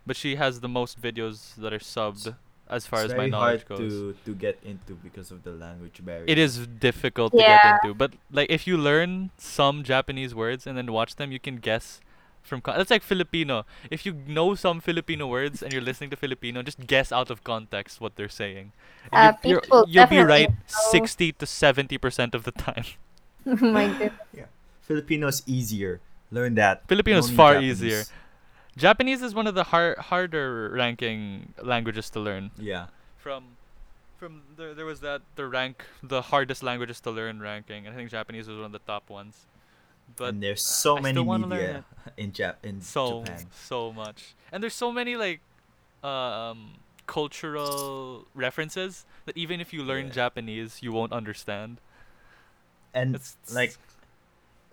Speaker 1: but she has the most videos that are subbed, as far
Speaker 2: it's
Speaker 1: as my
Speaker 2: very
Speaker 1: knowledge
Speaker 2: hard
Speaker 1: goes.
Speaker 2: to to get into because of the language barrier.
Speaker 1: It is difficult to
Speaker 3: Yeah.
Speaker 1: get into, but like if you learn some Japanese words and then watch them, you can guess from con- that's like Filipino. If you know some Filipino words and you're listening to Filipino, just guess out of context what they're saying.
Speaker 3: Uh,
Speaker 1: you,
Speaker 3: people
Speaker 1: will be
Speaker 3: definitely
Speaker 1: right
Speaker 3: know-
Speaker 1: sixty to seventy percent of the time.
Speaker 3: oh my goodness.
Speaker 2: Filipino is easier. Learn that.
Speaker 1: Filipino is
Speaker 2: Don't need
Speaker 1: far
Speaker 2: Japanese.
Speaker 1: easier. Japanese is one of the har- harder ranking languages to learn.
Speaker 2: Yeah.
Speaker 1: From from there, there was that the rank the hardest languages to learn ranking. I think Japanese was one of the top ones. But
Speaker 2: and there's so
Speaker 1: I
Speaker 2: many
Speaker 1: still wanna learn
Speaker 2: media in Jap in
Speaker 1: so
Speaker 2: Japan.
Speaker 1: so much, and there's so many like um, cultural references that even if you learn
Speaker 2: Yeah.
Speaker 1: Japanese, you won't understand.
Speaker 2: And
Speaker 1: It's
Speaker 2: like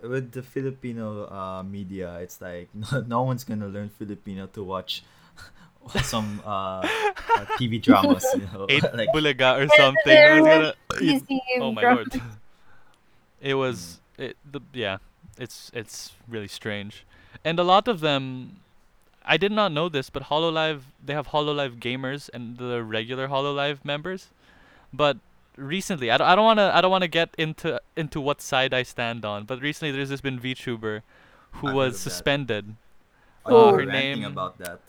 Speaker 2: with the Filipino uh, media, it's like no, no one's gonna learn Filipino to watch some uh, uh, TV dramas, you know.
Speaker 1: eight
Speaker 2: like
Speaker 1: bulaga or
Speaker 3: Yeah,
Speaker 1: something.
Speaker 3: they're
Speaker 1: I was
Speaker 3: like
Speaker 1: gonna-
Speaker 3: Easy
Speaker 1: oh my
Speaker 3: drum-
Speaker 1: lord it was it the yeah it's it's really strange and a lot of them i did not know this but hololive they have hololive gamers and the regular hololive members but recently i don't, I don't want to i don't want to get into into what side i stand on but recently there's this been vtuber who
Speaker 2: I've heard of
Speaker 1: was
Speaker 2: that.
Speaker 1: suspended
Speaker 2: oh, you
Speaker 3: uh,
Speaker 2: were
Speaker 1: her
Speaker 2: ranting
Speaker 1: name-
Speaker 2: about that.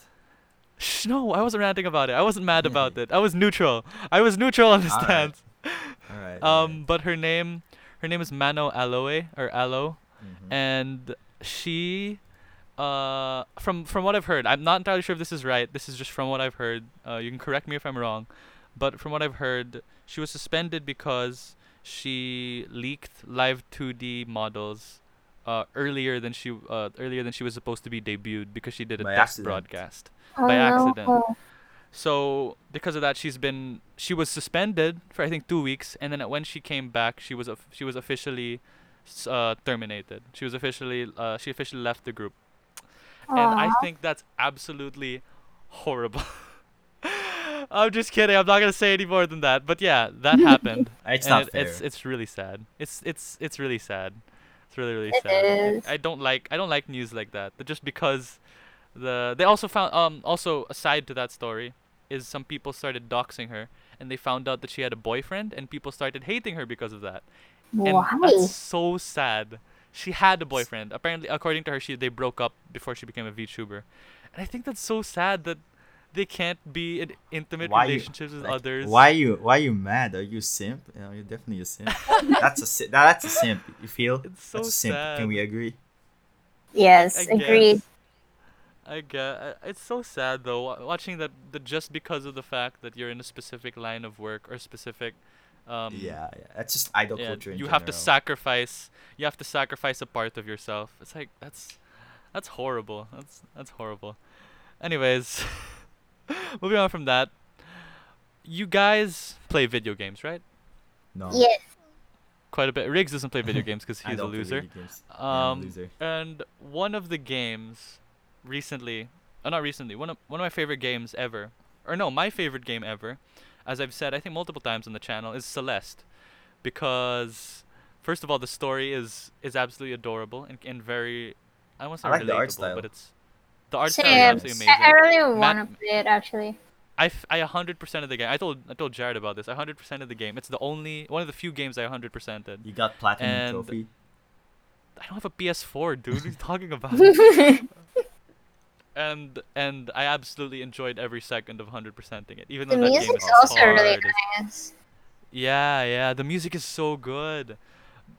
Speaker 1: Shh, no i wasn't ranting about it i wasn't mad about it i was neutral i was neutral on the
Speaker 2: Alright.
Speaker 1: stance
Speaker 2: All right.
Speaker 1: um, but her name, her name is Mano Aloe or Aloe,
Speaker 2: Mhm.
Speaker 1: and she, uh, from from what I've heard, I'm not entirely sure if this is right. This is just from what I've heard. Uh, you can correct me if I'm wrong, but from what I've heard, she was suspended because she leaked live 2D models. Uh, earlier than she uh, earlier than she was supposed to be debuted because she did a
Speaker 2: By
Speaker 1: test
Speaker 2: accident.
Speaker 1: broadcast.
Speaker 3: Oh
Speaker 1: by
Speaker 3: no.
Speaker 1: accident. So because of that, she's been she was suspended for I think two weeks, and then when she came back, she was of- she was officially s- uh, terminated. She was officially uh, she officially left the group, and I think that's absolutely horrible. I'm just kidding. I'm not gonna say any more than that. But yeah, that happened.
Speaker 2: It's
Speaker 1: and
Speaker 2: not
Speaker 1: it-
Speaker 2: fair.
Speaker 1: It's it's really sad. It's it's it's really sad. It's really really
Speaker 3: It
Speaker 1: sad. I-
Speaker 3: is.
Speaker 1: I don't like I don't like news like that. But just because the they also found um also aside to that story is some people started doxing her and they found out that she had a boyfriend and people started hating her because of that. And
Speaker 3: Why?
Speaker 1: that's so sad. She had a boyfriend. Apparently, according to her, she they broke up before she became a VTuber, and I think that's so sad that they can't be in intimate
Speaker 2: Why you-
Speaker 1: relationships with
Speaker 2: Like,
Speaker 1: others.
Speaker 2: Why you why you mad? Are you simp? You know, you're definitely a simp. that's a si- that, that's a simp. You feel?
Speaker 1: It's so
Speaker 2: that's a simp.
Speaker 1: sad.
Speaker 2: Can we agree?
Speaker 3: Yes,
Speaker 1: I
Speaker 3: agreed.
Speaker 1: guess. I guess it's so sad though wa- watching that, that just because of the fact that you're in a specific line of work or specific um
Speaker 2: yeah, yeah. That's just idol
Speaker 1: yeah,
Speaker 2: culture. In
Speaker 1: you have to
Speaker 2: general.
Speaker 1: sacrifice you have to sacrifice a part of yourself it's like that's that's horrible that's that's horrible anyways moving on from that you guys play video games right
Speaker 2: No.
Speaker 3: Yes.
Speaker 1: quite a bit riggs doesn't play video games because
Speaker 2: I
Speaker 1: he's a
Speaker 2: don't play
Speaker 1: loser
Speaker 2: video games. Yeah, I'm a
Speaker 1: um
Speaker 2: loser.
Speaker 1: and one of the games recently, uh, not recently, one of one of my favorite games ever, or no, my favorite game ever, as I've said I think multiple times on the channel, is Celeste, because first of all the story is is absolutely adorable and, and very, I want to say
Speaker 2: I like the art
Speaker 1: relatable,
Speaker 2: style.
Speaker 1: but it's the art style is
Speaker 3: Same.
Speaker 1: absolutely
Speaker 3: I, I
Speaker 1: amazing.
Speaker 3: really
Speaker 1: Matt-
Speaker 3: want to play it actually.
Speaker 1: I, f- I 100% of the game. I told I told Jared about this. I 100% of the game. It's the only one of the few games I 100%ed.
Speaker 2: You got platinum
Speaker 1: and-
Speaker 2: trophy.
Speaker 1: I don't have a PS4, dude. What are you talking about? and and I absolutely enjoyed every second of 100%ing it. Even
Speaker 3: The
Speaker 1: though that game
Speaker 3: music's
Speaker 1: is
Speaker 3: also
Speaker 1: hard.
Speaker 3: really
Speaker 1: as-
Speaker 3: nice.
Speaker 1: Yeah, yeah. The music is so good.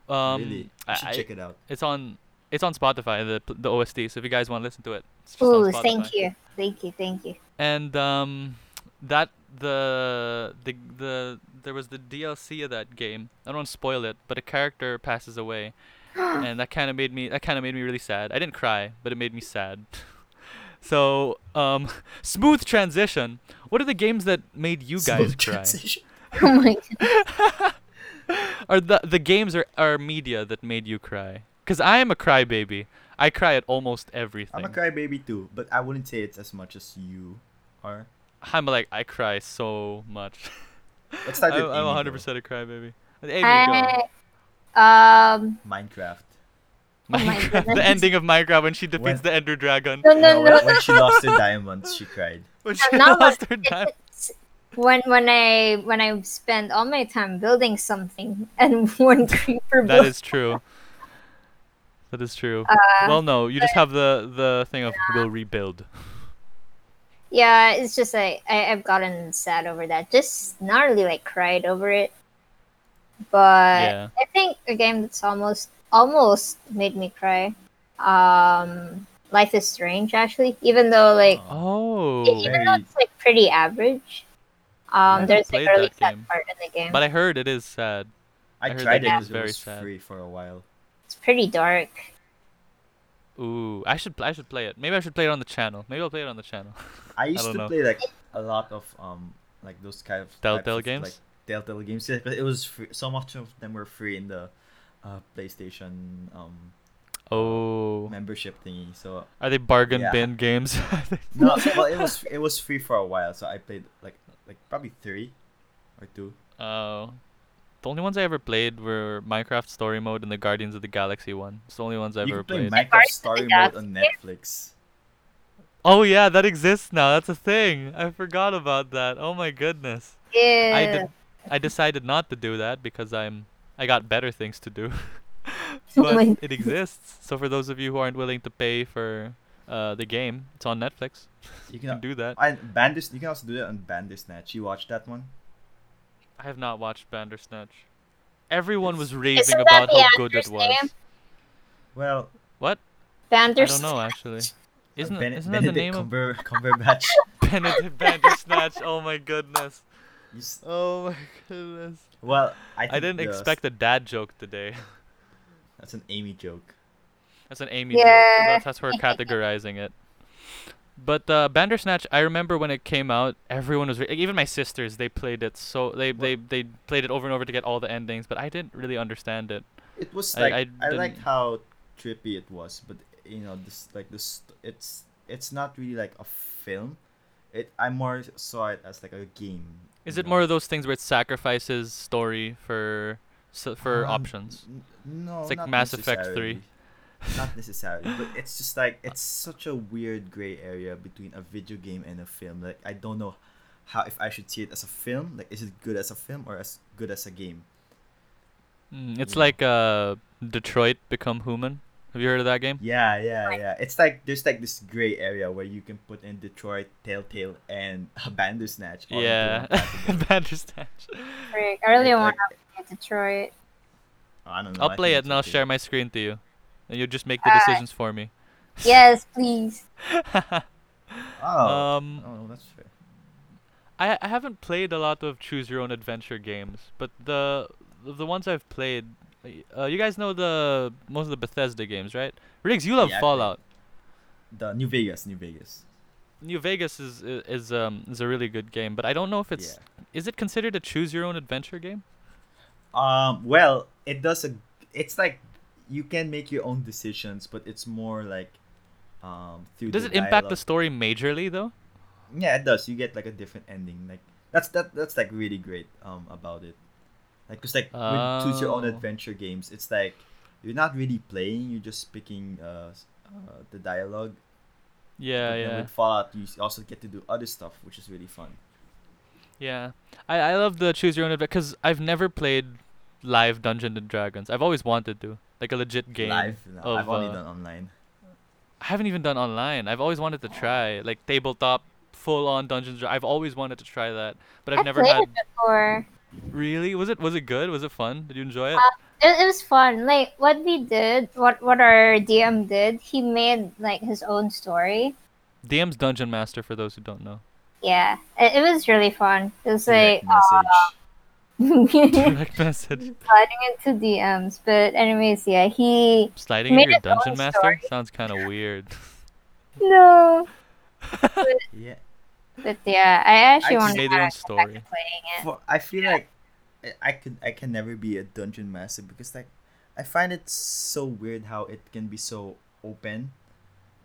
Speaker 1: Um,
Speaker 2: really?
Speaker 1: I-
Speaker 2: You should
Speaker 1: I-
Speaker 2: check it out.
Speaker 1: it's on it's on Spotify the the OST. So if you guys want to listen to it, it's just
Speaker 3: Ooh,
Speaker 1: on Spotify
Speaker 3: thank you, thank you, thank you.
Speaker 1: and um, that the the the there was the DLC of that game. I don't want to spoil it, but a character passes away, and that kind of made me that kind of made me really sad. I didn't cry, but it made me sad. so um, smooth transition. What are the games that made you guys
Speaker 2: Smooth
Speaker 1: cry?
Speaker 2: transition.
Speaker 3: Oh my god.
Speaker 1: Are the the games or are media that made you cry? Cause I am a crybaby. I cry at almost everything.
Speaker 2: I'm a crybaby too, but I wouldn't say it's as much as you are.
Speaker 1: I'm like I cry so much.
Speaker 2: Let's start
Speaker 1: I'm,
Speaker 2: with
Speaker 1: I'm
Speaker 2: Amy,
Speaker 1: 100
Speaker 2: though.
Speaker 1: percent a crybaby. Amy, go.
Speaker 3: I, um,
Speaker 2: Minecraft.
Speaker 3: Oh my
Speaker 1: Minecraft, the
Speaker 3: goodness.
Speaker 1: ending of Minecraft when she defeats
Speaker 2: When-
Speaker 1: the Ender Dragon.
Speaker 3: no, no,
Speaker 2: No, when,
Speaker 3: no.
Speaker 2: when she lost her diamonds, she cried.
Speaker 1: When
Speaker 3: I'm
Speaker 1: she
Speaker 3: not
Speaker 1: lost
Speaker 3: like-
Speaker 1: her di-
Speaker 3: When when I when I spend all my time building something and one creeper
Speaker 1: That
Speaker 3: built
Speaker 1: is true. That is true.
Speaker 3: Uh,
Speaker 1: well, no, you just have the the thing of we'll rebuild.
Speaker 3: Yeah, it's just like I, I've gotten sad over that. Just not really like cried over it. But
Speaker 1: Yeah.
Speaker 3: I think a game that's almost almost made me cry. Um Life is Strange actually. Even though like
Speaker 2: Um,
Speaker 1: Oh,
Speaker 3: even though it's like pretty average. Um
Speaker 1: haven't
Speaker 3: there's like
Speaker 1: played
Speaker 3: a really
Speaker 1: that
Speaker 3: sad
Speaker 1: game.
Speaker 3: part in the game.
Speaker 1: but I heard it is sad.
Speaker 2: I,
Speaker 1: I heard
Speaker 2: tried
Speaker 1: that game is
Speaker 2: it because it
Speaker 1: very
Speaker 2: was
Speaker 1: sad.
Speaker 2: free for a while.
Speaker 3: it's pretty dark.
Speaker 1: Ooh, I should pl- I should play it. Maybe I should play it on the channel. Maybe I'll play it on the channel.
Speaker 2: I used
Speaker 1: don't
Speaker 2: to
Speaker 1: know.
Speaker 2: play like a lot of um like those kind of types
Speaker 1: Telltale
Speaker 2: of,
Speaker 1: games?
Speaker 2: Like, Telltale games, yeah, but it was free. so much of them were free in the uh, PlayStation um
Speaker 1: Oh,
Speaker 2: membership thingy. So
Speaker 1: are they bargain
Speaker 2: Yeah.
Speaker 1: bin games?
Speaker 2: no, well it was it was free for a while. So I played like like probably three or two.
Speaker 1: Oh. The only ones I ever played were Minecraft Story Mode and the Guardians of the Galaxy one. It's the only ones I've
Speaker 2: you
Speaker 1: ever
Speaker 2: can play
Speaker 1: played.
Speaker 2: Minecraft
Speaker 3: Guardians of
Speaker 2: Story
Speaker 3: the
Speaker 2: Mode on Netflix.
Speaker 1: Oh yeah, that exists now. That's a thing. I forgot about that. Oh my goodness.
Speaker 3: Yeah.
Speaker 1: I did, I decided not to do that because I'm I got better things to do.
Speaker 3: Oh
Speaker 1: but
Speaker 3: my
Speaker 1: it exists. So for those of you who aren't willing to pay for uh, the game, it's on Netflix.
Speaker 2: You
Speaker 1: You can
Speaker 2: can
Speaker 1: do that.
Speaker 2: and Banders. You can also do that on Bandersnatch. You watched that one?
Speaker 1: I have not watched Bandersnatch. Everyone was raving
Speaker 3: Isn't that
Speaker 1: about
Speaker 3: the
Speaker 1: how good it
Speaker 3: actor's
Speaker 1: was.
Speaker 3: name?
Speaker 2: Well, uh,
Speaker 1: What?
Speaker 3: Banders-
Speaker 1: I don't know actually. Isn't,
Speaker 2: Bene-
Speaker 1: isn't that the
Speaker 2: Benedict
Speaker 1: name of
Speaker 2: Cumber- Cumberbatch.
Speaker 1: Benedict Bandersnatch? Oh my goodness.
Speaker 2: You s-
Speaker 1: Oh my goodness.
Speaker 2: well, I,
Speaker 1: I didn't expect a dad joke today.
Speaker 2: That's an Amy joke.
Speaker 1: That's an Amy joke.
Speaker 3: Yeah.
Speaker 1: That's, that's her categorizing it. But uh, Bandersnatch, I remember when it came out, everyone was re- like, even my sisters. They played it so they, they they played it over and over to get all the endings, but I didn't really understand it.
Speaker 2: it was
Speaker 1: I-
Speaker 2: like I,
Speaker 1: I
Speaker 2: liked
Speaker 1: didn't-
Speaker 2: how trippy it was, but you know this like this it's it's not really like a film. It I more saw it as like a game.
Speaker 1: Is
Speaker 2: you
Speaker 1: it
Speaker 2: know?
Speaker 1: more of those things where it sacrifices story for so, for
Speaker 2: Um,
Speaker 1: options?
Speaker 2: n- No,
Speaker 1: It's like
Speaker 2: not
Speaker 1: Mass Effect 3.
Speaker 2: necessarily. Not necessarily, but it's just like it's such a weird gray area between a video game and a film. Like I don't know how if I should see it as a film. Like is it good as a film or as good as a game?
Speaker 1: Mm, it's
Speaker 2: yeah.
Speaker 1: like uh, Detroit Become Human. Have you heard of that game?
Speaker 2: Yeah, yeah, yeah. It's like there's like this gray area where you can put in Detroit, Telltale, and Bandersnatch. all into
Speaker 1: Yeah,
Speaker 2: one package.
Speaker 1: Bandersnatch.
Speaker 3: Frick, I really
Speaker 2: It's
Speaker 3: want
Speaker 2: like-
Speaker 3: to play Detroit.
Speaker 2: I don't know.
Speaker 1: I'll
Speaker 2: I
Speaker 1: play
Speaker 2: think
Speaker 1: it
Speaker 2: it's
Speaker 1: and I'll
Speaker 2: okay.
Speaker 1: share my screen to you, and you'll just make the
Speaker 3: Alright.
Speaker 1: decisions for me.
Speaker 3: Yes, please.
Speaker 2: Oh,
Speaker 1: um,
Speaker 2: oh, that's fair.
Speaker 1: I I haven't played a lot of choose your own adventure games, but the the ones I've played, uh, you guys know the most of the Bethesda games, right? Riggs, you love
Speaker 2: Yeah, I played-
Speaker 1: Fallout.
Speaker 2: The New Vegas, New Vegas.
Speaker 1: New Vegas is, is is um is a really good game, but I don't know if it's is it considered a choose your own adventure game?
Speaker 2: Um, well, it does a. It's like you can make your own decisions, but it's more like um through.
Speaker 1: Does
Speaker 2: the
Speaker 1: it impact the
Speaker 2: dialogue.
Speaker 1: story majorly though?
Speaker 2: Yeah, it does. You get like a different ending. Like that's that that's like really great um about it. Like cause like with choose your own
Speaker 1: Oh.
Speaker 2: adventure games, it's like you're not really playing. You're just picking uh, s- uh the dialogue.
Speaker 1: Yeah,
Speaker 2: But then
Speaker 1: yeah.
Speaker 2: With Fallout, you s- also get to do other stuff, which is really fun.
Speaker 1: Yeah, I, I love the choose your own adventure because I've never played live Dungeons and Dragons. I've always wanted to, like a legit game.
Speaker 2: Live. No, I've
Speaker 1: of,
Speaker 2: only
Speaker 1: uh,
Speaker 2: done online.
Speaker 1: I haven't even done online. I've always wanted to try like tabletop, full on Dungeons. and Dra- I've always wanted to try that, but I've
Speaker 3: I
Speaker 1: never
Speaker 3: played
Speaker 1: had.
Speaker 3: it before.
Speaker 1: Really, was it was it good? Was it fun? Did you
Speaker 3: Uh,
Speaker 1: enjoy it?
Speaker 3: It, it was fun. Like what we did, what what our DM did, he made like his own story.
Speaker 1: DM's Dungeon Master for those who don't know.
Speaker 3: Yeah, it, it was really fun. It was like
Speaker 2: Direct message.
Speaker 3: sliding
Speaker 1: Direct message.
Speaker 3: into DMs. But anyways, yeah, he
Speaker 1: Sliding into
Speaker 3: Made
Speaker 1: your
Speaker 3: its own
Speaker 1: Dungeon Master
Speaker 3: story.
Speaker 1: sounds kind of weird.
Speaker 3: no.
Speaker 2: Yeah.
Speaker 3: But yeah, I actually
Speaker 2: I
Speaker 3: want
Speaker 1: you
Speaker 3: to
Speaker 1: made
Speaker 3: get
Speaker 1: your own
Speaker 3: back to
Speaker 1: story.
Speaker 3: playing it.
Speaker 2: For, I feel like I, I could I can never be a dungeon master because like I find it so weird how it can be so open,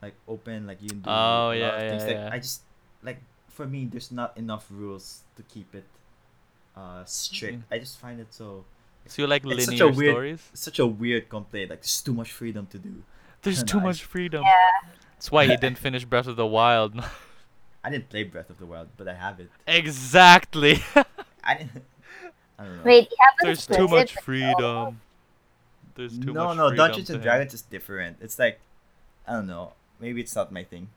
Speaker 2: like open like you can do
Speaker 1: Oh,
Speaker 2: a lot
Speaker 1: yeah,
Speaker 2: of things.
Speaker 1: yeah,
Speaker 2: like
Speaker 1: yeah.
Speaker 2: I just like for me there's not enough rules to keep it uh strict.
Speaker 1: Mm-hmm.
Speaker 2: I just find it so
Speaker 1: So you like
Speaker 2: It's such a
Speaker 1: linear
Speaker 2: weird-
Speaker 1: stories?
Speaker 2: such a weird complaint. Like there's too much freedom to do.
Speaker 1: There's
Speaker 2: and
Speaker 1: too
Speaker 2: I-
Speaker 1: much freedom. That's why he didn't finish Breath of the Wild.
Speaker 2: I didn't play Breath of the Wild, but I have it.
Speaker 1: exactly.
Speaker 2: I didn't. I don't know.
Speaker 3: Wait, you haven't
Speaker 1: There's
Speaker 3: played
Speaker 1: too much
Speaker 3: it?
Speaker 1: freedom. There's too
Speaker 2: no,
Speaker 1: much
Speaker 2: no,
Speaker 1: freedom
Speaker 2: Dungeons
Speaker 1: to
Speaker 2: and
Speaker 1: him.
Speaker 2: Dragons is different. It's like, I don't know. Maybe it's not my thing,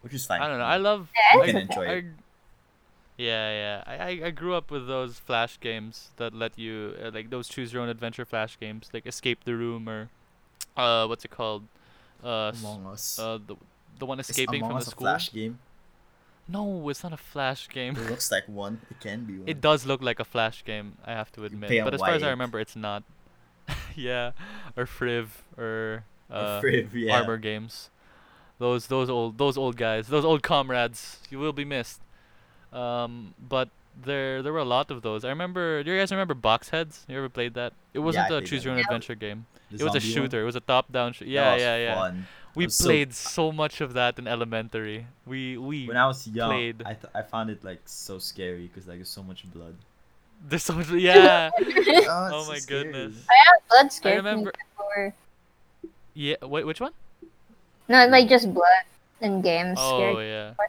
Speaker 2: which is fine.
Speaker 1: I don't know. I love.
Speaker 3: Yeah,
Speaker 2: You
Speaker 1: I,
Speaker 2: can enjoy
Speaker 1: I,
Speaker 2: it.
Speaker 1: yeah, yeah. I, I- I grew up with those flash games that let you uh, like those choose your own adventure flash games, like Escape the Room or uh, what's it called? Uh, s-
Speaker 2: Among Us.
Speaker 1: uh the the one
Speaker 2: Is
Speaker 1: escaping
Speaker 2: Among
Speaker 1: from the
Speaker 2: Us a
Speaker 1: school.
Speaker 2: flash game.
Speaker 1: No, it's not a flash game.
Speaker 2: It looks like one. It can be one.
Speaker 1: It does look like a flash game, I have to admit.
Speaker 2: pay a
Speaker 1: But as far as I
Speaker 2: white.
Speaker 1: remember, it's not. yeah, or Friv or uh,
Speaker 2: Friv, yeah.
Speaker 1: Armor Games. Those those old those old guys, those old comrades. You will be missed. Um, but there there were a lot of those. I remember. Do you guys remember Boxheads? You ever played that? It wasn't a
Speaker 2: played
Speaker 1: choose
Speaker 2: that.
Speaker 1: your own
Speaker 3: Yeah.
Speaker 1: adventure game.
Speaker 2: The
Speaker 1: it was a
Speaker 2: zombie one?
Speaker 1: shooter. It was a top down. Sh-
Speaker 2: That
Speaker 1: yeah,
Speaker 2: was
Speaker 1: yeah, yeah.
Speaker 2: Fun.
Speaker 1: We
Speaker 2: was so-
Speaker 1: played so much of that in elementary. We we
Speaker 2: When I was young,
Speaker 1: played.
Speaker 2: I, th- I found it like so scary because like there's so much blood.
Speaker 1: there's so much, yeah. Oh
Speaker 2: oh,
Speaker 1: my goodness.
Speaker 3: Blood scared
Speaker 1: remember-
Speaker 3: me before.
Speaker 1: Yeah. Wait, which one?
Speaker 3: No, like just blood in games.
Speaker 1: Oh
Speaker 3: scared.
Speaker 1: yeah.
Speaker 3: Or-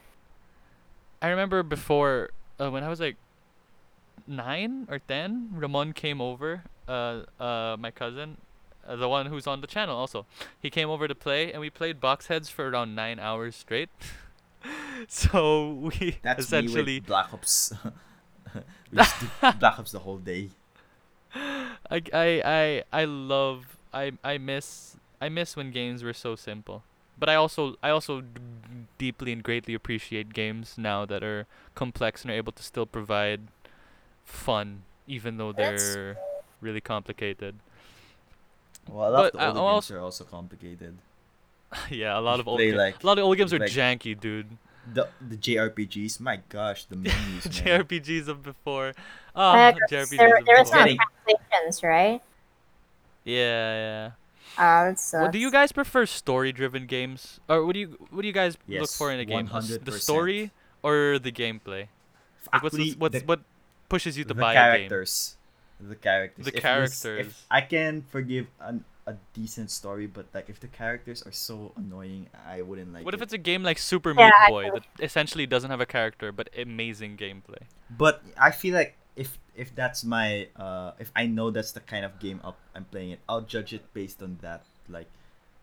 Speaker 1: I remember before uh, when I was like nine or ten, Ramon came over. Uh, uh, my cousin, uh, the one who's on the channel also, he came over to play, and we played box heads for around nine hours straight. so we
Speaker 2: That's me
Speaker 1: essentially,
Speaker 2: with Black Ops. we just did Black Ops the whole day.
Speaker 1: I, I, I, I love, I, I miss, I miss when games were so simple. But I also, I also d- deeply and greatly appreciate games now that are complex and are able to still provide fun, even though
Speaker 3: That's-
Speaker 1: they're really complicated.
Speaker 2: Well, a lot
Speaker 1: But uh,
Speaker 2: of the
Speaker 1: I-
Speaker 2: older
Speaker 1: I'll
Speaker 2: games
Speaker 1: also-
Speaker 2: are also complicated.
Speaker 1: yeah, a lot of old,
Speaker 2: play,
Speaker 1: ga-
Speaker 2: like-
Speaker 1: a lot of old games are
Speaker 2: like-
Speaker 1: janky, dude.
Speaker 2: The the JRPGs, my gosh, the menus. man.
Speaker 1: JRPGs of before,
Speaker 3: Uh,
Speaker 1: ah, JRPGs
Speaker 3: there,
Speaker 1: of
Speaker 3: there was
Speaker 1: before.
Speaker 3: not
Speaker 2: Getting-
Speaker 3: translations, right?
Speaker 1: yeah.
Speaker 3: Uh, that sucks.
Speaker 1: Well, do you guys prefer story-driven games, or what do you what do you guys look for
Speaker 2: Yes,
Speaker 1: in a game? The s- The
Speaker 2: 100%.
Speaker 1: story or the gameplay? Like what's
Speaker 2: Actually,
Speaker 1: what's, what's
Speaker 2: the,
Speaker 1: what pushes you to
Speaker 2: the
Speaker 1: buy a game?
Speaker 2: characters, the characters,
Speaker 1: The
Speaker 2: If there's-
Speaker 1: characters.
Speaker 2: If I can forgive an, a decent story, but like if the characters are so annoying, I wouldn't like.
Speaker 1: What if
Speaker 2: it.
Speaker 1: it's a game like Super
Speaker 3: Yeah,
Speaker 1: Meat
Speaker 3: I
Speaker 1: Boy
Speaker 3: know.
Speaker 1: that essentially doesn't have a character but amazing gameplay?
Speaker 2: But I feel like if if that's my uh if I know that's the kind of game up I'm playing it, I'll judge it based on that. Like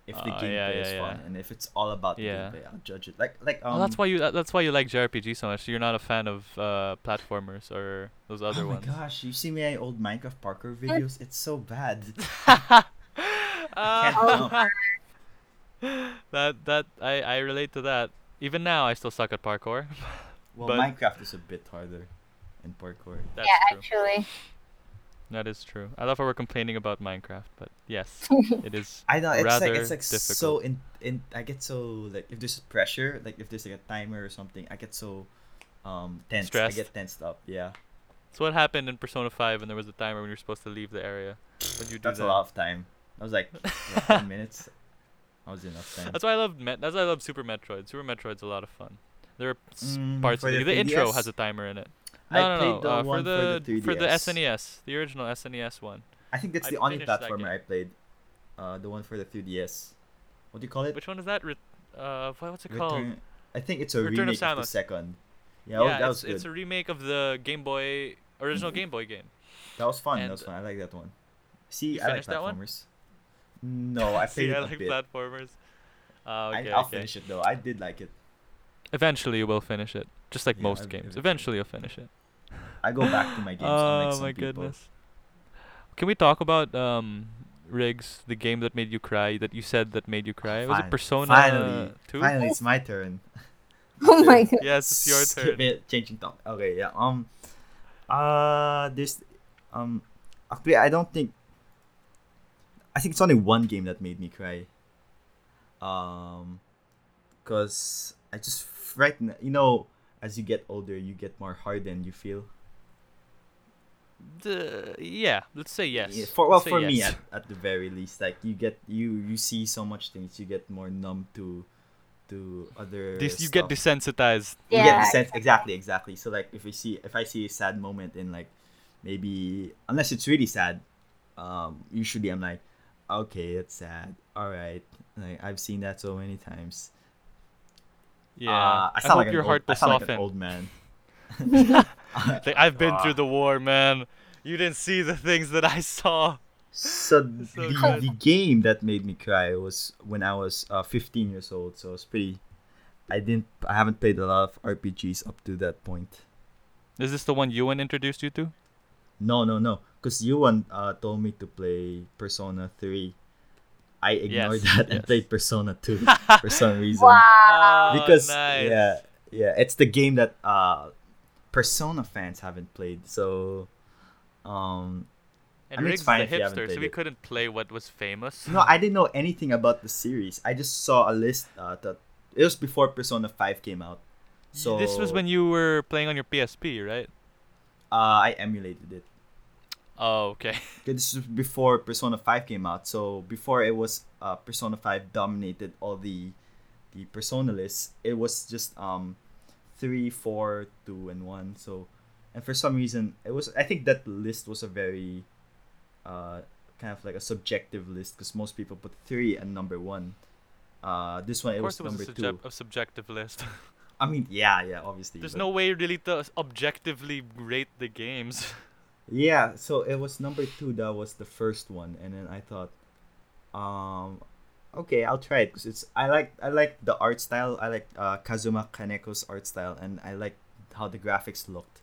Speaker 2: if the
Speaker 1: Ah,
Speaker 2: gameplay
Speaker 1: yeah,
Speaker 2: is
Speaker 1: yeah,
Speaker 2: fun
Speaker 1: yeah.
Speaker 2: and if it's all about the
Speaker 1: Yeah.
Speaker 2: gameplay, I'll judge it. Like like um
Speaker 1: well, that's why you that- that's why you like JRPG so much. You're not a fan of uh, platformers or those other
Speaker 2: oh
Speaker 1: ones.
Speaker 2: my gosh, you see my old Minecraft Parker videos? It's so bad.
Speaker 1: Ah,
Speaker 2: can't
Speaker 1: that that I I relate to that. Even now, I still suck at parkour.
Speaker 2: Well,
Speaker 1: But-
Speaker 2: Minecraft is a bit harder, and parkour.
Speaker 1: That's
Speaker 3: yeah,
Speaker 1: true.
Speaker 3: actually.
Speaker 1: That is true. I love how we're complaining about Minecraft, but yes, it is.
Speaker 2: I know it's
Speaker 1: rather
Speaker 2: like it's like so
Speaker 1: difficult.
Speaker 2: in in I get so like if there's pressure like if there's like a timer or something I get so um tense
Speaker 1: Stressed.
Speaker 2: I get tensed up yeah
Speaker 1: So what happened in Persona Five when there was a timer when you were supposed to leave the area? When you do
Speaker 2: that's
Speaker 1: that?
Speaker 2: a lot of time I was like what, ten minutes I was enough time
Speaker 1: That's why I love Met. That's why I love Super Metroid. Super Metroid's a lot of fun. There are s-
Speaker 2: Mm,
Speaker 1: parts
Speaker 2: for
Speaker 1: of the,
Speaker 2: the
Speaker 1: the intro
Speaker 2: 3DS?
Speaker 1: has a timer in it.
Speaker 2: I
Speaker 1: No, no, no.
Speaker 2: played the
Speaker 1: uh, for
Speaker 2: one
Speaker 1: the for
Speaker 2: for the
Speaker 1: the
Speaker 2: 3DS.
Speaker 1: SNES, the original SNES one.
Speaker 2: I think that's
Speaker 1: I
Speaker 2: the only
Speaker 1: finished that
Speaker 2: platformer
Speaker 1: game.
Speaker 2: I played uh the one for the 3DS what do you call it
Speaker 1: Which one is that? Re- uh, wha- what's it called?
Speaker 2: Return- I think it's a
Speaker 1: Return of
Speaker 2: remake of, the
Speaker 1: Samus.
Speaker 2: second yeah,
Speaker 1: Yeah,
Speaker 2: that
Speaker 1: it's,
Speaker 2: was good Mm-hmm.
Speaker 1: it's a remake of the Game Boy original Game Boy game.
Speaker 2: that was fun
Speaker 1: and-
Speaker 2: that was fun I like that one see
Speaker 1: You
Speaker 2: I
Speaker 1: finished
Speaker 2: like
Speaker 1: that one?
Speaker 2: platformers no I played
Speaker 1: See,
Speaker 2: it
Speaker 1: I
Speaker 2: a
Speaker 1: like
Speaker 2: bit
Speaker 1: platformers. Uh, okay,
Speaker 2: I, I'll
Speaker 1: okay.
Speaker 2: finish it though I did like it
Speaker 1: Eventually, you will finish it, just like
Speaker 2: Yeah,
Speaker 1: most
Speaker 2: ev-
Speaker 1: games.
Speaker 2: eventually.
Speaker 1: Eventually, you'll finish it.
Speaker 2: I go back to my games. unlike
Speaker 1: oh
Speaker 2: some
Speaker 1: my
Speaker 2: people.
Speaker 1: goodness. Can we talk about um, Riggs, the game that made you cry, that you said that made you cry? Was
Speaker 2: Fin-
Speaker 1: it Persona
Speaker 2: finally,
Speaker 1: Two?
Speaker 2: Finally, it's my turn.
Speaker 3: Oh my god.
Speaker 1: Yes, it's your
Speaker 2: Skip
Speaker 1: turn.
Speaker 2: it, Changing topic. Okay, yeah. Um, uh, this, um, actually, I don't think. I think it's only one game that made me cry. Um, cause I just right n- you know as you get older you get more hardened you feel.
Speaker 1: D- Uh, yeah, let's say yes.
Speaker 2: Yeah, for well,
Speaker 1: Let's say
Speaker 2: for me,
Speaker 1: yes.
Speaker 2: at, at the very least, like you get you you see so much things, you get more numb to, to other.
Speaker 1: This, you get
Speaker 2: stuff.
Speaker 1: desensitized.
Speaker 2: yeah,
Speaker 3: Yeah,
Speaker 2: sense, exactly, exactly. So like, if we see if I see a sad moment in like, maybe unless it's really sad, um, usually I'm like, okay, it's sad. All right, like I've seen that so many times.
Speaker 1: Yeah.
Speaker 2: uh, I
Speaker 1: I
Speaker 2: sound
Speaker 1: hope
Speaker 2: like an
Speaker 1: your
Speaker 2: old,
Speaker 1: heart
Speaker 2: I
Speaker 1: will
Speaker 2: sound like
Speaker 1: soften.
Speaker 2: an old man.
Speaker 1: Like, I've been through the war, man. You didn't see the things that I saw.
Speaker 2: So,
Speaker 1: So
Speaker 2: the,
Speaker 1: good.
Speaker 2: the game that made me cry was when I was uh, 15 years old. So it's pretty. I didn't. I haven't played a lot of RPGs up to that point.
Speaker 1: Is this the one Ewan introduced you to?
Speaker 2: No, no, no. Because Yuan uh, told me to play Persona 3. I ignored
Speaker 1: Yes,
Speaker 2: that and
Speaker 1: yes.
Speaker 2: played Persona 2 for some reason.
Speaker 3: Wow.
Speaker 2: Because
Speaker 1: Ah, nice.
Speaker 2: yeah, yeah, it's the game that uh, Persona fans haven't played. So, um,
Speaker 1: And
Speaker 2: I mean,
Speaker 1: Riggs
Speaker 2: it's
Speaker 1: is
Speaker 2: fine
Speaker 1: a
Speaker 2: if you haven't
Speaker 1: hipster, so
Speaker 2: played
Speaker 1: we
Speaker 2: it.
Speaker 1: couldn't play what was famous.
Speaker 2: No, I didn't know anything about the series. I just saw a list uh, that it was before Persona Five came out. So
Speaker 1: this was when you were playing on your PSP, right?
Speaker 2: uh, I emulated it.
Speaker 1: Oh, okay.
Speaker 2: 'Cause This was before Persona Five came out. So before it was uh, Persona Five dominated all the the Persona lists. It was just um three, four, two, and one. So and for some reason it was. I think that list was a very uh kind of like a subjective list because most people put three and number one. Uh, this
Speaker 1: Of
Speaker 2: one it was
Speaker 1: course, it was a,
Speaker 2: number two.
Speaker 1: subjec- a subjective list.
Speaker 2: I mean, yeah, yeah, obviously.
Speaker 1: There's
Speaker 2: but-
Speaker 1: no way really to s- objectively rate the games.
Speaker 2: Yeah, so it was number two. That was the first one, and then I thought, um, okay, I'll try it because it's I like I like the art style. I like uh, Kazuma Kaneko's art style, and I like how the graphics looked.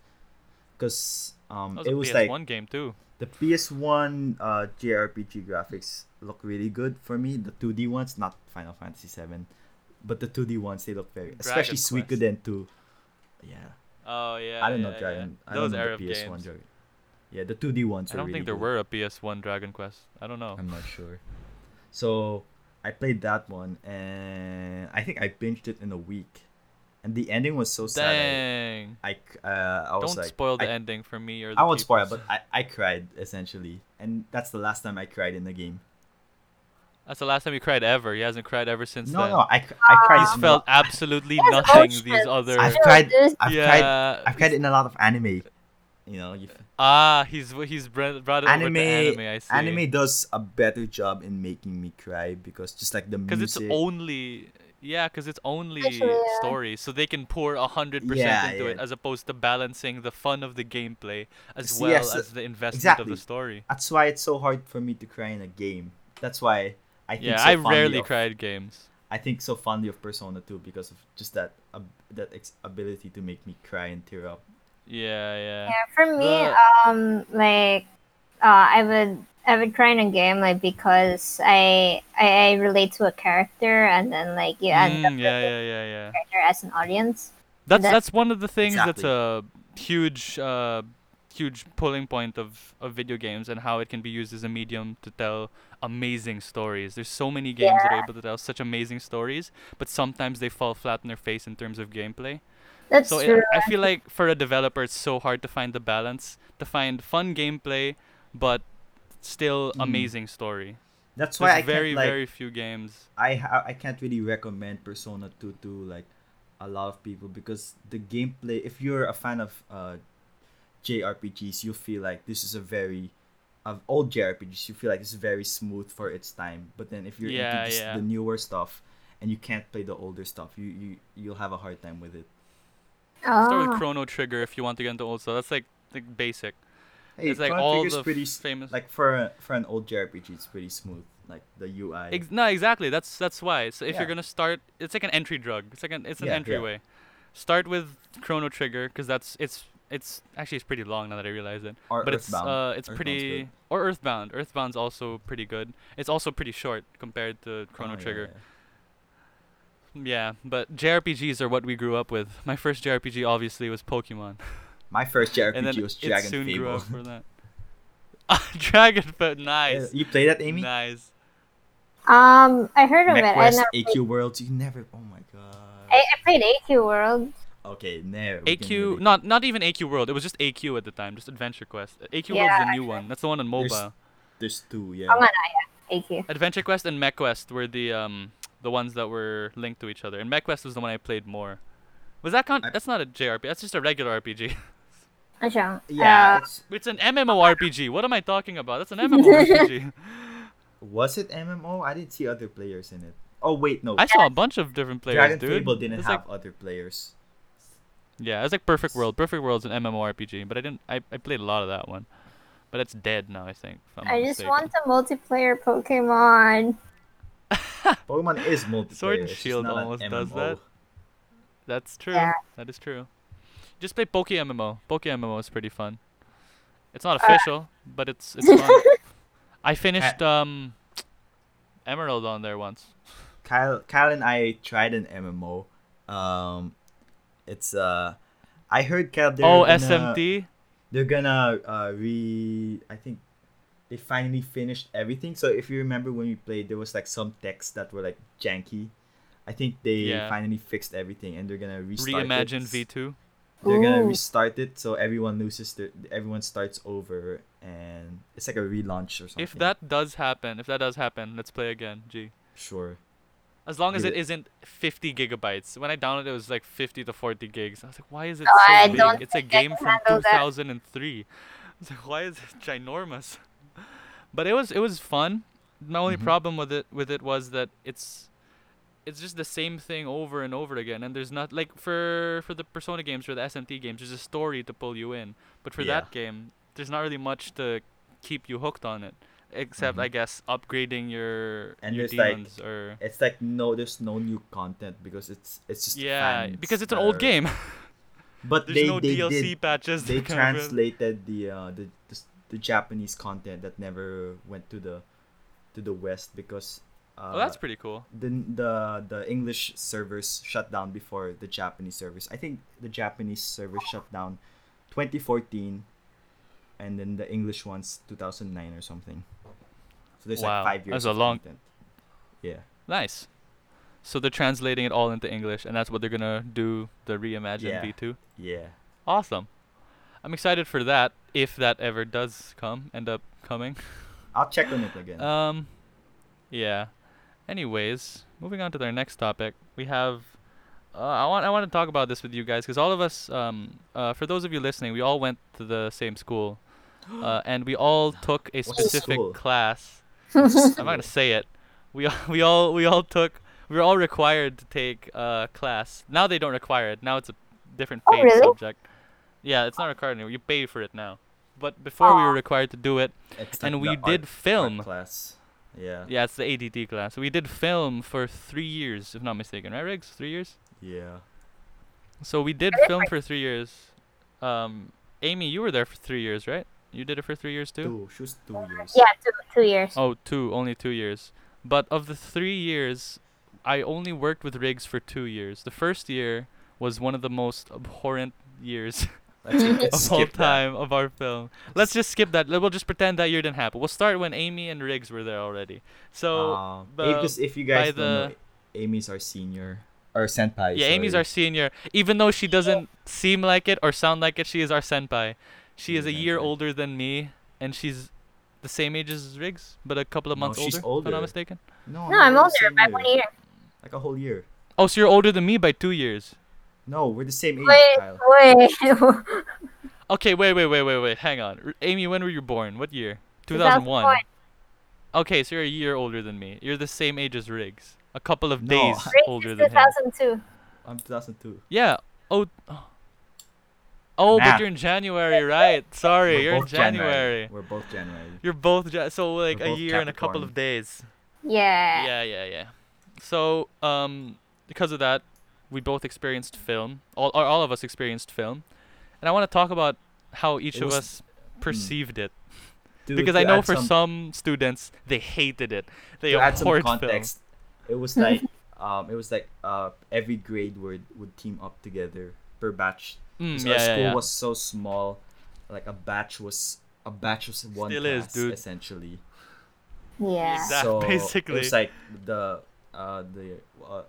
Speaker 2: Cause um,
Speaker 1: That was
Speaker 2: it
Speaker 1: a
Speaker 2: was
Speaker 1: PS1
Speaker 2: like
Speaker 1: game too.
Speaker 2: the PS1 uh, JRPG graphics look really good for me. The 2D ones, not Final Fantasy 7, but the 2D ones, they look very. especially
Speaker 1: Dragon Quest.
Speaker 2: Suikoden 2. Yeah.
Speaker 1: Oh yeah.
Speaker 2: I don't know
Speaker 1: yeah,
Speaker 2: Dragon.
Speaker 1: Yeah.
Speaker 2: I don't
Speaker 1: Those
Speaker 2: know
Speaker 1: Arab
Speaker 2: the PS1
Speaker 1: games.
Speaker 2: Dragon. Yeah, the 2D ones.
Speaker 1: I don't
Speaker 2: were really
Speaker 1: think there
Speaker 2: good.
Speaker 1: were a PS1 Dragon Quest. I don't know.
Speaker 2: I'm not sure. So I played that one, and I think I binged it in a week, and the ending was so sad.
Speaker 1: Dang.
Speaker 2: I I, c- uh, I was
Speaker 1: Don't
Speaker 2: like,
Speaker 1: spoil the
Speaker 2: I,
Speaker 1: ending for me or the
Speaker 2: I won't spoil, it,
Speaker 1: people.
Speaker 2: but I, I cried essentially. and that's the last time I cried in the game.
Speaker 1: That's the last time he cried ever. He hasn't cried ever since
Speaker 2: No,
Speaker 1: then.
Speaker 2: no, I, cr- I cried.
Speaker 1: He's
Speaker 2: in-
Speaker 1: felt absolutely
Speaker 3: That's
Speaker 1: nothing.
Speaker 3: bullshit.
Speaker 1: These other
Speaker 2: I've
Speaker 3: Yeah,
Speaker 2: cried.
Speaker 3: this-
Speaker 2: I've cried.
Speaker 1: yeah.
Speaker 2: I've cried in a lot of anime. You know, you,
Speaker 1: Ah, he's he's bre- brought it
Speaker 2: anime.
Speaker 1: over to anime. I see.
Speaker 2: Anime does a better job in making me cry because just like the
Speaker 1: because
Speaker 2: music.
Speaker 1: it's only yeah, because it's only
Speaker 3: Actually, yeah.
Speaker 1: story, so they can pour a hundred
Speaker 2: Yeah,
Speaker 1: percent into
Speaker 2: yeah.
Speaker 1: it, as opposed to balancing the fun of the gameplay as
Speaker 2: S-
Speaker 1: well
Speaker 2: yes,
Speaker 1: as the investment of
Speaker 2: exactly.
Speaker 1: the story.
Speaker 2: That's why it's so hard for me to cry in a game. That's why I think
Speaker 1: yeah,
Speaker 2: so
Speaker 1: I
Speaker 2: fondly
Speaker 1: rarely
Speaker 2: of-
Speaker 1: cried games.
Speaker 2: I think so fondly of Persona 2 because of just that ab- that ex- ability to make me cry and tear up.
Speaker 1: Yeah, yeah.
Speaker 3: Yeah, for me,
Speaker 1: The-
Speaker 3: um, like, uh, I would I would cry in a game like because I I, I relate to a character and then like you end up
Speaker 1: Mm, yeah, yeah, yeah, yeah.
Speaker 3: character as an audience.
Speaker 1: That's
Speaker 3: That-
Speaker 1: that's one of the things that's
Speaker 2: Exactly.
Speaker 1: a huge uh, huge pulling point of, of video games and how it can be used as a medium to tell amazing stories. There's so many games that are able to tell such amazing stories, but sometimes they fall flat on their face in terms of gameplay.
Speaker 3: That's
Speaker 1: So
Speaker 3: true.
Speaker 1: it, I feel like for a developer it's so hard to find the balance, to find fun gameplay but still
Speaker 2: Mm.
Speaker 1: amazing story.
Speaker 2: That's why
Speaker 1: There's
Speaker 2: I
Speaker 1: very
Speaker 2: can't, like,
Speaker 1: very few games.
Speaker 2: I ha- I can't really recommend Persona 2 to like a lot of people because the gameplay if you're a fan of uh JRPGs you feel like this is a very of old JRPGs you feel like it's very smooth for its time but then if you're
Speaker 1: Yeah,
Speaker 2: into just
Speaker 1: yeah.
Speaker 2: the newer stuff and you can't play the older stuff you you you'll have a hard time with it.
Speaker 1: Start with
Speaker 3: Oh,
Speaker 1: Chrono Trigger if you want to get into old stuff. That's like like basic.
Speaker 2: Hey,
Speaker 1: it's like
Speaker 2: Chrono
Speaker 1: all
Speaker 2: Trigger's
Speaker 1: the
Speaker 2: pretty
Speaker 1: f-
Speaker 2: s-
Speaker 1: famous
Speaker 2: like for a, for an old JRPG it's pretty smooth like the UI.
Speaker 1: Ex- no, exactly. That's that's why. So if
Speaker 2: Yeah.
Speaker 1: you're gonna start, it's like an entry drug. It's like an it's an
Speaker 2: Yeah, yeah.
Speaker 1: entryway. Start with Chrono Trigger because that's it's it's actually it's pretty long now that I realize it.
Speaker 2: Or
Speaker 1: but
Speaker 2: Earthbound.
Speaker 1: it's uh it's
Speaker 2: Earthbound's
Speaker 1: pretty
Speaker 2: good.
Speaker 1: or Earthbound. Earthbound's also pretty good. It's also pretty short compared to Chrono
Speaker 2: Oh, yeah,
Speaker 1: Trigger.
Speaker 2: yeah.
Speaker 1: Yeah. but JRPGs are what we grew up with. My first JRPG obviously was Pokemon,
Speaker 2: My first JRPG
Speaker 1: and then
Speaker 2: was
Speaker 1: it
Speaker 2: Dragon
Speaker 1: soon grew
Speaker 2: Fable. Uh,
Speaker 1: up for that. Dragon Fable, nice,
Speaker 2: you play that Amy?
Speaker 1: nice.
Speaker 3: um, I heard of it. I
Speaker 2: MechWest,
Speaker 3: never.
Speaker 2: AQ Worlds, you never. Oh my god.
Speaker 3: I, I played AQ World.
Speaker 2: okay, never. we can
Speaker 1: AQ,
Speaker 2: really-
Speaker 1: not not even AQ World. It was just AQ at the time, just Adventure Quest. AQ
Speaker 3: Yeah,
Speaker 1: World's the new one. That's the one on mobile.
Speaker 2: There's- There's two, yeah.
Speaker 3: Oh, no, no, yeah, AQ.
Speaker 1: Adventure Quest and MechQuest were the um the ones that were linked to each other, and MechQuest was the one I played more. Was that count?
Speaker 2: I-
Speaker 1: That's not a JRPG. That's just a regular RPG.
Speaker 3: Ano siya?
Speaker 2: yeah.
Speaker 3: Uh,
Speaker 2: it's-
Speaker 1: it's an MMORPG. What am I talking about? That's an MMORPG.
Speaker 2: was it MMO? I didn't see other players in it. Oh wait, no.
Speaker 1: I saw a bunch of different players,
Speaker 2: Dragon
Speaker 1: dude.
Speaker 2: Fable didn't
Speaker 1: It's like-
Speaker 2: have other players.
Speaker 1: yeah, it's like Perfect World. Perfect World's an MMORPG, but I didn't. I, I played a lot of that one, but it's dead now. I think. If I'm not
Speaker 3: I just
Speaker 1: mistaken.
Speaker 3: want a multiplayer Pokemon.
Speaker 2: Pokemon is multiplayer.
Speaker 1: Sword and
Speaker 2: it's just
Speaker 1: Shield
Speaker 2: not an
Speaker 1: almost does
Speaker 2: MMO.
Speaker 1: that. That's true.
Speaker 3: Yeah.
Speaker 1: That is true. Just play Poke MMO. Poke MMO is pretty fun. It's not official, but it's it's fun. I finished
Speaker 2: Uh,
Speaker 1: um Emerald on there once.
Speaker 2: Kyle, Kyle and I tried an MMO. Um, it's uh, I heard Kyle. they're
Speaker 1: oh,
Speaker 2: gonna-
Speaker 1: SMT.
Speaker 2: they're gonna uh, re i think they finally finished everything so if you remember when we played there was like some texts that were like janky i think they
Speaker 1: Yeah.
Speaker 2: finally fixed everything and they're gonna restart
Speaker 1: Reimagine
Speaker 2: it.
Speaker 1: V2.
Speaker 2: they're gonna
Speaker 3: Ooh.
Speaker 2: restart it so everyone loses their everyone starts over and it's like a relaunch or something
Speaker 1: If that does happen, if that does happen, let's play again. G.
Speaker 2: sure
Speaker 1: As long as
Speaker 2: Give
Speaker 1: it
Speaker 2: it-
Speaker 1: isn't 50 gigabytes. When I downloaded it, it was like 50 to 40 gigs. I was like, why is it
Speaker 3: No,
Speaker 1: so
Speaker 3: I
Speaker 1: big?
Speaker 3: don't
Speaker 1: It's a
Speaker 3: think I
Speaker 1: game
Speaker 3: can
Speaker 1: from
Speaker 3: handle that.
Speaker 1: 2003. I was like, why is it ginormous? But it was it was fun. My only
Speaker 2: Mhm.
Speaker 1: problem with it with it was that it's it's just the same thing over and over again, and there's not like for for the Persona games or the SMT games, there's a story to pull you in. But for
Speaker 2: Yeah.
Speaker 1: that game, there's not really much to keep you hooked on it, except
Speaker 2: Mhm.
Speaker 1: I guess upgrading your
Speaker 2: And
Speaker 1: your
Speaker 2: there's, like,
Speaker 1: demons or
Speaker 2: it's like no there's no new content because it's it's just
Speaker 1: yeah,
Speaker 2: fans
Speaker 1: because it's an
Speaker 2: that
Speaker 1: old
Speaker 2: are-
Speaker 1: game.
Speaker 2: but
Speaker 1: There's
Speaker 2: they,
Speaker 1: no
Speaker 2: they
Speaker 1: DLC
Speaker 2: did
Speaker 1: patches.
Speaker 2: they
Speaker 1: that come with-
Speaker 2: translated the uh the, the s- the Japanese content that never went to the to the West because uh,
Speaker 1: oh, that's pretty cool.
Speaker 2: the the the English servers shut down before the Japanese servers. I think the Japanese servers shut down 2014, and then the English ones 2009 or something. So there's
Speaker 1: Wow,
Speaker 2: like five years.
Speaker 1: that's a
Speaker 2: of
Speaker 1: long-
Speaker 2: Content. Yeah.
Speaker 1: Nice. So they're translating it all into English, and that's what they're gonna do the reimagined
Speaker 2: Yeah.
Speaker 1: V2.
Speaker 2: Yeah.
Speaker 1: Awesome. I'm excited for that if that ever does come, end up coming.
Speaker 2: I'll check on it again.
Speaker 1: Um, yeah. Anyways, moving on to our next topic, we have. Uh, I want I want to talk about this with you guys because all of us, um, uh, for those of you listening, we all went to the same school, uh, and we all took a
Speaker 2: What's the
Speaker 1: specific
Speaker 2: school?
Speaker 1: class.
Speaker 3: That's
Speaker 1: I'm not gonna say it. We all, we all we all took we were all required to take a class. Now they don't require it. Now it's a different
Speaker 3: Oh,
Speaker 1: paid
Speaker 3: really?
Speaker 1: subject. Yeah, it's not required anymore. You pay for it now. But before we
Speaker 3: Aw.
Speaker 1: were required to do it.
Speaker 2: It's
Speaker 1: and
Speaker 2: like
Speaker 1: we
Speaker 2: the
Speaker 1: did
Speaker 2: art-
Speaker 1: film.
Speaker 2: art class. Yeah.
Speaker 1: Yeah, it's the ADT class. So we did film for three years, if not mistaken, right, Riggs? Three years.
Speaker 2: Yeah.
Speaker 1: So we did
Speaker 3: I did
Speaker 1: film
Speaker 3: like-
Speaker 1: for three years. Um, Amy, you were there for three years, right? You did it for three years too.
Speaker 2: Two. She was two years.
Speaker 3: yeah, two, two years.
Speaker 1: Oh, two, only two years. But of the three years, I only worked with Riggs for two years. The first year was one of the most abhorrent years
Speaker 2: Let's, let's
Speaker 1: of all
Speaker 2: skip that.
Speaker 1: time of our film. Let's just skip that. We'll just pretend that year didn't happen. We'll start when Amy and Riggs were there already. So
Speaker 2: Um,
Speaker 1: the-
Speaker 2: because if you guys
Speaker 1: by
Speaker 2: don't know,
Speaker 1: the-
Speaker 2: Amy's our senior or senpai.
Speaker 1: yeah, Amy's our
Speaker 2: sorry.
Speaker 1: senior. Even though she doesn't seem like it or sound like it, she is our senpai. She
Speaker 2: She
Speaker 1: is a
Speaker 2: is
Speaker 1: year
Speaker 2: senpai.
Speaker 1: older than me, and she's the same age as Riggs, but a couple of
Speaker 2: No,
Speaker 1: months
Speaker 2: she's
Speaker 1: older, if I'm not
Speaker 2: older.
Speaker 1: mistaken.
Speaker 2: No,
Speaker 3: No,
Speaker 2: we're
Speaker 3: I'm
Speaker 2: the
Speaker 3: older
Speaker 2: same
Speaker 3: by one year.
Speaker 2: Like a whole year.
Speaker 1: Oh, so you're older than me by two years.
Speaker 2: No, we're the same age,
Speaker 3: Wait,
Speaker 2: Kyle.
Speaker 3: wait.
Speaker 1: Okay, wait, wait, wait, wait, wait. Hang on. R- Amy, when were you born? What year?
Speaker 3: 2001.
Speaker 1: 2001. Okay, so you're a year older than me. You're the same age as Riggs. A couple of
Speaker 2: No.
Speaker 1: days
Speaker 2: Riggs
Speaker 1: older than him.
Speaker 3: 2002.
Speaker 2: I'm 2002.
Speaker 1: Yeah. Oh. Oh,
Speaker 2: Nah.
Speaker 1: but you're in January, right? Sorry,
Speaker 2: We're
Speaker 1: you're in
Speaker 2: both January.
Speaker 1: January.
Speaker 2: We're both January.
Speaker 1: You're both ja- so like a
Speaker 2: both
Speaker 1: year and a couple of
Speaker 2: Capricorn.
Speaker 1: days.
Speaker 3: Yeah.
Speaker 1: Yeah, yeah, yeah. So, um, because of that, we both experienced film. All, or all of us experienced film, and I want to talk about how each
Speaker 2: It
Speaker 1: of
Speaker 2: was-
Speaker 1: us perceived it.
Speaker 2: Dude,
Speaker 1: because
Speaker 2: to
Speaker 1: I know
Speaker 2: add
Speaker 1: for some,
Speaker 2: some,
Speaker 1: students they hated it. They
Speaker 2: to add some
Speaker 1: abhorred
Speaker 2: context, it was like um, it was like uh, every grade would would team up together per batch.
Speaker 1: film. Mm,
Speaker 2: So
Speaker 1: yeah,
Speaker 2: our
Speaker 1: yeah,
Speaker 2: school
Speaker 1: yeah.
Speaker 2: was so small, like a batch was a batch was one
Speaker 1: Still is,
Speaker 2: class
Speaker 1: dude.
Speaker 2: essentially.
Speaker 3: Yeah.
Speaker 1: Exact-
Speaker 2: so
Speaker 1: basically.
Speaker 2: it was like the uh, the uh,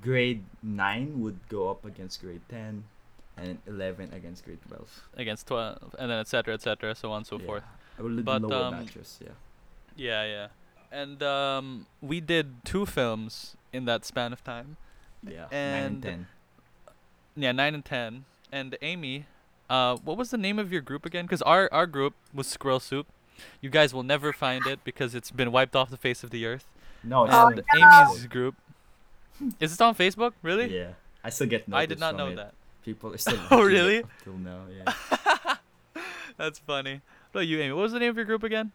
Speaker 2: grade nine would go up against grade ten, and eleven against grade twelve.
Speaker 1: Against twelve, and then et cetera, et cetera, so on and so
Speaker 2: Yeah.
Speaker 1: forth.
Speaker 2: I would
Speaker 1: But,
Speaker 2: lower
Speaker 1: um,
Speaker 2: batches, yeah.
Speaker 1: Yeah, yeah. And um, we did two films in that span of time.
Speaker 2: Yeah,
Speaker 1: and-
Speaker 2: nine and ten.
Speaker 1: Yeah, nine and ten. And Amy, uh, what was the name of your group again? Because our our group was Squirrel Soup. You guys will never find it because it's been wiped off the face of the earth.
Speaker 3: Oh,
Speaker 2: No, it's
Speaker 1: And
Speaker 2: like Facebook.
Speaker 1: Amy's group. Is this on Facebook? Really?
Speaker 2: Yeah, I still get.
Speaker 1: I did
Speaker 2: notified
Speaker 1: not
Speaker 2: from
Speaker 1: know
Speaker 2: it.
Speaker 1: that.
Speaker 2: People are still.
Speaker 1: Oh,
Speaker 2: watching it
Speaker 1: really?
Speaker 2: up Till now, yeah.
Speaker 1: That's funny. What about you, Amy? What was the name of your group again?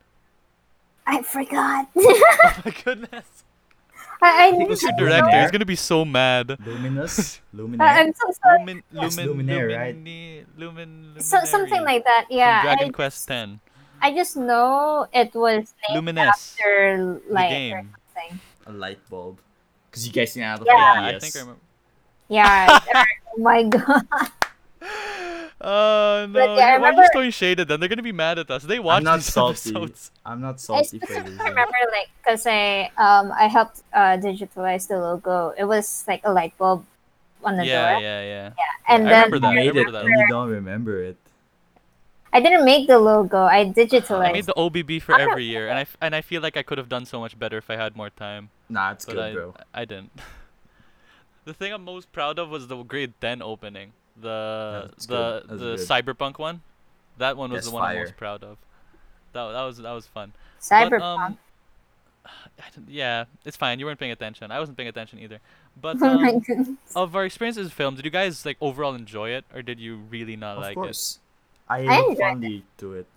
Speaker 3: I forgot.
Speaker 1: oh my goodness.
Speaker 3: I, I,
Speaker 2: Because
Speaker 1: Your
Speaker 2: you're
Speaker 1: director
Speaker 2: Luminaire?
Speaker 1: is gonna be so mad.
Speaker 2: Luminous,
Speaker 3: I
Speaker 2: Luminaire.
Speaker 3: am so sorry.
Speaker 1: Lumin,
Speaker 2: Yes,
Speaker 1: lumin,
Speaker 2: Luminaire, right?
Speaker 1: lumini- lumin,
Speaker 3: So, something
Speaker 1: luminary
Speaker 3: like that.
Speaker 1: from
Speaker 3: Yeah.
Speaker 1: Dragon
Speaker 3: I,
Speaker 1: Quest X.
Speaker 3: I just know it was named
Speaker 1: Lumines.
Speaker 3: after light or
Speaker 1: game.
Speaker 3: something.
Speaker 2: A light bulb. Cause you guys seen out of
Speaker 1: Yeah, I
Speaker 2: ideas.
Speaker 1: think I remember.
Speaker 3: Yeah. oh my god.
Speaker 1: Oh no!
Speaker 3: yeah, I
Speaker 1: Why are you
Speaker 3: remember-
Speaker 1: throwing shade at them? They're gonna be mad at us. They watch
Speaker 2: not
Speaker 1: these
Speaker 2: salty.
Speaker 1: episodes.
Speaker 2: I'm not
Speaker 3: I
Speaker 2: salty for
Speaker 3: specifically
Speaker 2: losing.
Speaker 3: remember like because I um I helped uh digitalize the logo. It was like a light bulb on the
Speaker 1: Yeah,
Speaker 3: door,
Speaker 1: yeah, yeah.
Speaker 3: and
Speaker 1: I
Speaker 3: then
Speaker 1: remember that, I
Speaker 2: You made
Speaker 1: remember
Speaker 2: it,
Speaker 1: that.
Speaker 2: and you don't remember it.
Speaker 3: I didn't make the logo. I
Speaker 1: I
Speaker 3: digitalized.
Speaker 1: made the OBB for every year, and I f- and I feel like I could have done so much better if I had more time.
Speaker 2: Nah, it's
Speaker 1: but
Speaker 2: good,
Speaker 1: I,
Speaker 2: bro.
Speaker 1: I didn't. the thing I'm most proud of was the grade 10 opening. The
Speaker 2: that's
Speaker 1: the
Speaker 2: good. That's
Speaker 1: the
Speaker 2: good.
Speaker 1: cyberpunk one. That one was
Speaker 2: That's
Speaker 1: the one I'm most
Speaker 2: fire.
Speaker 1: proud of. That that was that was fun.
Speaker 3: Cyberpunk.
Speaker 1: But, um, I don't- yeah, it's fine. You weren't paying attention. I wasn't paying attention either. But
Speaker 3: Oh
Speaker 1: um, of our experiences with film, did you guys like overall enjoy it, or did you really not
Speaker 2: Of
Speaker 1: like
Speaker 2: course, I
Speaker 3: I
Speaker 2: look
Speaker 3: enjoyed
Speaker 2: fondly to it.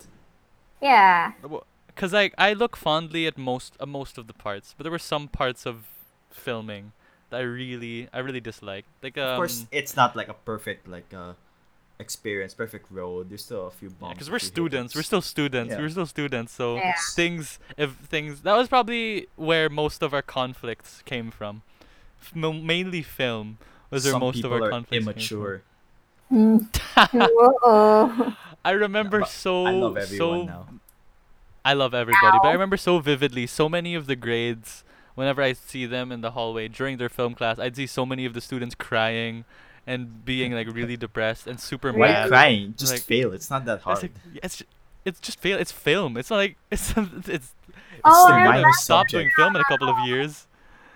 Speaker 3: yeah.
Speaker 1: it? Because like I look fondly at most uh, most of the parts, but there were some parts of filming that I really I really disliked. Like um,
Speaker 2: Of course, it's not like a perfect like uh experience, perfect road. There's still a few bumps.
Speaker 1: because
Speaker 2: a
Speaker 1: we're
Speaker 2: few
Speaker 1: students we're
Speaker 2: hiccups.
Speaker 1: still students
Speaker 2: Yeah.
Speaker 1: we're still students so
Speaker 3: Yeah.
Speaker 1: things if things that was probably where most of our conflicts came from F- mo- mainly film was where
Speaker 2: Some
Speaker 1: most of
Speaker 2: people
Speaker 1: our
Speaker 2: are
Speaker 1: conflicts
Speaker 2: immature.
Speaker 3: Mm. Whoa.
Speaker 1: came from. i remember
Speaker 2: but
Speaker 1: so
Speaker 2: I love everyone
Speaker 1: so
Speaker 2: now.
Speaker 1: i love everybody but i
Speaker 3: Ow.
Speaker 1: remember so vividly so many of the grades whenever i see them in the hallway during their film class i'd see so many of the students crying and being like really depressed and super
Speaker 2: Why
Speaker 1: mad
Speaker 2: crying? Just
Speaker 1: Like-
Speaker 2: fail. It's not that
Speaker 1: I was
Speaker 2: hard.
Speaker 1: like, "Yeah, it's ju- it's just fail. It's film. It's not like it's it's. it's
Speaker 3: Oh,
Speaker 1: we're
Speaker 2: a
Speaker 3: I
Speaker 1: gonna
Speaker 2: minor
Speaker 3: remember.
Speaker 1: stop doing
Speaker 2: subject.
Speaker 1: film in a couple of years.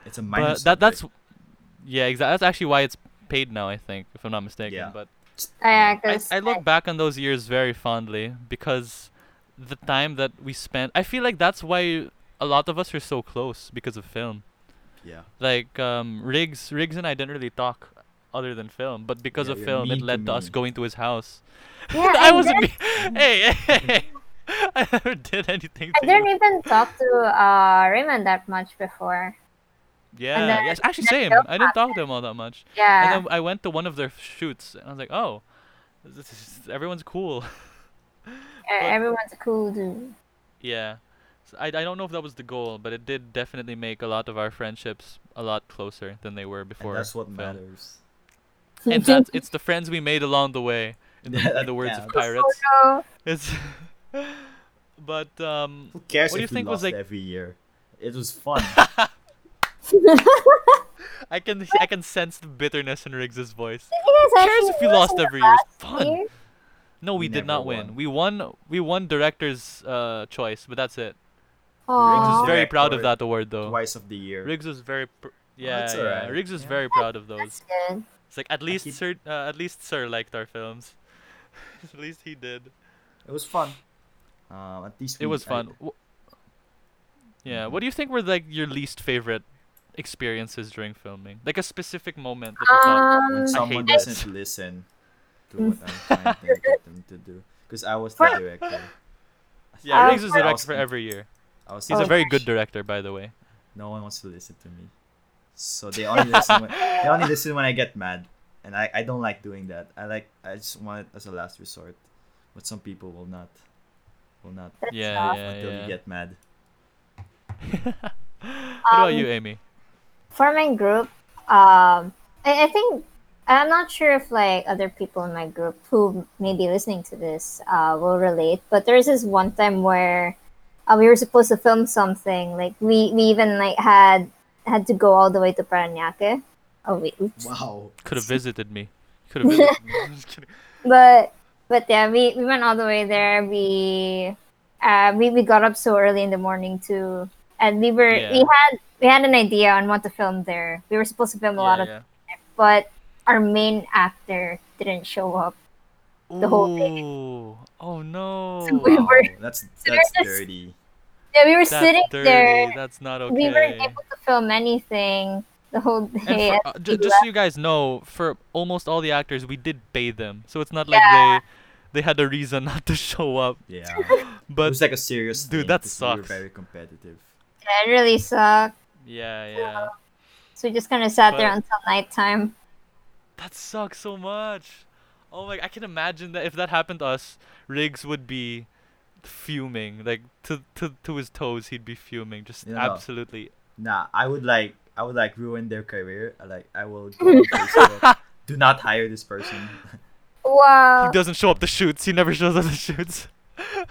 Speaker 2: It's a minor.
Speaker 1: But that that's
Speaker 2: subject.
Speaker 1: yeah, exactly. That's actually why it's paid now. I think, if I'm not mistaken.
Speaker 2: Yeah.
Speaker 1: But
Speaker 3: Yeah,
Speaker 1: I,
Speaker 3: 'cause
Speaker 1: I look back on those years very fondly because the time that we spent. I feel like that's why a lot of us are so close because of film.
Speaker 2: yeah.
Speaker 1: Like um, Riggs, Riggs and I didn't really talk other than film, but because
Speaker 2: Yeah,
Speaker 1: of
Speaker 2: you're
Speaker 1: film,
Speaker 2: mean
Speaker 1: it
Speaker 2: to
Speaker 1: led to us
Speaker 2: me.
Speaker 1: going to his house.
Speaker 3: Yeah,
Speaker 1: I
Speaker 3: and
Speaker 1: wasn't.
Speaker 3: then-
Speaker 1: Be- hey, hey, hey, I never did anything.
Speaker 3: I
Speaker 1: to
Speaker 3: didn't
Speaker 1: you.
Speaker 3: even talk to uh, Raymond that much before.
Speaker 1: Yeah.
Speaker 3: then-
Speaker 1: yes. Actually,
Speaker 3: then
Speaker 1: same.
Speaker 3: film
Speaker 1: I didn't talk to him all that much.
Speaker 3: Yeah.
Speaker 1: And then I went to one of their shoots, and I was like, oh, this is, everyone's cool.
Speaker 3: e- Everyone's a cool dude.
Speaker 1: yeah. So I, I don't know if that was the goal, but it did definitely make a lot of our friendships a lot closer than they were before.
Speaker 2: And that's what
Speaker 1: film.
Speaker 2: matters.
Speaker 1: And that's, it's the friends we made along the way, in the,
Speaker 2: Yeah,
Speaker 1: in the words of
Speaker 2: yeah.
Speaker 1: pirates.
Speaker 3: So,
Speaker 1: It's. but, um.
Speaker 2: Who cares
Speaker 1: What do
Speaker 2: if
Speaker 1: you
Speaker 2: we
Speaker 1: think was,
Speaker 2: lost
Speaker 1: like-
Speaker 2: every year? It was fun.
Speaker 1: I can I can sense the bitterness in Riggs's voice.
Speaker 3: you guys
Speaker 1: Cares
Speaker 3: actually
Speaker 1: if you lost
Speaker 3: won
Speaker 1: every year. It's
Speaker 3: last
Speaker 1: fun.
Speaker 3: year?
Speaker 1: No, we,
Speaker 2: We
Speaker 1: did
Speaker 2: never
Speaker 1: not win.
Speaker 2: won.
Speaker 1: We won. We won director's uh, choice, but that's it. Riggs
Speaker 3: Aw.
Speaker 1: was very proud of
Speaker 2: Director.
Speaker 1: that award, though.
Speaker 2: Twice of the year.
Speaker 1: Riggs was very, pr- yeah,
Speaker 2: that's
Speaker 1: yeah.
Speaker 2: alright.
Speaker 1: Riggs was
Speaker 2: Yeah.
Speaker 1: very proud of those.
Speaker 3: That's good.
Speaker 1: It's like at least
Speaker 2: keep-
Speaker 1: Sir, uh, at least Sir liked our films. at least he did.
Speaker 2: It was fun. Um, at least
Speaker 1: It
Speaker 2: we-
Speaker 1: was
Speaker 2: I- Mm-hmm.
Speaker 1: fun. Wh- Yeah. What do you think were like your least favorite experiences during filming? Like a specific moment that you thought.
Speaker 3: Um, Mm.
Speaker 2: when someone
Speaker 1: this.
Speaker 2: doesn't listen to what I'm trying to get them to do, because I was the
Speaker 3: For-
Speaker 2: director.
Speaker 1: Yeah,
Speaker 3: um,
Speaker 1: Riggs is
Speaker 2: I
Speaker 1: director
Speaker 2: was-
Speaker 1: for every year.
Speaker 2: I was
Speaker 3: Oh.
Speaker 1: He's
Speaker 2: the
Speaker 1: a very good director, by the way.
Speaker 2: No one wants to listen to me. So they only listen when they only listen when I get mad. And I, I don't like doing that. I like I just want it as a last resort. But some people will not will not
Speaker 1: Yeah,
Speaker 3: tough.
Speaker 1: yeah,
Speaker 2: until
Speaker 1: yeah.
Speaker 2: you get mad.
Speaker 1: What about
Speaker 3: Um,
Speaker 1: you, Amy?
Speaker 3: for my group, um, I, I think I'm not sure if like other people in my group who may be listening to this uh, will relate, but there's this one time where uh, we were supposed to film something. Like we, we even like had had to go all the way to Paranaque. Oh wait, oops.
Speaker 2: Wow.
Speaker 1: Could have visited me. Could have visited me. I'm just kidding.
Speaker 3: but but yeah, we, we went all the way there. We uh we, we got up so early in the morning too, and we were we
Speaker 1: Yeah.
Speaker 3: had we had an idea on what to film there. We were supposed to film a lot
Speaker 1: Yeah,
Speaker 3: of,
Speaker 1: yeah.
Speaker 3: but our main actor didn't show up. the whole thing.
Speaker 1: Ooh. Oh no.
Speaker 3: So we were
Speaker 2: That's
Speaker 3: there's
Speaker 2: that's
Speaker 3: this-
Speaker 2: dirty.
Speaker 3: Yeah, we were
Speaker 1: That's
Speaker 3: sitting
Speaker 1: dirty.
Speaker 3: there.
Speaker 1: That's not okay.
Speaker 3: We weren't able to film anything the whole
Speaker 1: And
Speaker 3: day.
Speaker 1: for, uh, ju- just so you guys know, for almost all the actors, we did pay them, so it's not like
Speaker 3: Yeah.
Speaker 1: they they had a reason not to show up.
Speaker 2: Yeah. it
Speaker 1: But
Speaker 2: was like a serious
Speaker 1: Dude,
Speaker 2: thing
Speaker 1: that
Speaker 2: 'cause we were
Speaker 1: sucks.
Speaker 2: very competitive.
Speaker 3: it really sucked.
Speaker 1: yeah, yeah,
Speaker 3: So we just kind of sat there
Speaker 1: But-
Speaker 3: until nighttime.
Speaker 1: that sucks so much. Oh my, I can imagine that if that happened to us, Riggs would be fuming, like to to to his toes, he'd be fuming, just
Speaker 2: Yeah.
Speaker 1: absolutely.
Speaker 2: Nah, I would like I would like ruin their career. I, Like I will go on Facebook. Do not hire this person
Speaker 1: He
Speaker 3: Wow.
Speaker 1: doesn't show up to shoots. He never shows up to shoots.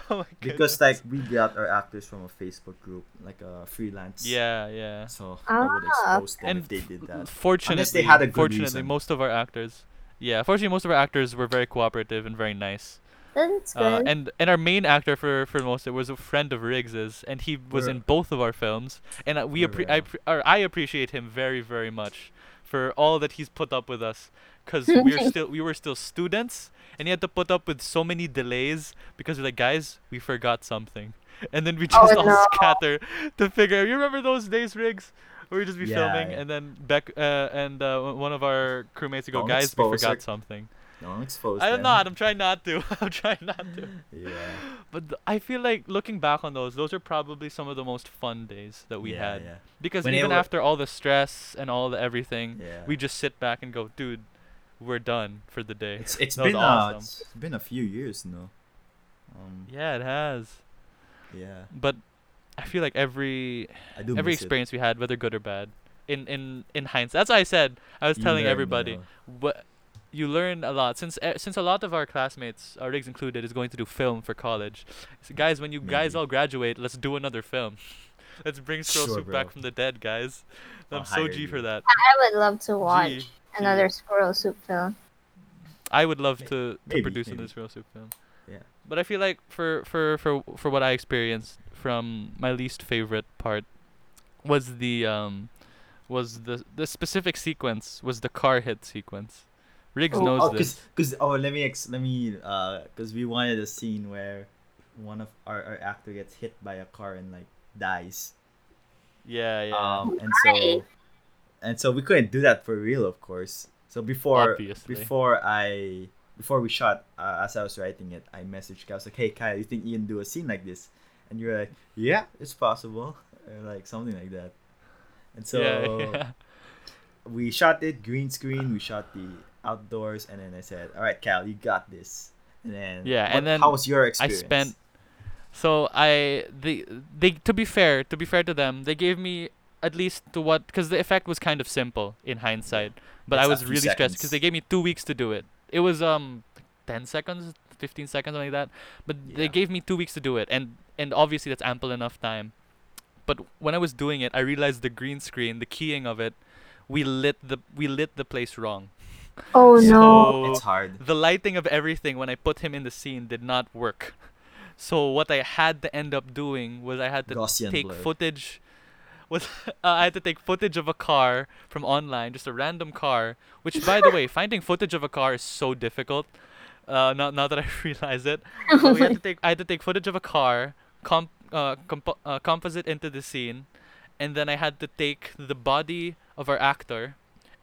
Speaker 1: oh my god.
Speaker 2: because like we got our actors from a Facebook group, like a freelance.
Speaker 1: Yeah, yeah.
Speaker 2: So I would
Speaker 3: Ah,
Speaker 2: expose them
Speaker 1: And
Speaker 2: if they did that.
Speaker 1: Fortunately,
Speaker 2: had a good
Speaker 1: fortunately,
Speaker 2: reason.
Speaker 1: most of our actors, yeah, fortunately, most of our actors were very cooperative and very nice.
Speaker 3: That's good.
Speaker 1: Uh, and and our main actor for for most of it was a friend of Riggs's, and he was
Speaker 2: We're-
Speaker 1: in both of our films, and uh, we
Speaker 2: We're
Speaker 1: appre-
Speaker 2: rare.
Speaker 1: I, appre- or I appreciate him very very much for all that he's put up with us, because we're still we were still students, and he had to put up with so many delays because we're like guys we forgot something, and then we just all
Speaker 3: no.
Speaker 1: scatter to figure. You remember those days, Riggs? where We just be
Speaker 2: Yeah,
Speaker 1: filming,
Speaker 2: yeah.
Speaker 1: and then Beck uh, and uh, one of our crewmates would go,
Speaker 2: Don't
Speaker 1: "Guys, we
Speaker 2: expose
Speaker 1: forgot
Speaker 2: her.
Speaker 1: something."
Speaker 2: No, don't expose
Speaker 1: I'm
Speaker 2: them.
Speaker 1: not. I'm trying not to. I'm trying not to.
Speaker 2: Yeah.
Speaker 1: But th- I feel like looking back on those, those are probably some of the most fun days that we
Speaker 2: yeah,
Speaker 1: had.
Speaker 2: Yeah.
Speaker 1: Because
Speaker 2: When it
Speaker 1: even
Speaker 2: wa-
Speaker 1: after all the stress and all the everything,
Speaker 2: Yeah.
Speaker 1: Mm. we just sit back and go, dude, we're done for the day.
Speaker 2: It's it's
Speaker 1: That was
Speaker 2: been
Speaker 1: awesome.
Speaker 2: uh, it's been a few years now. Um.
Speaker 1: Yeah, it has.
Speaker 2: Yeah.
Speaker 1: But I feel like every
Speaker 2: I do.
Speaker 1: every
Speaker 2: miss it.
Speaker 1: experience we had, whether good or bad, in in in hindsight, that's what I said. I was
Speaker 2: You
Speaker 1: telling
Speaker 2: learn,
Speaker 1: everybody.
Speaker 2: you know.
Speaker 1: what you learn a lot since eh, since a lot of our classmates, our rigs included, is going to do film for college. So guys, when you guys
Speaker 2: Maybe.
Speaker 1: all graduate, let's do another film. let's bring Scroll
Speaker 2: Sure,
Speaker 1: Soup back
Speaker 2: bro.
Speaker 1: from the dead, guys. I'm
Speaker 2: I'll
Speaker 1: so
Speaker 2: hire
Speaker 1: G
Speaker 2: you.
Speaker 1: for that.
Speaker 3: I would love to watch
Speaker 1: G.
Speaker 3: another squirrel soup film.
Speaker 1: I would love to, to
Speaker 2: Maybe,
Speaker 1: produce an
Speaker 2: maybe.
Speaker 1: Israel soup film.
Speaker 2: Yeah.
Speaker 1: But I feel like for for for for what I experienced from my least favorite part was the um was the the specific sequence was the car hit sequence. Riggs
Speaker 3: Oh,
Speaker 1: knows
Speaker 2: Oh,
Speaker 1: this.
Speaker 2: cause, 'cause- oh, let me ex- let me uh, cause we wanted a scene where one of our, our actor gets hit by a car and like dies.
Speaker 1: Yeah, yeah.
Speaker 2: Um, and
Speaker 3: Why?
Speaker 2: so, and so we couldn't do that for real, of course. So before
Speaker 1: Obviously.
Speaker 2: before I before we shot, uh, as I was writing it, I messaged Kyle. I was like, "Hey, Kyle, you think you can do a scene like this?" And you're like, "Yeah, it's possible," or like something like that. And so
Speaker 1: yeah, yeah.
Speaker 2: we shot it green screen. We shot the outdoors, and then I said, "All right, Cal, you got this." And then
Speaker 1: Yeah, and then
Speaker 2: how was your
Speaker 1: I
Speaker 2: experience?
Speaker 1: spent. So I the they to be fair to be fair to them they gave me at least to what because the effect was kind of simple in hindsight but I
Speaker 2: It's a
Speaker 1: was
Speaker 2: few
Speaker 1: really stressed because they
Speaker 2: seconds.
Speaker 1: gave me two weeks to do it it was um ten seconds fifteen seconds something like that but
Speaker 2: Yeah.
Speaker 1: they gave me two weeks to do it and and obviously that's ample enough time but when I was doing it I realized the green screen the keying of it we lit the we lit the place wrong
Speaker 3: Oh
Speaker 1: So-
Speaker 3: no.
Speaker 2: It's hard.
Speaker 1: the lighting of everything when I put him in the scene did not work. So what I had to end up doing was I had to
Speaker 2: Gaussian
Speaker 1: take
Speaker 2: blur.
Speaker 1: footage. Was uh, I had to take footage of a car from online, just a random car. Which, by the way, finding footage of a car is so difficult. Uh, now, now that I realize it, so we had to take I had to take footage of a car, comp, uh, comp- uh, composite into the scene, and then I had to take the body of our actor,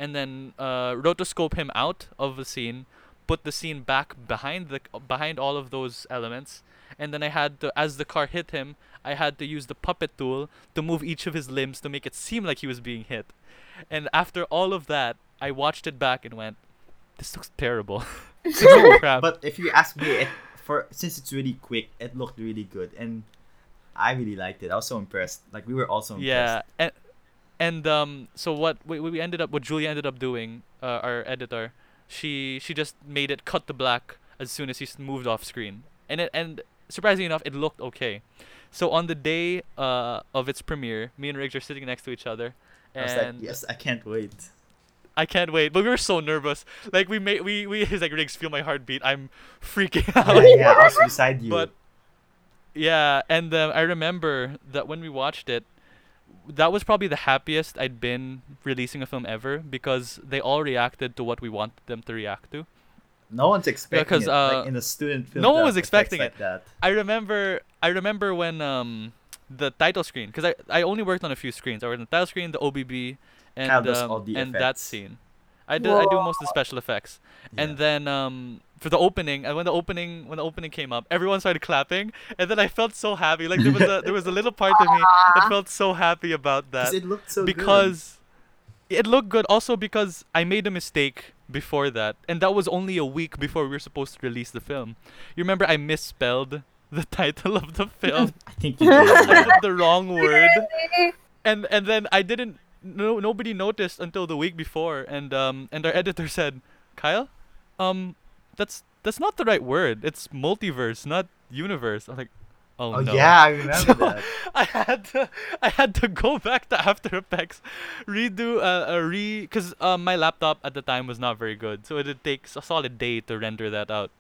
Speaker 1: and then uh, rotoscope him out of the scene, put the scene back behind the behind all of those elements, and then I had to as the car hit him, I had to use the puppet tool to move each of his limbs to make it seem like he was being hit, and after all of that, I watched it back and went, "This looks terrible." This is crap.
Speaker 2: But if you ask me, it, for since it's really quick, it looked really good, and I really liked it. I was so impressed. Like we were also
Speaker 1: yeah
Speaker 2: impressed.
Speaker 1: and and um so what we, we ended up what julia ended up doing uh, our editor she she just made it cut to black as soon as he s- moved off screen and it and surprisingly enough it looked okay so on the day uh of its premiere me and riggs are sitting next to each other
Speaker 2: I was
Speaker 1: and
Speaker 2: like, yes, I can't wait.
Speaker 1: I can't wait. But we were so nervous. Like we made we we he's like Riggs, feel my heartbeat. I'm freaking out.
Speaker 2: yeah, yeah, I was beside you.
Speaker 1: But yeah, and um, I remember that when we watched it, that was probably the happiest I'd been releasing a film ever because they all reacted to what we wanted them to react to.
Speaker 2: no one's expecting
Speaker 1: because,
Speaker 2: it.
Speaker 1: uh,
Speaker 2: like in a student film,
Speaker 1: no one
Speaker 2: that
Speaker 1: was
Speaker 2: affects
Speaker 1: expecting
Speaker 2: like
Speaker 1: it.
Speaker 2: That.
Speaker 1: I remember I remember when um the title screen because I, I only worked on a few screens. I worked on the title screen, the OBB, and
Speaker 2: Cal does all
Speaker 1: um,
Speaker 2: the
Speaker 1: and that
Speaker 2: effects.
Speaker 1: scene. I do I do most of the special effects.
Speaker 2: Yeah.
Speaker 1: And then um for the opening, and when the opening when the opening came up, everyone started clapping, and then I felt so happy. Like there was a there was a little part of me that felt so happy about that
Speaker 2: 'Cause it looked so good.
Speaker 1: Uh, because it looked good also because I made a mistake before that and that was only a week before we were supposed to release the film. You remember I misspelled the title of the film.
Speaker 2: I think you did.
Speaker 1: I
Speaker 2: yeah.
Speaker 1: put the wrong word and and then I didn't no nobody noticed until the week before and um and our editor said, "Kyle, um that's that's not the right word. It's multiverse, not universe." I'm like, "Oh,
Speaker 2: Oh
Speaker 1: no."
Speaker 2: yeah, I remember
Speaker 1: So-
Speaker 2: that.
Speaker 1: I had to, I had to go back to After Effects, redo uh, a re, because uh, my laptop at the time was not very good, so it takes a solid day to render that out.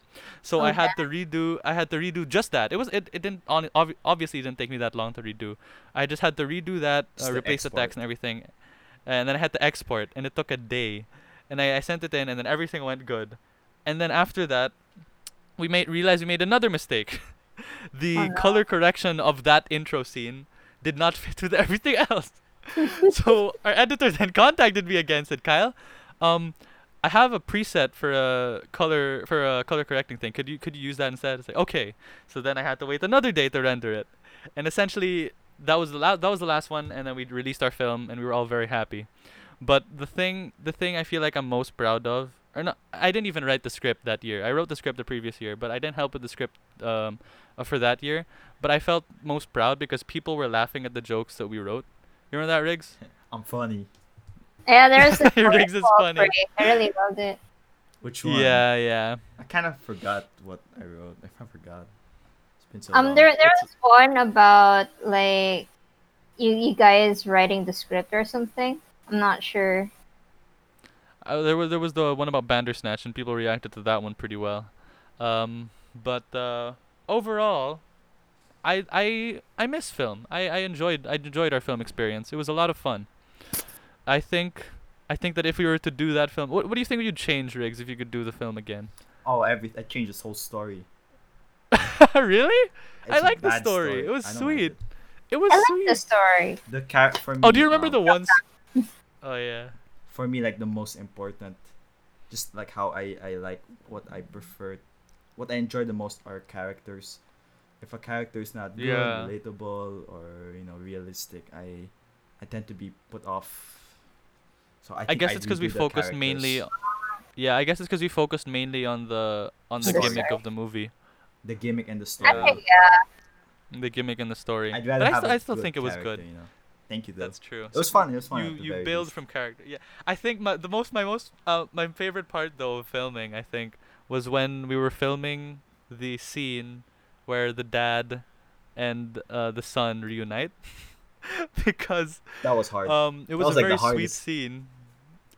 Speaker 1: So
Speaker 2: Oh,
Speaker 1: I had to redo, I had to redo just that. It was it, it didn't on obvi- obviously it didn't take me that long to redo. I just had to redo that,
Speaker 2: Just
Speaker 1: uh,
Speaker 2: to
Speaker 1: replace the text
Speaker 2: export.
Speaker 1: and everything, and then I had to export, and it took a day, and I, I sent it in, and then everything went good, and then after that, we made realize we made another mistake. the
Speaker 3: Oh, no.
Speaker 1: color correction of that intro scene did not fit with everything else. so our editor then contacted me again, said Kyle, um, I have a preset for a color for a color correcting thing. Could you could you use that instead? It's like okay. So then I had to wait another day to render it, and essentially that was the la- that was the last one, and then we released our film, and we were all very happy. But the thing the thing I feel like I'm most proud of, or not, I didn't even write the script that year. I wrote the script the previous year, but I didn't help with the script um, uh, for that year. But I felt most proud because people were laughing at the jokes that we wrote. You remember that, Riggs?
Speaker 2: I'm funny.
Speaker 3: Yeah, there's this
Speaker 1: Riggs is
Speaker 3: wonderful
Speaker 1: funny.
Speaker 3: break. I really loved it.
Speaker 2: Which one?
Speaker 1: Yeah, yeah.
Speaker 2: I kind of forgot what I wrote. I kind of forgot. It's been so
Speaker 1: Oh,
Speaker 3: Um,
Speaker 2: long.
Speaker 3: there there was
Speaker 1: It's-
Speaker 3: one about like you you guys writing the script or something. I'm not sure.
Speaker 1: Uh, there was there was the one about Bandersnatch, and people reacted to that one pretty well. Um, but uh, overall, I I I miss film. I, I enjoyed I enjoyed our film experience. It was a lot of fun. I think I think that if we were to do that film, what what do you think you'd change, Riggs, if you could do the film again?
Speaker 2: Oh, every I changed this whole story.
Speaker 1: really? I
Speaker 2: It's a
Speaker 1: like the
Speaker 2: bad
Speaker 1: story. It was
Speaker 2: I don't like
Speaker 1: sweet.
Speaker 2: it.
Speaker 1: It was
Speaker 3: I like
Speaker 1: sweet.
Speaker 3: the story.
Speaker 2: The character for me.
Speaker 1: Oh, do you remember
Speaker 2: um,
Speaker 1: the ones? Oh yeah.
Speaker 2: for me like the most important just like how I, I like what I prefer what I enjoy the most are characters. If a character is not good,
Speaker 1: Yeah.
Speaker 2: relatable or you know, realistic, I I tend to be put off. So I,
Speaker 1: I
Speaker 2: think
Speaker 1: guess
Speaker 2: I'd
Speaker 1: it's because we
Speaker 2: redo the
Speaker 1: focused mainly.
Speaker 2: characters.
Speaker 1: Yeah, I guess it's because we focused mainly on the on the
Speaker 2: Story.
Speaker 1: gimmick of the movie,
Speaker 2: the gimmick and the story.
Speaker 3: I
Speaker 1: Yeah.
Speaker 3: think yeah,
Speaker 1: the gimmick and the story.
Speaker 2: I'd
Speaker 1: but
Speaker 2: rather
Speaker 1: I,
Speaker 2: have
Speaker 1: st-
Speaker 2: a
Speaker 1: I still
Speaker 2: good
Speaker 1: think it was
Speaker 2: character,
Speaker 1: good.
Speaker 2: You know? Thank you though.
Speaker 1: That's true.
Speaker 2: it was fun. It was fun.
Speaker 1: you
Speaker 2: at the
Speaker 1: you
Speaker 2: very
Speaker 1: build
Speaker 2: least.
Speaker 1: from character. Yeah, I think my the most my most uh my favorite part though of filming I think was when we were filming the scene where the dad and uh, the son reunite because
Speaker 2: that was hard.
Speaker 1: um it was,
Speaker 2: was,
Speaker 1: a very
Speaker 2: like, the
Speaker 1: sweet
Speaker 2: hardest.
Speaker 1: scene.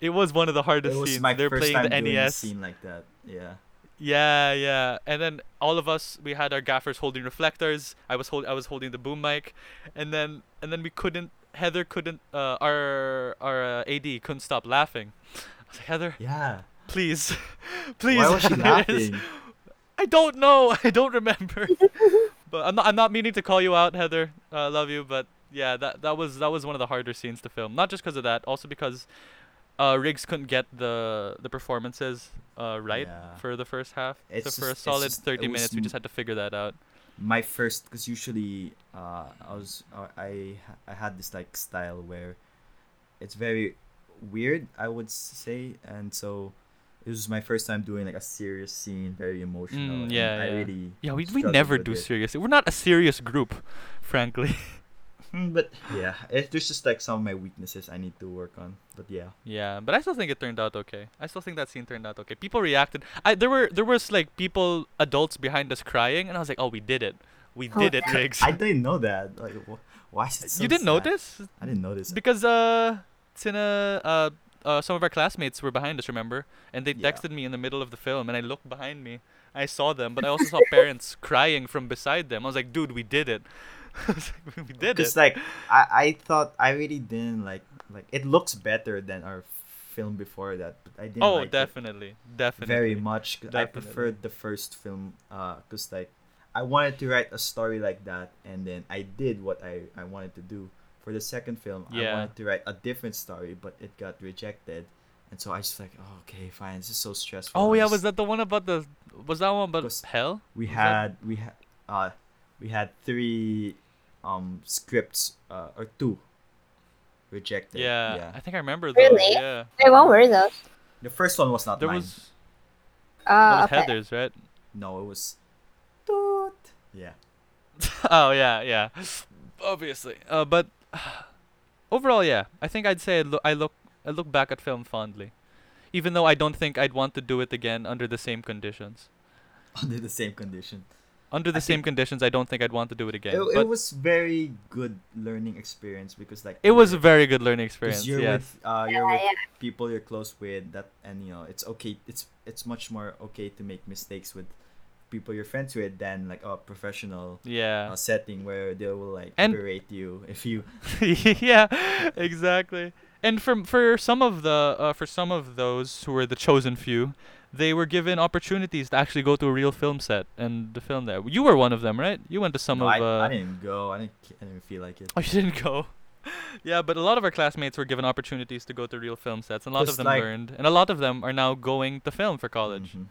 Speaker 1: It was one of the hardest
Speaker 2: it was
Speaker 1: scenes.
Speaker 2: my
Speaker 1: They're
Speaker 2: first
Speaker 1: playing the
Speaker 2: time
Speaker 1: E
Speaker 2: doing a
Speaker 1: NES.
Speaker 2: scene like that. Yeah.
Speaker 1: Yeah, yeah. And then all of us we had our gaffers holding reflectors. I was hold I was holding the boom mic, and then and then we couldn't. Heather couldn't. Uh, our our uh, AD couldn't stop laughing. I was like, Heather,
Speaker 2: Yeah.
Speaker 1: please, please.
Speaker 2: Why was she
Speaker 1: Heather, it's-
Speaker 2: laughing?
Speaker 1: I don't know. I don't remember. but I'm not. I'm not meaning to call you out, Heather. Uh, I love you, but yeah, that that was that was one of the harder scenes to film. Not just because of that, also because uh, Riggs couldn't get the the performances uh, right
Speaker 2: Yeah.
Speaker 1: for the first half.
Speaker 2: It's
Speaker 1: so for
Speaker 2: just-
Speaker 1: a solid
Speaker 2: it's just- it
Speaker 1: 30
Speaker 2: was
Speaker 1: minutes, we
Speaker 2: m-
Speaker 1: just had to figure that out.
Speaker 2: my first because usually uh, I was uh, I I had this like style where it's very weird I would say and so it was my first time doing like a serious scene very emotional
Speaker 1: Mm,
Speaker 2: and
Speaker 1: yeah,
Speaker 2: I
Speaker 1: yeah.
Speaker 2: really
Speaker 1: Yeah, we we
Speaker 2: struggled
Speaker 1: never
Speaker 2: with
Speaker 1: do
Speaker 2: it.
Speaker 1: serious. We're not a serious group, frankly.
Speaker 2: Mm, but yeah it, there's just like some of my weaknesses I need to work on but yeah
Speaker 1: Yeah, but I still think it turned out okay. I still think that scene turned out okay. People reacted. I there were there was like people adults behind us crying, and I was like, oh, we did it, we
Speaker 3: Oh,
Speaker 1: did it, Riggs.
Speaker 2: I didn't know that like wh- why is it so
Speaker 1: you didn't
Speaker 2: sad?
Speaker 1: notice
Speaker 2: I didn't notice
Speaker 1: because uh, Tina, uh, uh, some of our classmates were behind us, remember? And they
Speaker 2: Yeah.
Speaker 1: texted me in the middle of the film, and I looked behind me. I saw them, but I also saw parents crying from beside them. I was like, dude, we did it. I was like, we did it.
Speaker 2: Because like I, I thought I really didn't like like it looks better than our film before that, but I didn't.
Speaker 1: oh,
Speaker 2: like it
Speaker 1: definitely, definitely.
Speaker 2: Very much. 'cause I
Speaker 1: Definitely.
Speaker 2: preferred the first film. Uh, cause like I wanted to write a story like that, and then I did what I I wanted to do for the second film.
Speaker 1: Yeah.
Speaker 2: I wanted to write a different story, but it got rejected, and so I just like oh, okay fine. This is so stressful.
Speaker 1: Oh
Speaker 2: I'm
Speaker 1: yeah,
Speaker 2: just-
Speaker 1: was that the one about the? Was that one about
Speaker 2: Because
Speaker 1: hell?
Speaker 2: we
Speaker 1: Was that-
Speaker 2: had we had uh we had three um scripts uh or two rejected
Speaker 1: Yeah, I think I remember those.
Speaker 3: Really?
Speaker 1: Yeah,
Speaker 3: they what were those?
Speaker 2: the first one was not
Speaker 1: there
Speaker 2: mine
Speaker 1: was, that
Speaker 3: Uh,
Speaker 1: was
Speaker 3: okay.
Speaker 1: Heather's, right?
Speaker 2: no it was Toot. yeah
Speaker 1: oh yeah, yeah, obviously. Uh, but overall, yeah, I think I'd say I, lo- I look I look back at film fondly, even though I don't think I'd want to do it again under the same conditions.
Speaker 2: under the same condition
Speaker 1: Under the
Speaker 2: I
Speaker 1: same conditions, I don't think I'd want to do it again.
Speaker 2: it,
Speaker 1: but
Speaker 2: it was very good learning experience because like
Speaker 1: it was a
Speaker 2: you're-
Speaker 1: very good learning
Speaker 2: 'cause
Speaker 1: experience.
Speaker 2: you're
Speaker 1: yes.
Speaker 2: with uh you're
Speaker 3: Yeah,
Speaker 2: with
Speaker 3: yeah.
Speaker 2: people you're close with that and you know it's okay it's it's much more okay to make mistakes with people you're friends with than like a professional
Speaker 1: yeah.
Speaker 2: a setting where they will like
Speaker 1: And-
Speaker 2: berate you if you
Speaker 1: yeah, exactly. And for for some of the uh, for some of those who were the chosen few, they were given opportunities to actually go to a real film set and to film there. You were one of them, right? You went to some
Speaker 2: no,
Speaker 1: of.
Speaker 2: I,
Speaker 1: uh,
Speaker 2: I didn't go I didn't, I didn't feel like it
Speaker 1: Oh, you didn't go. yeah, but a lot of our classmates were given opportunities to go to real film sets, and a lot of
Speaker 2: Just
Speaker 1: them
Speaker 2: like-
Speaker 1: learned, and a lot of them are now going to film for college. Mm-hmm.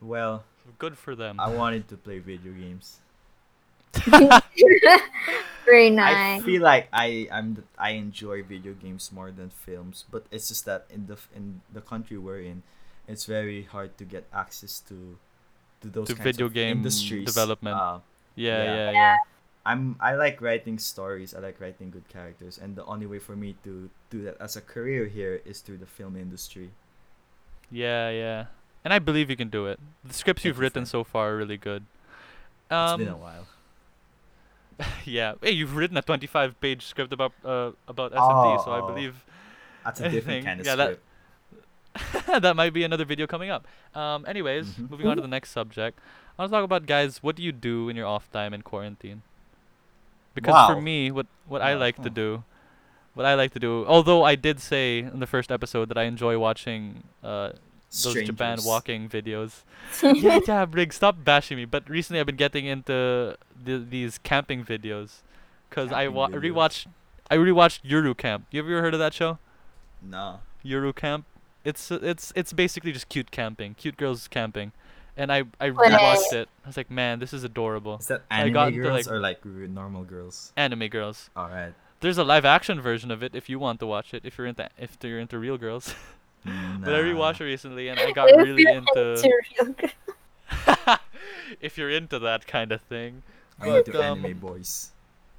Speaker 2: Mhm. well
Speaker 1: Good for them.
Speaker 2: I wanted to play video games
Speaker 3: Very
Speaker 2: I
Speaker 3: nice.
Speaker 2: feel like I I'm the, I enjoy video games more than films but it's just that in the f- in the country we're in it's very hard to get access to to those
Speaker 1: To
Speaker 2: kinds
Speaker 1: video
Speaker 2: of
Speaker 1: game
Speaker 2: industries
Speaker 1: development.
Speaker 2: Uh,
Speaker 1: yeah,
Speaker 2: yeah.
Speaker 1: yeah, yeah,
Speaker 2: I'm I like writing stories. I like writing good characters, and the only way for me to do that as a career here is through the film industry.
Speaker 1: yeah, yeah. And I believe you can do it. The scripts
Speaker 2: Thank
Speaker 1: you've
Speaker 2: you,
Speaker 1: written
Speaker 2: friend.
Speaker 1: so far are really good.
Speaker 2: It's
Speaker 1: Um,
Speaker 2: been a while.
Speaker 1: Yeah. Hey, you've written a 25-page script about uh about S&D,
Speaker 2: Oh,
Speaker 1: so I
Speaker 2: oh.
Speaker 1: believe
Speaker 2: That's a
Speaker 1: I
Speaker 2: different
Speaker 1: think-
Speaker 2: kind of
Speaker 1: yeah, that-
Speaker 2: script.
Speaker 1: that might be another video coming up. Um, anyways,
Speaker 2: Mhm.
Speaker 1: moving on to the next subject. I want to talk about guys. What do you do in your off time in quarantine? Because for
Speaker 2: Wow.
Speaker 1: me, what what I
Speaker 2: Wow.
Speaker 1: like
Speaker 2: Huh.
Speaker 1: to do, what I like to do. Although I did say in the first episode that I enjoy watching uh, those Japan
Speaker 2: Strangers.
Speaker 1: walking videos. yeah, yeah, Briggs, stop bashing me. But recently I've been getting into the, these camping videos because I
Speaker 2: Camping
Speaker 1: wa-
Speaker 2: videos.
Speaker 1: rewatched. I rewatched Yuru Camp. You ever heard of that show?
Speaker 2: Nah.
Speaker 1: Euro camp. It's it's it's basically just cute camping, cute girls camping, and I I
Speaker 3: Wait.
Speaker 1: watched it. I was like, man, this is adorable.
Speaker 2: Is that
Speaker 1: I
Speaker 2: anime
Speaker 1: got into,
Speaker 2: girls
Speaker 1: like-
Speaker 2: or like r- normal girls?
Speaker 1: Anime girls.
Speaker 2: All right.
Speaker 1: There's a live action version of it if you want to watch it. If you're into if you're into real girls. But I rewatched it recently, and I got
Speaker 3: If
Speaker 1: really
Speaker 3: you're
Speaker 1: into.
Speaker 3: into real-
Speaker 1: if you're into that kind of thing.
Speaker 2: I'm into
Speaker 1: But, um,
Speaker 2: anime boys.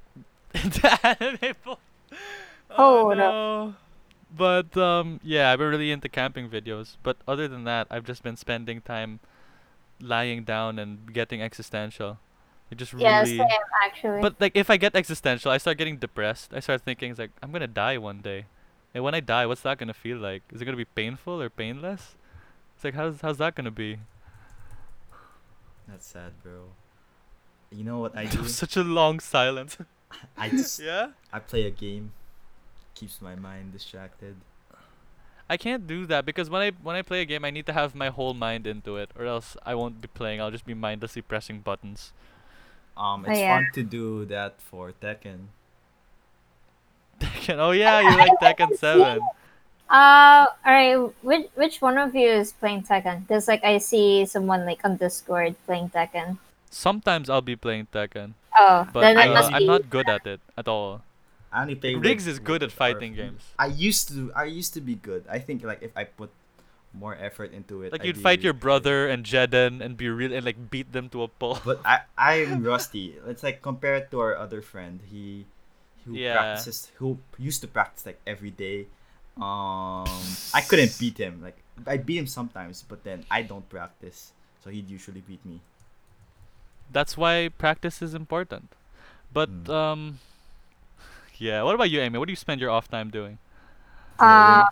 Speaker 1: the anime boy. Oh,
Speaker 3: Hold up.
Speaker 1: no. But um, yeah, I've been really into camping videos. But other than that, I've just been spending time lying down and getting existential. It just
Speaker 3: yeah,
Speaker 1: really.
Speaker 3: same actually.
Speaker 1: But like, if I get existential, I start getting depressed. I start thinking it's like I'm gonna die one day, and when I die, what's that gonna feel like? Is it gonna be painful or painless? It's like how's how's that gonna be?
Speaker 2: That's sad, bro. You know what I
Speaker 1: That
Speaker 2: do?
Speaker 1: was Such a long silence.
Speaker 2: I just
Speaker 1: yeah.
Speaker 2: I play a game. Keeps my mind distracted.
Speaker 1: I can't do that because when I when I play a game, I need to have my whole mind into it, or else I won't be playing. I'll just be mindlessly pressing buttons.
Speaker 2: Um,
Speaker 3: Oh,
Speaker 2: it's
Speaker 3: yeah.
Speaker 2: fun to do that for Tekken.
Speaker 1: Tekken. Oh yeah, you like Tekken Seven.
Speaker 3: Uh, all right. Which which one of you is playing Tekken? Because like I see someone like on Discord playing Tekken.
Speaker 1: Sometimes I'll be playing Tekken,
Speaker 3: Oh,
Speaker 1: but
Speaker 3: then that
Speaker 1: uh,
Speaker 3: must
Speaker 1: I'm
Speaker 3: be.
Speaker 1: not good at it at all.
Speaker 2: I only play. with-
Speaker 1: Riggs is good at
Speaker 2: with
Speaker 1: fighting
Speaker 2: RF.
Speaker 1: games.
Speaker 2: I used to. I used to be good. I think like if I put more effort into it.
Speaker 1: Like
Speaker 2: I'd
Speaker 1: you'd
Speaker 2: be
Speaker 1: fight your
Speaker 2: good.
Speaker 1: brother and Jaden and be real and like beat them to a pulp.
Speaker 2: But I I'm rusty. Let's like compare it to our other friend. He who
Speaker 1: Yeah.
Speaker 2: practices who used to practice like every day. Um I couldn't beat him. Like I beat him sometimes, but then I don't practice. So he'd usually beat me.
Speaker 1: That's why practice is important. But
Speaker 2: Mm.
Speaker 1: um, yeah. What about you, Amy? What do you spend your off time doing?
Speaker 3: Uh,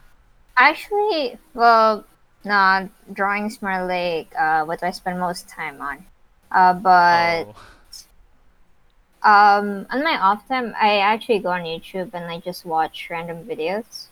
Speaker 3: actually, well, no, drawing's more like uh what I spend most time on. Uh,
Speaker 1: oh.
Speaker 3: but um, on my off time, I actually go on YouTube and I just watch random videos.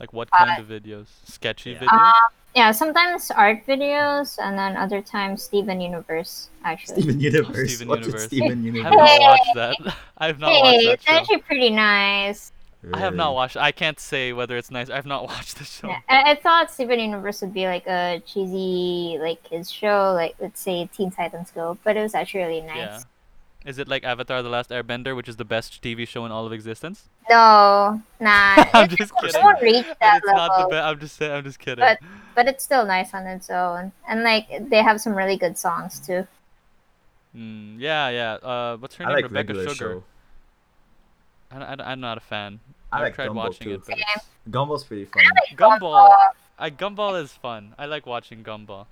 Speaker 1: Like what kind of videos? Sketchy
Speaker 2: Yeah.
Speaker 1: videos.
Speaker 3: Um, Yeah, sometimes art videos, and then other times Steven Universe. Actually,
Speaker 2: Steven Universe.
Speaker 1: Steven
Speaker 2: What's with
Speaker 1: Universe.
Speaker 2: Steven
Speaker 1: I
Speaker 2: Universe?
Speaker 1: have not watched that. I have not
Speaker 3: hey,
Speaker 1: watched
Speaker 3: it's
Speaker 1: that show.
Speaker 3: actually pretty nice.
Speaker 1: I have not
Speaker 2: Really?
Speaker 1: watched. I can't say whether it's nice. I have not watched the show.
Speaker 3: Yeah, I, I thought Steven Universe would be like a cheesy, like his show, like let's say Teen Titans Go, but it was actually really
Speaker 1: Yeah.
Speaker 3: nice.
Speaker 1: Is it like Avatar: The Last Airbender, which is the best TV show in all of existence?
Speaker 3: No, nah,
Speaker 1: I'm
Speaker 3: it,
Speaker 1: just
Speaker 3: it
Speaker 1: kidding.
Speaker 3: won't reach
Speaker 1: And
Speaker 3: that
Speaker 1: it's not the
Speaker 3: level,
Speaker 1: best. I'm just saying. I'm just kidding.
Speaker 3: But- but it's still nice on its own. And like they have some really good songs too.
Speaker 1: Mm, yeah, yeah. Uh, what's her
Speaker 2: I
Speaker 1: name?
Speaker 2: like
Speaker 1: Rebecca
Speaker 2: regular
Speaker 1: Sugar.
Speaker 2: show.
Speaker 1: I, I, am not a fan.
Speaker 2: I
Speaker 1: I've
Speaker 2: like
Speaker 1: tried
Speaker 2: Gumball
Speaker 1: watching
Speaker 2: too.
Speaker 1: it. But
Speaker 3: Same.
Speaker 2: Gumball's pretty fun.
Speaker 1: Gumball. I Gumball is fun. I like watching Gumball,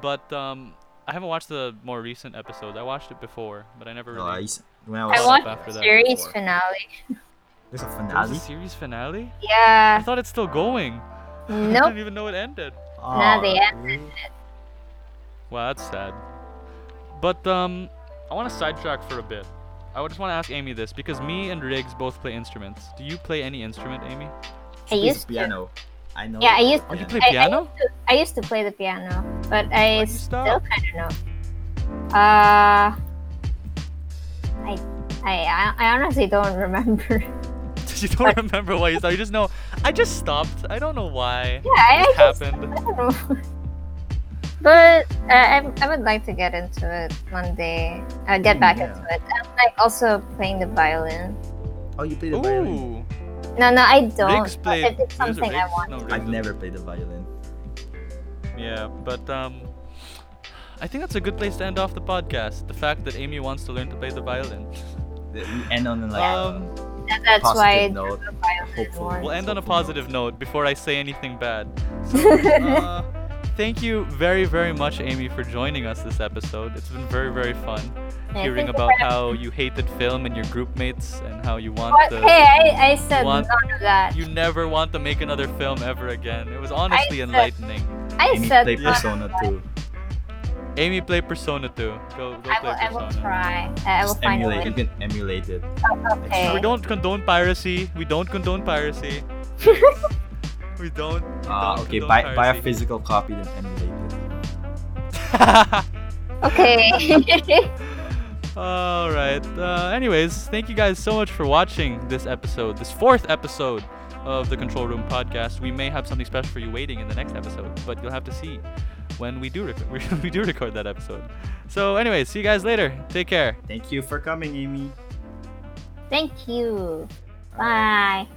Speaker 1: but um, I haven't watched the more recent episodes. I watched it before, but I never
Speaker 2: No,
Speaker 1: really.
Speaker 2: Oh, I used- when I
Speaker 3: I
Speaker 2: was
Speaker 1: watched
Speaker 3: watched
Speaker 1: after
Speaker 3: the
Speaker 1: that
Speaker 3: series
Speaker 2: before.
Speaker 3: finale.
Speaker 2: There's a
Speaker 1: There was
Speaker 2: finale.
Speaker 1: a series finale. I
Speaker 3: Yeah,
Speaker 1: thought it's still going. I
Speaker 3: nope.
Speaker 1: didn't even know it ended.
Speaker 3: Nah, they
Speaker 2: Oh,
Speaker 3: ended
Speaker 2: really?
Speaker 1: Wow, that's sad. But um, I want to sidetrack for a bit. I just want to ask Amy this because me and Riggs both play instruments. Do you play any instrument, Amy?
Speaker 3: I
Speaker 2: She plays
Speaker 3: used to.
Speaker 2: piano. I know.
Speaker 3: Yeah, I
Speaker 2: that.
Speaker 3: used
Speaker 1: Oh, you
Speaker 2: Yeah.
Speaker 1: play
Speaker 3: I- I
Speaker 1: piano?
Speaker 3: I used to play the piano, but I
Speaker 1: Why'd you
Speaker 3: still
Speaker 1: stop?
Speaker 3: kind of know. Uh, I, I, I honestly don't remember.
Speaker 1: you don't remember why you stopped. You just know. I just stopped. I don't know why.
Speaker 3: Yeah, I,
Speaker 1: It
Speaker 3: I just
Speaker 1: happened.
Speaker 3: I don't know. But uh, I, I would like to get into it one day. Uh, get
Speaker 2: Mm,
Speaker 3: back
Speaker 2: yeah.
Speaker 3: into it. And like also playing the violin.
Speaker 2: Oh, you play the violin.
Speaker 1: Ooh.
Speaker 3: No, no, I don't.
Speaker 1: Riggs
Speaker 3: but
Speaker 1: played.
Speaker 3: it- it's
Speaker 1: it was a
Speaker 3: something I
Speaker 1: Riggs-
Speaker 3: want.
Speaker 1: no, Riggs
Speaker 2: I've
Speaker 1: is-
Speaker 2: never played the violin.
Speaker 1: Yeah, but um, I think that's a good place to end off the podcast. The fact that Amy wants to learn to play the violin.
Speaker 2: We end on like
Speaker 1: Um,
Speaker 2: a
Speaker 3: And that's
Speaker 2: positive
Speaker 3: why I
Speaker 2: note.
Speaker 3: drew the violin
Speaker 2: Hopefully.
Speaker 3: one.
Speaker 1: We'll end on a
Speaker 2: Hopefully not.
Speaker 1: positive note before I say anything bad. So, uh, thank you very, very much, Amy, for joining us this episode. It's been very, very fun
Speaker 3: Yeah,
Speaker 1: hearing
Speaker 3: thank you
Speaker 1: about
Speaker 3: for
Speaker 1: how you hated film and your group mates and how you want
Speaker 3: But
Speaker 1: to.
Speaker 3: hey, I, I said
Speaker 1: want-
Speaker 3: none of that.
Speaker 1: You never want to make another film ever again. It was honestly
Speaker 3: said-
Speaker 1: enlightening.
Speaker 3: I
Speaker 2: Amy
Speaker 3: said
Speaker 2: play
Speaker 3: none.
Speaker 2: Persona 2.
Speaker 1: Amy, play Persona 2. Go, go play
Speaker 3: I will, I will
Speaker 1: Persona.
Speaker 3: try. I will
Speaker 2: Just
Speaker 3: find a
Speaker 2: emulate. You
Speaker 3: way.
Speaker 2: can emulate it.
Speaker 3: Okay.
Speaker 1: We don't condone piracy. We don't condone piracy. we don't. we
Speaker 2: Ah,
Speaker 1: don't
Speaker 2: okay.
Speaker 1: condone
Speaker 2: Buy, buy a
Speaker 1: piracy.
Speaker 2: physical copy then emulate it.
Speaker 3: Okay.
Speaker 1: All right. Uh, anyways, thank you guys so much for watching this episode, this fourth episode of the Control Room podcast. We may have something special for you waiting in the next episode, but you'll have to see when we do rec- we do record that episode. So, anyways, see you guys later. Take care.
Speaker 2: Thank you for coming, Amy.
Speaker 3: Thank you. Bye.